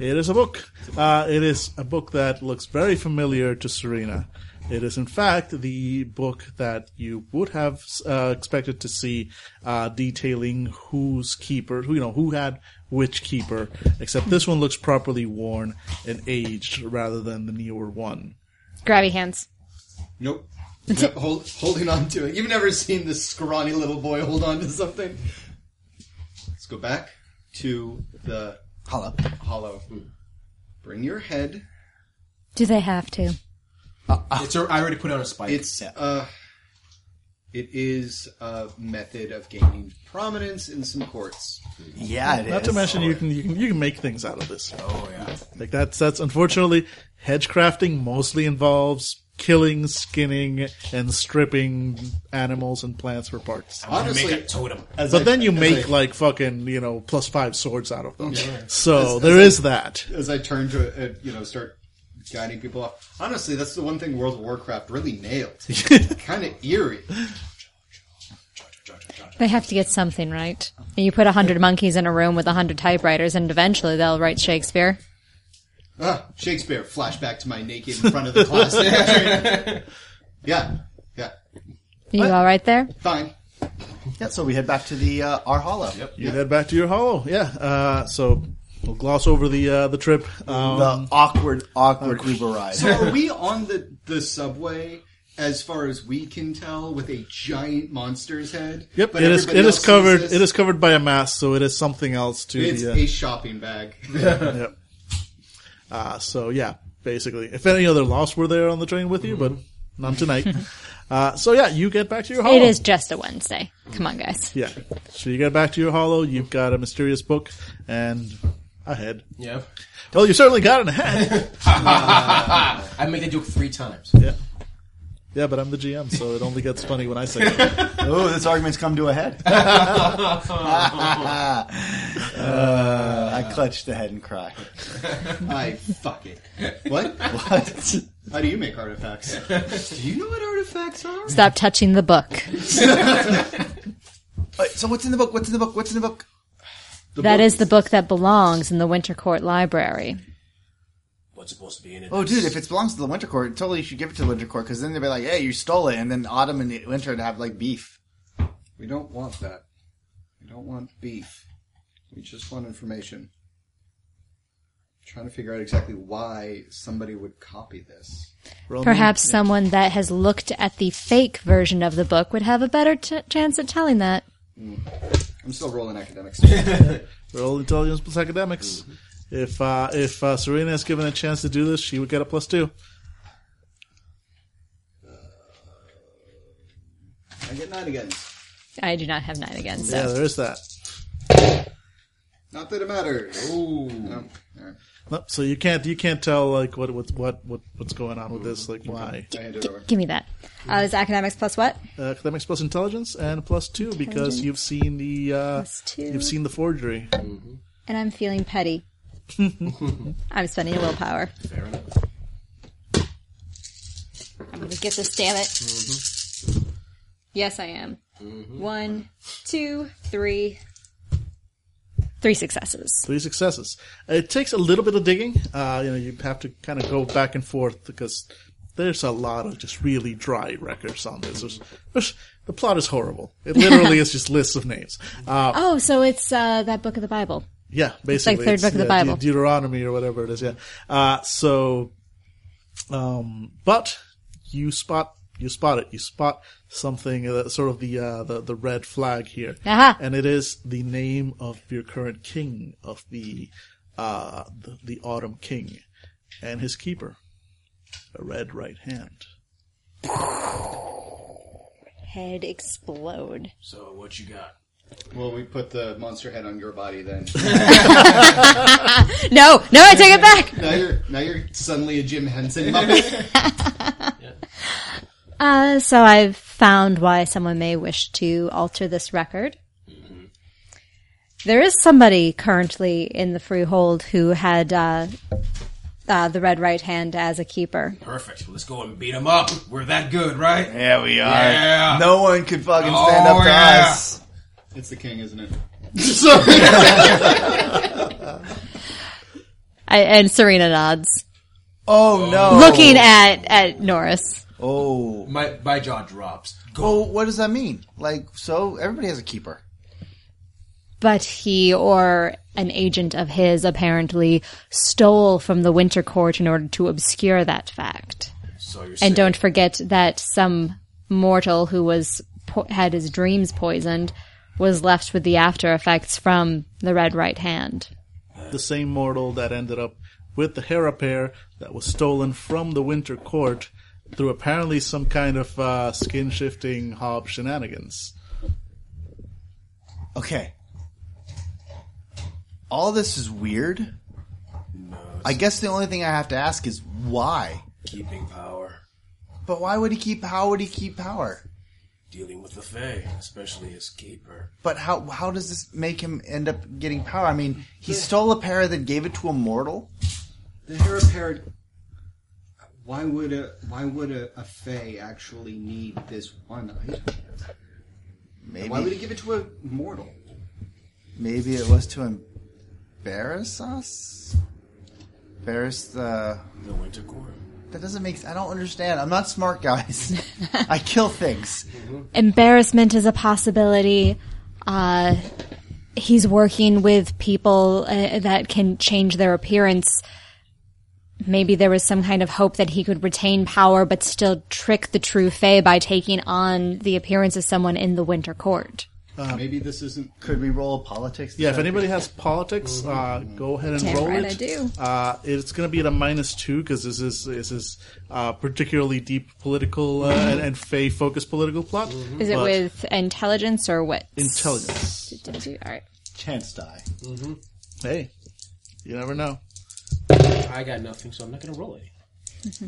C: It is a book. Uh, it is a book that looks very familiar to Serena. It is, in fact, the book that you would have uh, expected to see uh, detailing whose keeper, who you know, who had which keeper. Except this one looks properly worn and aged rather than the newer one.
D: Grabby hands.
F: Nope. No, hold, holding on to it. You've never seen this scrawny little boy hold on to something. Let's go back to the
H: Holla.
F: hollow. Bring your head.
D: Do they have to?
B: It's a, I already put on a spike.
F: It's uh, it is a method of gaining prominence in some courts.
H: Yeah, it is.
C: Not to mention, you can you can you can make things out of this. Oh yeah, like that's that's unfortunately hedge crafting mostly involves killing, skinning, and stripping animals and plants for parts.
F: Honestly,
C: But then you make like fucking you know plus five swords out of them. So there is that.
F: as I turn to uh, you know start guiding people off. Honestly, that's the one thing World of Warcraft really nailed. kind of eerie.
D: They have to get something right. And you put a hundred monkeys in a room with a hundred typewriters, and eventually they'll write Shakespeare.
F: Ah, Shakespeare flashback to my naked in front of the class. yeah, yeah,
D: You all right there?
F: fine.
H: Yeah, so we head back to the uh, our hollow.
C: You head back to your hollow. Yeah. Uh, so we'll gloss over the uh, the trip. Um,
H: the awkward, awkward Uber ride.
F: So are we on the the subway? As far as we can tell, with a giant monster's head.
C: Yep,
F: But
C: it is.
F: everybody
C: It
F: else
C: is
F: sees
C: covered.
F: this?
C: It is covered by a mask, so it is something else to
F: It's
C: the. uh,
F: a shopping bag.
C: Yep. Uh, so yeah, basically, if any other lost were there on the train with you, but none tonight. uh, so yeah, you get back to your hollow.
D: It is just a Wednesday. Come on, guys.
C: Yeah. So you get back to your hollow. You've got a mysterious book and a head.
B: yeah.
C: Well, you certainly got it in a head.
B: I made that joke three times.
C: yeah. Yeah, but I'm the GM, so it only gets funny when I say it.
H: Oh, this argument's come to a head. Uh, I clutched the head and cried.
F: I fuck it. What?
H: What?
F: How do you make artifacts? Do you know what artifacts are?
D: Stop touching the book.
H: Wait, Uh, so what's in the book? What's in the book? What's in the book?
D: That is the book that belongs in the Winter Court Library.
B: What's supposed to be in it?
H: Oh, dude, if it belongs to the Winter Court, totally you should give it to the Winter Court because then they'd be like, "Hey, you stole it," and then Autumn and the Winter would have like beef.
F: We don't want that. We don't want beef. We just want information. trying to figure out exactly why somebody would copy this.
C: Roll me-
D: Perhaps someone that has looked at the fake version of the book would have a better t- chance at telling that.
F: I'm still rolling academics.
C: Roll intelligence plus academics. If uh, if uh, Serena is given a chance to do this, she would get a plus two.
F: I get nine again.
D: I do not have nine again, so.
C: Yeah, there is that.
F: Not that it matters. Ooh. No. All right.
C: No, So you can't you can't tell like what what what, what what's going on with this like why
F: I hand it over.
D: Give me that.
G: Uh, is academics plus what?
C: uh, academics plus intelligence and plus two because you've seen the uh,
G: two.
C: you've seen the forgery.
G: And I'm feeling petty. I'm spending a willpower.
B: Fair enough.
G: I'm gonna get this, damn it.
D: Mm-hmm.
G: Yes, I am. One, two, three.
D: Three successes.
C: Three successes. It takes a little bit of digging. Uh, you know, you have to kind of go back and forth because there's a lot of just really dry records on this. There's, there's, the plot is horrible. It literally is just lists of names. Uh,
D: Oh, so it's uh, that book of the Bible.
C: yeah,
D: like
C: basically,
D: third book of the
C: yeah,
D: Bible.
C: De- Deuteronomy or whatever it is. Yeah. Uh, so, um, but you spot you spot it. You spot something uh, sort of the uh, the the red flag here,
D: Aha.
C: and it is the name of your current king of the uh, the, the Autumn King and his keeper, a red right hand.
G: Head explode.
B: So what you got?
F: Well, we put the monster head on your body then.
D: No, no, I take it back.
F: now you're now you're suddenly a Jim Henson Muppet.
D: Uh, so I've found why someone may wish to alter this record. There is somebody currently in the Freehold who had uh, uh, the Red Right Hand as a keeper.
B: Perfect. Let's go and beat him up. We're that good, right?
H: Yeah, we are.
B: Yeah.
H: No one could fucking stand
B: Oh,
H: up to
B: yeah.
H: us.
F: it's the king, isn't it?
D: I, and Serena nods,
A: Oh no!
D: looking at at Norris.
A: Oh,
B: My my jaw drops.
A: well, what does that mean? Like, so everybody has a keeper.
D: But he or an agent of his apparently stole from the Winter Court in order to obscure that fact.
B: So you're
D: And don't forget that some mortal who was po- had his dreams poisoned was left with the after effects from the Red Right Hand.
C: the same mortal that ended up with the Hera pair that was stolen from the Winter Court through apparently some kind of uh, skin shifting hob shenanigans.
A: Okay. All this is weird. I guess the only thing I have to ask is why.
B: keeping power,
A: But why would he keep? How would he keep power?
B: dealing with the Fae, especially his keeper.
A: But how how does this make him end up getting power? I mean, he stole a pair that gave it to a mortal.
F: The hair paired. Why would a why would a, a fae actually need this one item?
A: Maybe
F: Why would he give it to a mortal?
A: maybe it was to embarrass us. Embarrass the.
B: The Winter Court.
A: That doesn't make. I don't understand. I'm not smart, guys. I kill things.
D: embarrassment is a possibility. Uh, he's working with people uh, that can change their appearance. Maybe there was some kind of hope that he could retain power but still trick the true Fae by taking on the appearance of someone in the Winter Court.
F: Maybe this isn't.
A: Uh, Could we roll politics?
C: Yeah, if anybody has politics, uh, go ahead and roll
N: right,
C: it.
N: I do.
C: Uh, it's going to be at a minus two because this is this is uh, particularly deep political uh, and, and fae focused political plot.
N: Mm-hmm.
I: Is it
C: But
I: with intelligence or wit?
C: intelligence?
I: Did you- All right.
O: Chance die.
C: Hey, you never know.
B: I got nothing, so I'm not gonna roll it.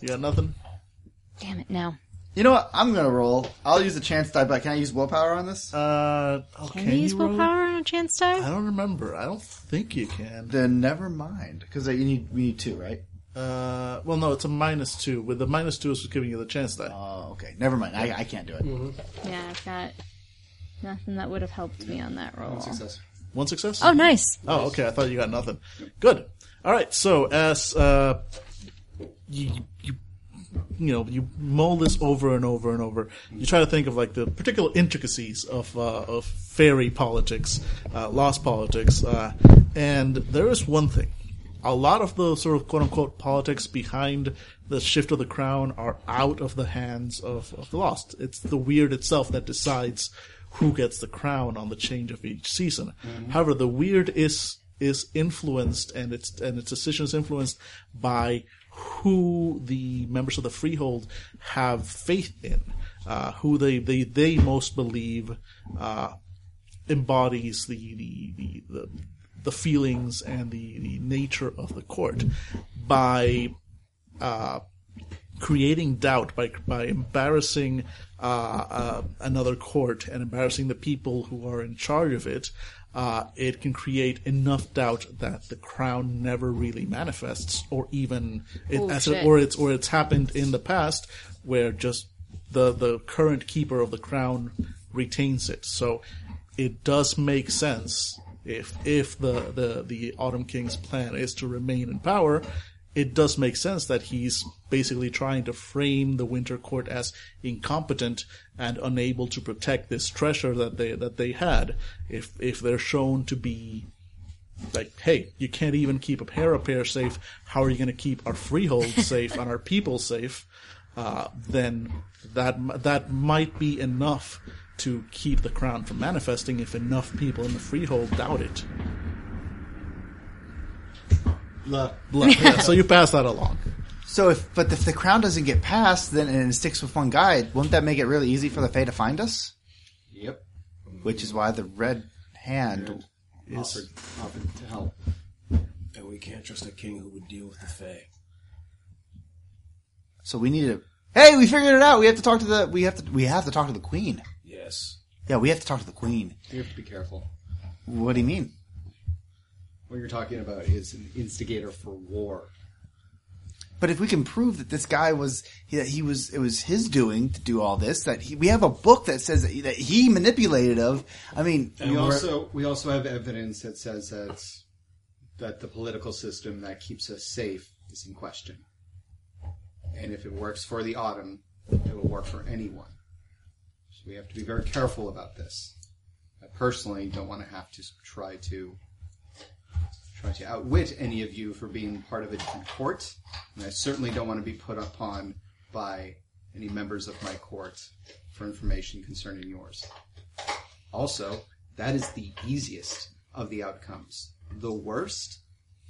C: You got nothing.
D: Damn it, no.
A: You know what? I'm gonna roll. I'll use a chance die, but can I use willpower on this?
C: Uh, oh, can,
D: Can we use
C: you roll?
D: willpower on a chance die?
C: I don't remember. I don't think you can.
A: Then never mind, because you need we need two, right?
C: Uh, well, no, it's a minus two. With the minus two, it's giving you the chance die.
A: Oh, okay. Never mind. I, I can't do it.
C: Mm-hmm.
I: Yeah, I've got nothing that would have helped me on that roll.
C: One success.
D: Oh, nice.
C: Oh, okay. I thought you got nothing. Good. All right. So as uh, you you you know you mull this over and over and over, you try to think of like the particular intricacies of uh, of fairy politics, uh, lost politics, uh, and there is one thing. A lot of the sort of quote unquote politics behind the shift of the crown are out of the hands of, of the lost. It's the weird itself that decides who gets the crown on the change of each season. However, the weird is is influenced and its and its decision is influenced by who the members of the freehold have faith in, uh, who they, they, they most believe uh, embodies the the, the, the the feelings and the, the nature of the court by creating doubt by by embarrassing uh, uh, another court and embarrassing the people who are in charge of it. Uh, it can create enough doubt that the crown never really manifests, or even it, as it, or it's or it's happened in the past where just the the current keeper of the crown retains it. So it does make sense if if the, the, the Autumn King's plan is to remain in power, it does make sense that he's basically trying to frame the Winter Court as incompetent and unable to protect this treasure that they that they had. If if they're shown to be like, hey, you can't even keep a pair of pair safe. How are you going to keep our freehold safe and our people safe? Uh, then that m- that might be enough to keep the crown from manifesting if enough people in the freehold doubt it. Blah, yeah, so you pass that along.
A: So if but if the crown doesn't get passed, then and it sticks with one guy, won't that make it really easy for the Fae to find us?
F: Yep.
A: Which is why the red hand.
F: Offered, offered to help.
B: And we can't trust a king who would deal with the Fae.
A: So we need to. Hey, we figured it out. We have to talk to the. We have to. We have to talk to the queen.
B: Yes.
A: Yeah, we have to talk to the queen.
F: You have to be careful.
A: What do you mean?
F: What you're talking about is an instigator for war.
A: But if we can prove that this guy was he- that he was it was his doing to do all this, that he, we have a book that says that he, that he manipulated of. I mean,
F: We also we also have evidence that says that that the political system that keeps us safe is in question. And if it works for the autumn, it will work for anyone. So we have to be very careful about this. I personally don't want to have to try to try to outwit any of you for being part of a different court, and I certainly don't want to be put upon by any members of my court for information concerning yours. Also, that is the easiest of the outcomes. The worst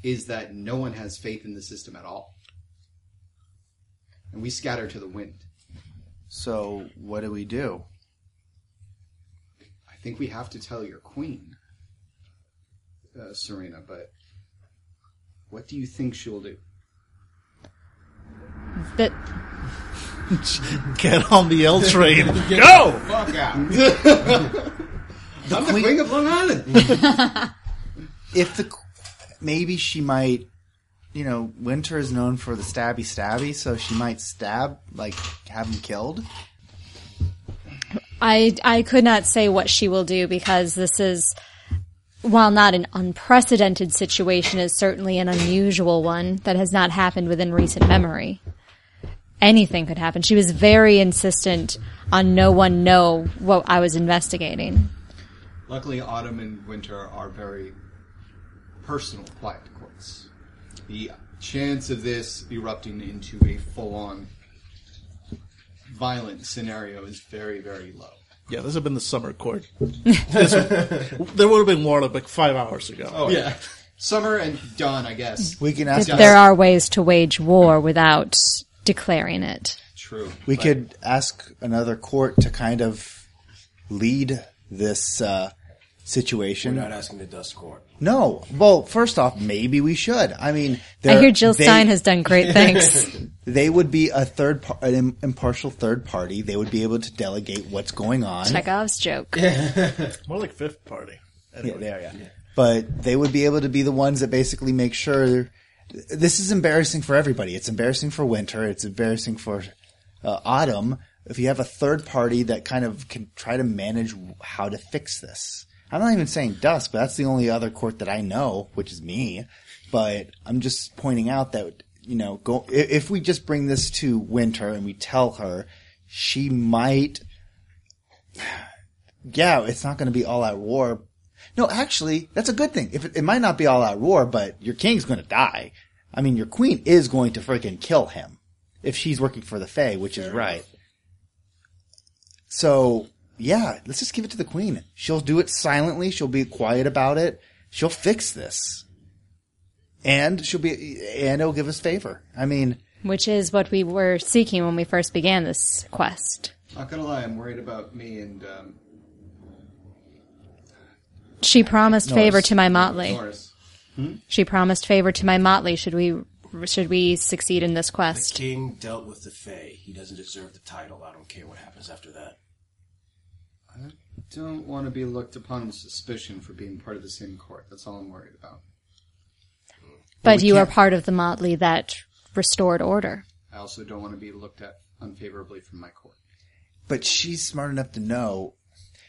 F: is that no one has faith in the system at all. And we scatter to the wind.
A: So what do we do?
F: I think we have to tell your queen, uh, Serena, but what do you think she'll do?
D: That
C: Get on the L train. Go!
B: Fuck out.
F: I'm the queen of Long Island!
A: If the maybe she might, you know, Winter is known for the stabby stabby, so she might stab like have him killed.
D: I I could not say what she will do because this is while not an unprecedented situation is certainly an unusual one that has not happened within recent memory. Anything could happen. She was very insistent on no one know what I was investigating.
F: Luckily, autumn and winter are very personal, quiet courts. The chance of this erupting into a full on violent scenario is very, very low.
C: Yeah, this would have been the summer court. This would- there would have been war like five hours ago.
A: Oh,
F: yeah. Summer and dawn, I guess.
A: We can ask.
D: That there are ways to wage war without declaring it.
F: True.
A: We
F: but
A: could ask another court to kind of lead this uh, situation.
B: Not asking the dust court.
A: No. Well, first off, maybe we should. I mean,
D: I
A: they're-
D: hear Jill
A: they-
D: Stein has done great things.
A: They would be a third, par- an im- impartial third party. They would be able to delegate what's going on.
D: Chekhov's joke.
C: More like fifth party.
A: Yeah, there, yeah. But they would be able to be the ones that basically make sure. This is embarrassing for everybody. It's embarrassing for Winter. It's embarrassing for uh, Autumn. If you have a third party that kind of can try to manage how to fix this, I'm not even saying Dusk, but that's the only other court that I know, which is me. But I'm just pointing out that you know, go i- if we just bring this to Winter and we tell her, she might yeah, it's not going to be all out war. No, actually, that's a good thing. If it, it might not be all out war, but your king's going to die. I mean, your queen is going to freaking kill him if she's working for the Fae, which is right. So yeah, let's just give it to the queen. She'll do it silently. She'll be quiet about it. She'll fix this, and she'll be and it'll give us favor. I mean,
D: Which is what we were seeking when we first began this quest.
F: Not gonna lie, I'm worried about me and um,
D: She promised favor to my motley.
F: Norris.
D: She promised favor to my motley should we should we succeed in this
B: The
D: quest.
B: king dealt with the Fae. He doesn't deserve the title. I don't care what happens after that.
F: Don't want to be looked upon with suspicion for being part of the same court. That's all I'm worried about.
D: But you are part of the motley that restored order.
F: I also don't want to be looked at unfavorably from my court.
A: but she's smart enough to know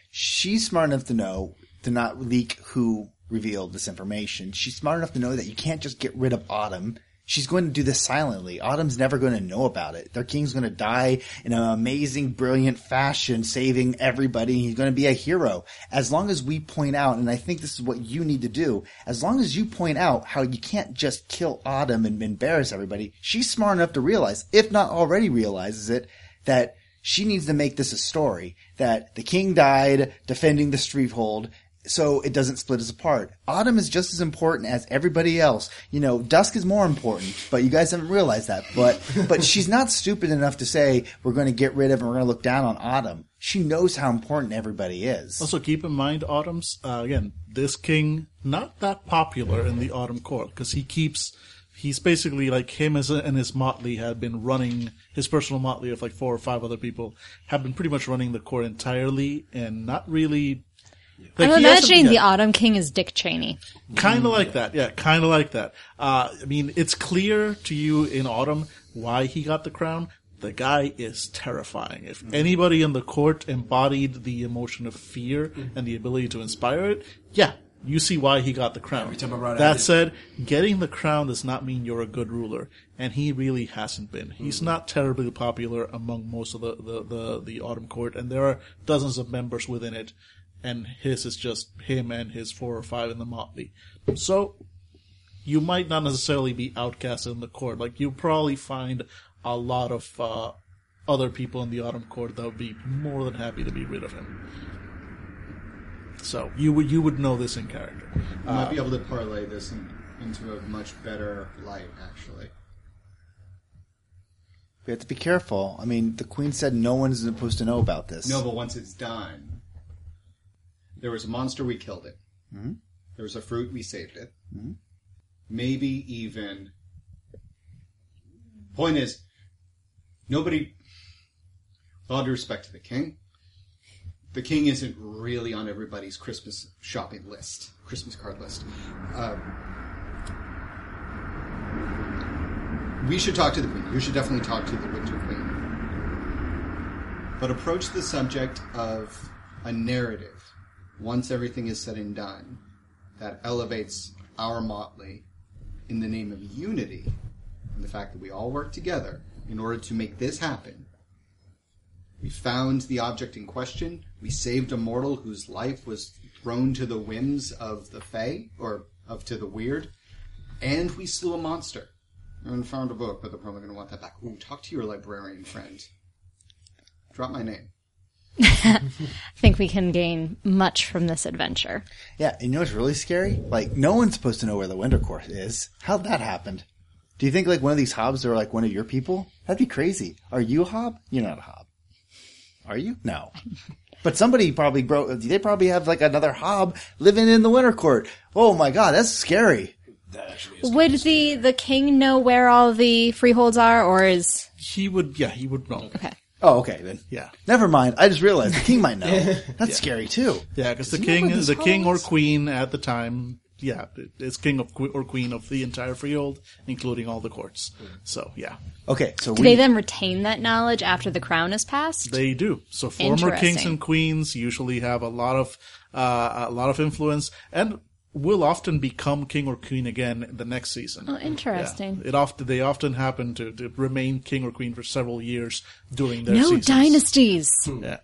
A: she's smart enough to know to not leak who revealed this information she's smart enough to know that you can't just get rid of autumn she's going to do this silently autumn's never going to know about it their king's going to die in an amazing brilliant fashion saving everybody he's going to be a hero as long as we point out and i think this is what you need to do as long as you point out how you can't just kill autumn and embarrass everybody she's smart enough to realize if not already realizes it that she needs to make this a story that the king died defending the streethold so it doesn't split us apart. Autumn is just as important as everybody else. You know, dusk is more important, but you guys haven't realized that. But but she's not stupid enough to say we're going to get rid of and we're going to look down on Autumn. She knows how important everybody is.
C: Also, keep in mind, Autumn's uh, again this king not that popular in the Autumn court because he keeps he's basically like him as a, and his motley had been running his personal motley of like four or five other people have been pretty much running the court entirely and not really. Like,
D: I'm
C: he hasn't-
D: imagining the
C: yeah.
D: Autumn King is Dick Cheney.
C: Kind
B: Mm,
C: of like that, yeah. Kind of like that. Uh, I mean, it's clear to you in autumn why he got the crown. The guy is terrifying. If
B: Mm. Mm.
C: anybody in the court embodied the emotion of fear and the ability to inspire it, yeah, You see why he got the crown.
B: time I brought it, I
C: that
B: did.
C: said, getting the crown does not mean you're a good ruler, and he really hasn't been. He's not terribly popular among most of the, the, the, the Autumn Court, and there are dozens of members within it, and his is just him and his four or five in the motley. So you might not necessarily be outcast in the court. Like you'll probably find a lot of uh, other people in the autumn court that would be more than happy to be rid of him. So you would you would know this in character.
F: You might be able to parlay this in, into a much better light, actually.
A: We have to be careful. I mean, the queen said no one's supposed to know about this.
F: No, but once it's done, there was a monster, we killed it. There was a fruit, we saved it. Maybe even. Point is, nobody. With all due respect to the king, the king isn't really on everybody's Christmas shopping list, Christmas card list. Uh, we should talk to the queen. You should definitely talk to the winter queen but approach the subject of a narrative once everything is said and done that elevates our motley in the name of unity and the fact that we all work together in order to make this happen. We found the object in question. We saved a mortal whose life was thrown to the whims of the Fae, or of to the weird, and we slew a monster. And found a book, but they're probably going to want that back. Ooh, talk to your librarian friend. Drop my name.
D: I think we can gain much from this adventure.
A: Yeah, and you know what's really scary? Like, no one's supposed to know where the winter court is. How'd that happen? Do you think like one of these hobs are like one of your people? That'd be crazy. Are you a hob? You're not a hob. Are you? No. But somebody probably bro they probably have like another hob living in the winter court. Oh my god, that's scary.
I: Would the the king know where all the freeholds are, or is
C: He would yeah he would know
A: Oh, okay then.
C: yeah
A: Never mind. I just realized the king might know. That's scary too.
C: yeah because the king is the king or queen at the time yeah it- it's king of que- or queen of the entire freehold including all the courts. So yeah
A: Okay, so
I: do they
A: we
I: then retain that knowledge after the crown is passed?
C: They do. So former kings
I: Interesting.
C: and queens usually have a lot of uh, a lot of influence and will often become king or queen again the next season.
I: Oh, interesting.
C: It often they often happen to, to remain king or queen for several years during their
D: No
C: seasons.
D: dynasties.
C: Yeah.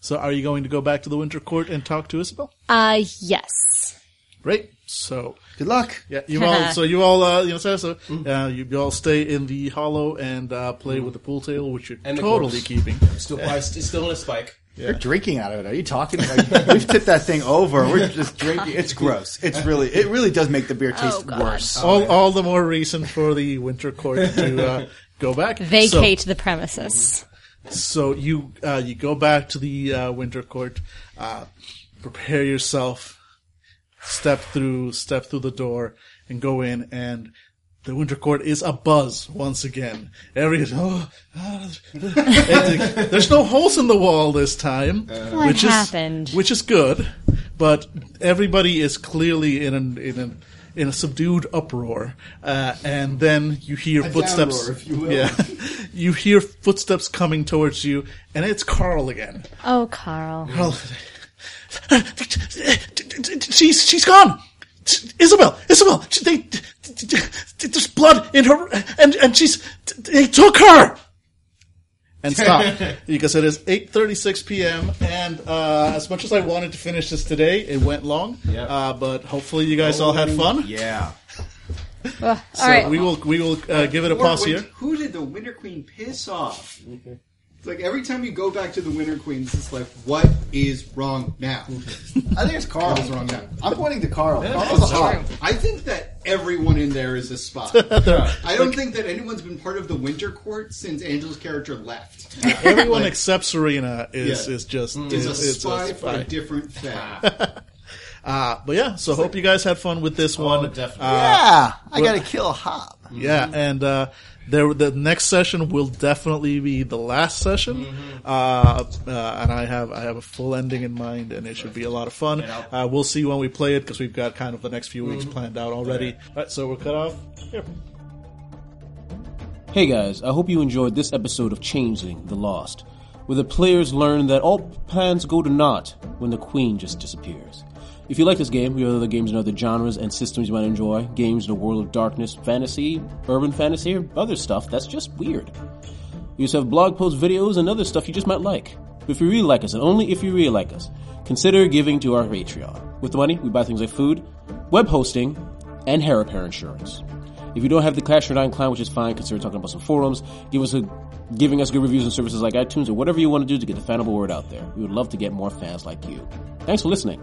C: So are you going to go back to the winter court and talk to Isabel?
D: Uh, yes.
C: Great. So
A: good luck.
C: yeah, you all. So you all, uh, you know, so, so
B: Mm-hmm.
C: uh, you, you all stay in the hollow and uh, play with the pool table, which you're
B: And the
C: totally
B: corpse.
C: keeping.
B: Still, probably, it's still in a spike.
A: You're drinking out of it. Are you talking? Like, we've tipped that thing over. We're just drinking. It's gross. It's really, it really does make the beer taste worse.
C: all, all the more reason for the winter court to uh, go back.
D: Vacate the premises.
C: So, so you uh, you go back to the uh, winter court. Uh, prepare yourself. Step through step through the door and go in and. The winter court is abuzz once again. Every oh, ah, and there's no holes in the wall this time,
D: What happened?
C: is which is good, but everybody is clearly in an in an in a subdued uproar, uh, and then you hear footsteps.
F: downroar, if you will.
C: Yeah, you hear footsteps coming towards you, and it's Carl again.
D: Oh, Carl.
C: Carl, she's she's gone. Isabel, Isabel, they, there's blood in her, and and she's they took her. And stop because it is 8:36 p.m. and uh, as much as I wanted to finish this today, it went long. Uh, but hopefully you guys all had fun.
B: Yeah.
C: So we will we will uh, give it a pause
F: Or wait,
C: here.
F: Who did the Winter Queen piss off? It's like every time you go back to the Winter Queens, it's like, what is wrong now?
A: I think it's Carl.
F: What's wrong now?
A: I'm pointing to Carl.
F: Carl's a hog. I think that everyone in there is a spy. I don't think that anyone's been part of the Winter Court since Angel's character left.
C: Everyone except Serena is
F: Yeah.
C: is just
F: Is a
C: is- is
F: spy for a different thing.
C: Uh, but yeah, so hope you guys had fun with this
F: Oh,
C: one.
B: definitely.
A: Yeah, I gotta kill Hop.
C: Yeah, and uh, there the next session will definitely be the last session, uh, uh, and I have I have a full ending in mind, and it should be a lot of fun. Uh, we'll see when we play it because we've got kind of the next few weeks planned out already. All right, so we're cut off here.
J: Hey guys, I hope you enjoyed this episode of Changeling the Lost, where the players learn that all plans go to naught when the queen just disappears.
B: If you like this game, we have other games in other genres and systems you might enjoy. Games in the world of darkness, fantasy, urban fantasy, or other stuff that's just weird. We also have blog posts, videos, and other stuff you just might like. But if you really like us, and only if you really like us, consider giving to our Patreon. With the money, we buy things like food, web hosting, and hair repair insurance. If you don't have the Clash Nine Clown, which is fine, consider talking about some forums, give us a, giving us good reviews and services like iTunes, or whatever you want to do to get the fanable word out there. We would love to get more fans like you. Thanks for listening,